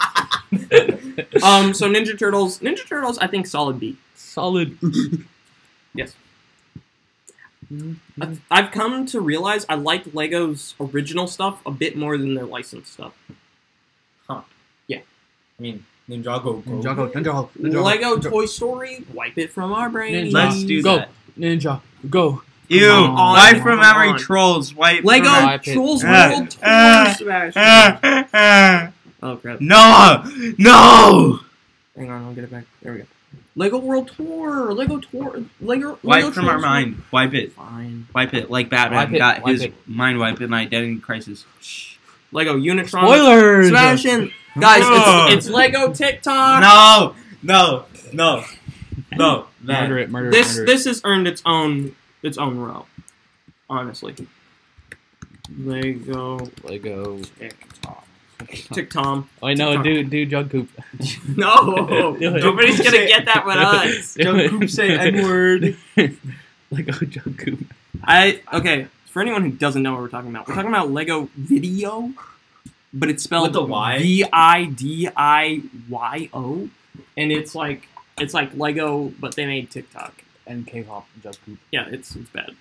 [SPEAKER 2] *laughs*
[SPEAKER 3] song. Um, so Ninja Turtles, Ninja Turtles, I think solid B.
[SPEAKER 2] Solid.
[SPEAKER 3] Yes.
[SPEAKER 2] Mm-hmm.
[SPEAKER 3] I've- I've come to realize I like Lego's original stuff a bit more than their licensed stuff.
[SPEAKER 1] I mean, Ninjago. Go.
[SPEAKER 2] Ninjago, Ninjago, Ninjago.
[SPEAKER 3] Lego Toy Story, wipe it from our brain.
[SPEAKER 2] Ninja.
[SPEAKER 6] Let's do
[SPEAKER 2] go.
[SPEAKER 6] that.
[SPEAKER 2] Ninja, go.
[SPEAKER 6] Ew!
[SPEAKER 2] Come on,
[SPEAKER 6] Life from
[SPEAKER 3] come
[SPEAKER 6] memory
[SPEAKER 3] on.
[SPEAKER 6] trolls. White
[SPEAKER 2] No,
[SPEAKER 3] Lego
[SPEAKER 2] I picked-
[SPEAKER 3] Trolls
[SPEAKER 6] Ah,
[SPEAKER 3] World Tour
[SPEAKER 6] ah,
[SPEAKER 3] Smash. Ah. oh crap!
[SPEAKER 6] no, no.
[SPEAKER 3] Hang on, I'll get it back. There we go. Lego World Tour, Lego Tour, Lego. Lego
[SPEAKER 6] Wipe from our
[SPEAKER 3] Trolls World-
[SPEAKER 6] mind. Wipe it.
[SPEAKER 3] Fine.
[SPEAKER 6] Wipe it like Batman
[SPEAKER 2] Wipe it,
[SPEAKER 6] got
[SPEAKER 2] wipe
[SPEAKER 6] his
[SPEAKER 2] it.
[SPEAKER 6] mind wiped in Identity Crisis.
[SPEAKER 3] Shh. Lego Unitron.
[SPEAKER 2] Spoilers.
[SPEAKER 3] Smashing, guys!
[SPEAKER 6] Oh.
[SPEAKER 3] It's, it's Lego TikTok.
[SPEAKER 6] No, no,
[SPEAKER 1] *laughs*
[SPEAKER 6] no, no. *laughs*
[SPEAKER 2] Murder it, murder
[SPEAKER 3] This
[SPEAKER 2] it. Murder
[SPEAKER 3] this has earned its own its own row, honestly. Lego *laughs*
[SPEAKER 2] it. Lego.
[SPEAKER 3] TikTok. TikTok.
[SPEAKER 2] Oh, I know, do do jug coop.
[SPEAKER 1] *laughs*
[SPEAKER 3] No,
[SPEAKER 2] *laughs* Do it.
[SPEAKER 3] nobody's gonna get that with
[SPEAKER 6] *laughs*
[SPEAKER 3] us.
[SPEAKER 2] Jungkook say *laughs*
[SPEAKER 6] N-word.
[SPEAKER 2] Lego jug coop.
[SPEAKER 3] I okay. For anyone who doesn't know what we're talking about, we're talking about Lego Video, but it's spelled
[SPEAKER 6] With a Y?
[SPEAKER 3] V I D I Y O, and it's like it's like Lego, but they made TikTok.
[SPEAKER 2] And K-pop jug coop.
[SPEAKER 3] Yeah, it's, it's bad.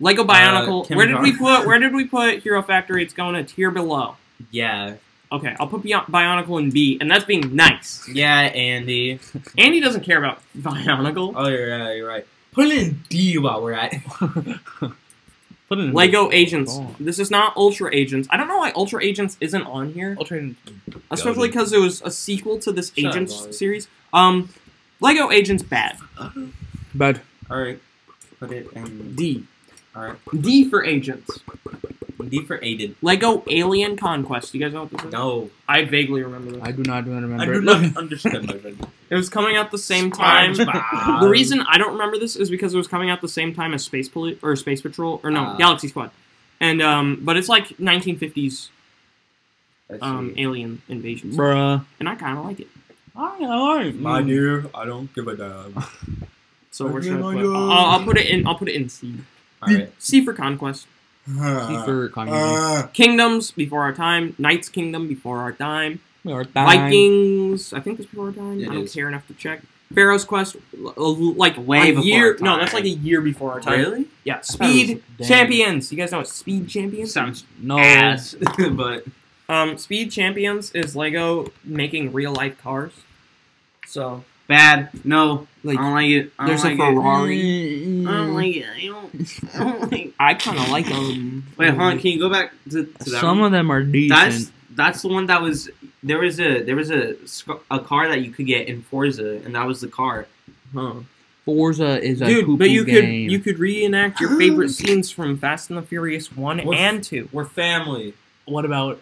[SPEAKER 3] Lego Bionicle.
[SPEAKER 6] Uh, Kim
[SPEAKER 3] where did we
[SPEAKER 6] Jong-
[SPEAKER 3] put Where did we put Hero Factory? It's going a tier below.
[SPEAKER 1] Yeah,
[SPEAKER 3] Okay, I'll put Bion- Bionicle in B, and that's being nice.
[SPEAKER 1] yeah, Andy.
[SPEAKER 3] Andy doesn't care about Bionicle.
[SPEAKER 1] Oh, you're right. You're right. Put it in D while we're
[SPEAKER 6] *laughs*
[SPEAKER 1] at. it.
[SPEAKER 2] Put it in
[SPEAKER 3] Lego Agents.
[SPEAKER 2] Oh.
[SPEAKER 3] This is not Ultra Agents. I don't know why Ultra Agents isn't on here.
[SPEAKER 2] Ultra. and-
[SPEAKER 3] especially because it was a sequel to this
[SPEAKER 1] Shut up,
[SPEAKER 3] Agents
[SPEAKER 1] Ollie.
[SPEAKER 3] series. Um, Lego Agents bad.
[SPEAKER 2] Bad.
[SPEAKER 1] All right, put it in
[SPEAKER 3] D.
[SPEAKER 1] Alright.
[SPEAKER 3] D for Agents.
[SPEAKER 1] D for Aiden.
[SPEAKER 3] Lego Alien Conquest. You guys know what this is?
[SPEAKER 1] No,
[SPEAKER 3] I vaguely remember this.
[SPEAKER 2] I do not remember.
[SPEAKER 1] I
[SPEAKER 2] it.
[SPEAKER 1] do
[SPEAKER 2] *laughs* Look,
[SPEAKER 6] *laughs*
[SPEAKER 1] not understand my friend.
[SPEAKER 3] It was coming out the same time.
[SPEAKER 1] SpongeBob.
[SPEAKER 3] The reason I don't remember this is because it was coming out the same time as Space Poli- or Space Patrol or no
[SPEAKER 1] Ah.
[SPEAKER 3] Galaxy Squad, and um, but it's like 1950s
[SPEAKER 1] Let's
[SPEAKER 3] um,
[SPEAKER 1] see.
[SPEAKER 3] alien invasions,
[SPEAKER 2] bruh.
[SPEAKER 3] and I kind of like it.
[SPEAKER 2] Alright, alright.
[SPEAKER 6] My dear, I don't give
[SPEAKER 2] *laughs*
[SPEAKER 6] a damn.
[SPEAKER 3] So we're
[SPEAKER 6] Okay,
[SPEAKER 3] gonna
[SPEAKER 6] my
[SPEAKER 3] put,
[SPEAKER 6] God.
[SPEAKER 3] I'll, I'll put it in. I'll put it in C.
[SPEAKER 1] All right.
[SPEAKER 3] C for Conquest.
[SPEAKER 2] Keep your community.
[SPEAKER 6] Uh,
[SPEAKER 3] Kingdoms before our time. Knights Kingdom before our time.
[SPEAKER 2] We are
[SPEAKER 3] Vikings. I think that's before our time.
[SPEAKER 1] It
[SPEAKER 3] I don't
[SPEAKER 1] is.
[SPEAKER 3] care enough to check. Pharaoh's Quest, l- l- like
[SPEAKER 1] Way
[SPEAKER 3] a
[SPEAKER 1] before our
[SPEAKER 3] year. No,
[SPEAKER 1] time.
[SPEAKER 3] that's like a year before our time.
[SPEAKER 1] Really?
[SPEAKER 2] thought it
[SPEAKER 3] Yeah.
[SPEAKER 2] was-
[SPEAKER 3] Speed
[SPEAKER 2] dang.
[SPEAKER 3] Champions. You guys know what Speed Champions?
[SPEAKER 1] Sounds
[SPEAKER 2] No.
[SPEAKER 1] ass, but
[SPEAKER 3] Um, Speed Champions is Lego making real life cars. So
[SPEAKER 6] bad. No,
[SPEAKER 3] like
[SPEAKER 6] I don't like it. I don't
[SPEAKER 3] there's a
[SPEAKER 6] like it.
[SPEAKER 3] Ferrari.
[SPEAKER 2] I don't like
[SPEAKER 3] it. I don't. I, don't like- I kind of like
[SPEAKER 2] Um,
[SPEAKER 3] them.
[SPEAKER 6] Wait, hold on. Can you go back to, to that?
[SPEAKER 2] Some
[SPEAKER 6] one?
[SPEAKER 2] of them are
[SPEAKER 6] that's
[SPEAKER 2] decent.
[SPEAKER 6] that's the one that was there was a there was a sc- a car that you could get in Forza, and that was the car.
[SPEAKER 3] Huh.
[SPEAKER 2] Forza is a
[SPEAKER 3] *laughs* Dude, but
[SPEAKER 2] poo-poo
[SPEAKER 3] you
[SPEAKER 2] game.
[SPEAKER 3] could you could reenact your favorite
[SPEAKER 1] *gasps*
[SPEAKER 3] scenes from Fast and the Furious one
[SPEAKER 1] What?
[SPEAKER 3] and two.
[SPEAKER 1] we're family.
[SPEAKER 2] What about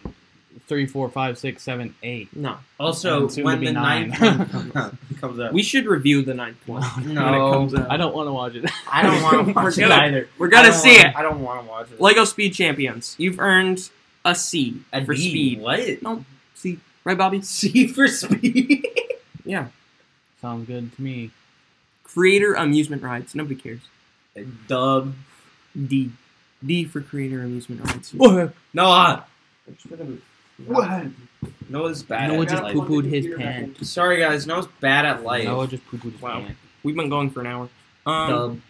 [SPEAKER 2] three, four, five, six, seven, eight?
[SPEAKER 3] No,
[SPEAKER 1] Also,
[SPEAKER 2] And soon to
[SPEAKER 1] when
[SPEAKER 2] be
[SPEAKER 1] the
[SPEAKER 2] nine.
[SPEAKER 1] ninth one comes up,
[SPEAKER 3] we should review the ninth
[SPEAKER 1] *laughs*
[SPEAKER 3] one.
[SPEAKER 2] When it comes
[SPEAKER 1] No.
[SPEAKER 2] out. I don't want to watch it. *laughs*
[SPEAKER 1] I don't want
[SPEAKER 6] *laughs*
[SPEAKER 1] to watch it
[SPEAKER 3] gonna-
[SPEAKER 1] either.
[SPEAKER 3] We're gonna see it.
[SPEAKER 1] I don't want to watch it.
[SPEAKER 3] Lego Speed Champions. You've earned a C
[SPEAKER 1] A
[SPEAKER 3] for
[SPEAKER 1] D.
[SPEAKER 3] speed.
[SPEAKER 1] What?
[SPEAKER 3] C, right, Bobby?
[SPEAKER 1] *laughs* C for speed.
[SPEAKER 2] Sounds good to me.
[SPEAKER 3] Creator amusement rides. Nobody cares.
[SPEAKER 1] Dub.
[SPEAKER 3] D. D for creator amusement rides.
[SPEAKER 1] No. Uh,
[SPEAKER 6] What?
[SPEAKER 1] Noah's bad.
[SPEAKER 2] Noah
[SPEAKER 1] at
[SPEAKER 2] just
[SPEAKER 1] life.
[SPEAKER 2] poo pooed his pants.
[SPEAKER 1] Sorry guys, Noah's bad at life.
[SPEAKER 2] Noah just poo pooed his
[SPEAKER 3] Wow.
[SPEAKER 2] pants.
[SPEAKER 3] We've been going for an hour. Um,
[SPEAKER 1] Dub.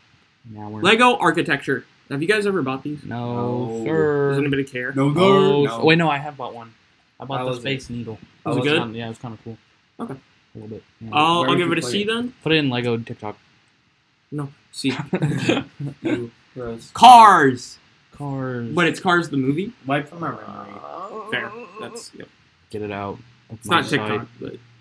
[SPEAKER 2] Now we're
[SPEAKER 3] Lego architecture. Have you guys ever bought these?
[SPEAKER 2] no,
[SPEAKER 6] No.
[SPEAKER 2] sir.
[SPEAKER 3] Does anybody care?
[SPEAKER 6] No,
[SPEAKER 3] oh,
[SPEAKER 2] No,
[SPEAKER 6] no.
[SPEAKER 2] s- Wait, no, I have bought one. I bought
[SPEAKER 1] How
[SPEAKER 2] the
[SPEAKER 1] was it?
[SPEAKER 2] Space Needle.
[SPEAKER 3] Was
[SPEAKER 2] Oh,
[SPEAKER 3] it
[SPEAKER 2] It's
[SPEAKER 3] good?
[SPEAKER 2] kinda- yeah, it was kind of cool.
[SPEAKER 3] Okay. Um,
[SPEAKER 2] A little bit. yeah.
[SPEAKER 3] I'll,
[SPEAKER 1] Where
[SPEAKER 3] I'll
[SPEAKER 1] would
[SPEAKER 3] give
[SPEAKER 1] you
[SPEAKER 3] it a
[SPEAKER 1] play
[SPEAKER 3] C
[SPEAKER 1] it?
[SPEAKER 3] then.
[SPEAKER 2] Put it in Lego TikTok.
[SPEAKER 3] No,
[SPEAKER 1] *laughs*
[SPEAKER 3] C.
[SPEAKER 1] You gross.
[SPEAKER 3] Cars,
[SPEAKER 2] Cars.
[SPEAKER 3] but it's Cars the movie.
[SPEAKER 1] Wipe from my memory.
[SPEAKER 3] Fair. That's yeah.
[SPEAKER 2] Get it out.
[SPEAKER 3] it's not TikTok.
[SPEAKER 2] *laughs*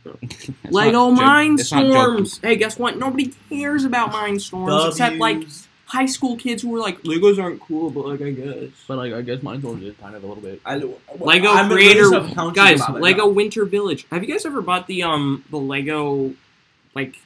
[SPEAKER 3] But Lego
[SPEAKER 2] Lego
[SPEAKER 3] Mindstorms. Hey, guess what? Nobody cares about Mindstorms except like
[SPEAKER 1] W's.
[SPEAKER 3] high school kids who were like, Legos aren't cool, but like I guess.
[SPEAKER 2] But like, I guess Mindstorms is kind of a little bit.
[SPEAKER 1] I,
[SPEAKER 3] Lego
[SPEAKER 1] I'm in the
[SPEAKER 3] creator-
[SPEAKER 1] business of counting
[SPEAKER 3] Guys,
[SPEAKER 1] about it.
[SPEAKER 3] Lego Winter Village. Have you guys ever bought the um the Lego like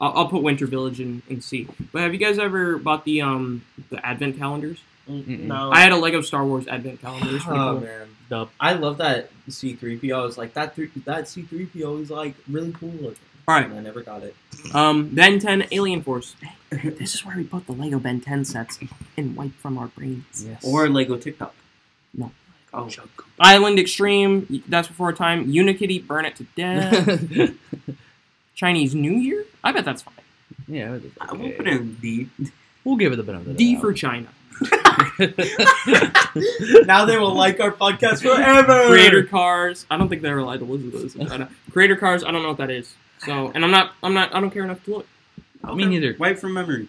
[SPEAKER 3] I'll, I'll put Winter Village in and see. But have you guys ever bought the um the advent calendars?
[SPEAKER 2] Mm-mm.
[SPEAKER 1] No.
[SPEAKER 3] I had a Lego Star Wars advent calendar. It was pretty
[SPEAKER 1] oh
[SPEAKER 3] cool.
[SPEAKER 1] man.
[SPEAKER 2] Dub.
[SPEAKER 1] I love that C3PO. I was like that three, that C3PO is like really cool looking.
[SPEAKER 3] All right.
[SPEAKER 1] And I never got it.
[SPEAKER 3] Um Ben 10 Alien Force. Hey, *laughs* this is where we put the Lego Ben 10 sets and wipe from our brains.
[SPEAKER 2] Yes.
[SPEAKER 3] *laughs*
[SPEAKER 6] Or Lego TikTok.
[SPEAKER 3] No.
[SPEAKER 6] Oh.
[SPEAKER 3] Island Extreme, that's before our time. Unikitty, burn *laughs* it to death. Chinese New Year? I bet that's fine.
[SPEAKER 2] *laughs* yeah.
[SPEAKER 6] I will put it in D.
[SPEAKER 2] We'll give it the benefit of the
[SPEAKER 3] D
[SPEAKER 2] doubt.
[SPEAKER 3] for China.
[SPEAKER 6] now they will like
[SPEAKER 1] *laughs*
[SPEAKER 6] our podcast forever. *laughs*
[SPEAKER 3] Creator cars. I don't think they're allowed to listen to this in China. Creator cars. I don't know what that is. So, and I'm not. I'm not. I don't care enough to look.
[SPEAKER 2] *laughs*
[SPEAKER 3] *laughs*
[SPEAKER 2] Me neither.
[SPEAKER 5] Wipe from memory.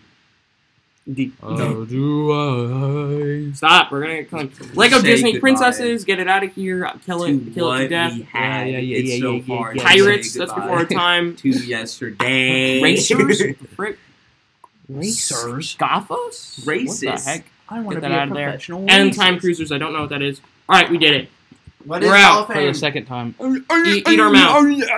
[SPEAKER 3] D.
[SPEAKER 2] Oh, do I?
[SPEAKER 3] Stop. We're gonna get con- Lego
[SPEAKER 5] Say
[SPEAKER 3] Disney
[SPEAKER 5] goodbye
[SPEAKER 3] princesses. Get it out of here. Kill it. kill it to death.
[SPEAKER 2] Yeah, yeah, yeah,
[SPEAKER 5] it's
[SPEAKER 2] yeah,
[SPEAKER 5] so
[SPEAKER 2] yeah, yeah,
[SPEAKER 5] hard.
[SPEAKER 2] yeah.
[SPEAKER 3] Pirates.
[SPEAKER 5] Say
[SPEAKER 3] That's
[SPEAKER 5] goodbye
[SPEAKER 3] before our *laughs* time.
[SPEAKER 5] To
[SPEAKER 1] *laughs*
[SPEAKER 5] yesterday.
[SPEAKER 3] Racers. Frick.
[SPEAKER 2] Racers.
[SPEAKER 3] Gothos. What
[SPEAKER 5] Racist.
[SPEAKER 3] the heck?
[SPEAKER 2] I want
[SPEAKER 3] Get
[SPEAKER 2] to
[SPEAKER 3] that
[SPEAKER 2] be
[SPEAKER 3] out
[SPEAKER 2] a
[SPEAKER 3] of there.
[SPEAKER 2] professional.
[SPEAKER 3] And
[SPEAKER 2] racist.
[SPEAKER 3] time cruisers. I don't know what that is. All right, we did it.
[SPEAKER 6] What
[SPEAKER 3] We're out
[SPEAKER 6] Hall of
[SPEAKER 2] for the
[SPEAKER 6] Fame?
[SPEAKER 2] second time.
[SPEAKER 3] Eat, eat our mouth.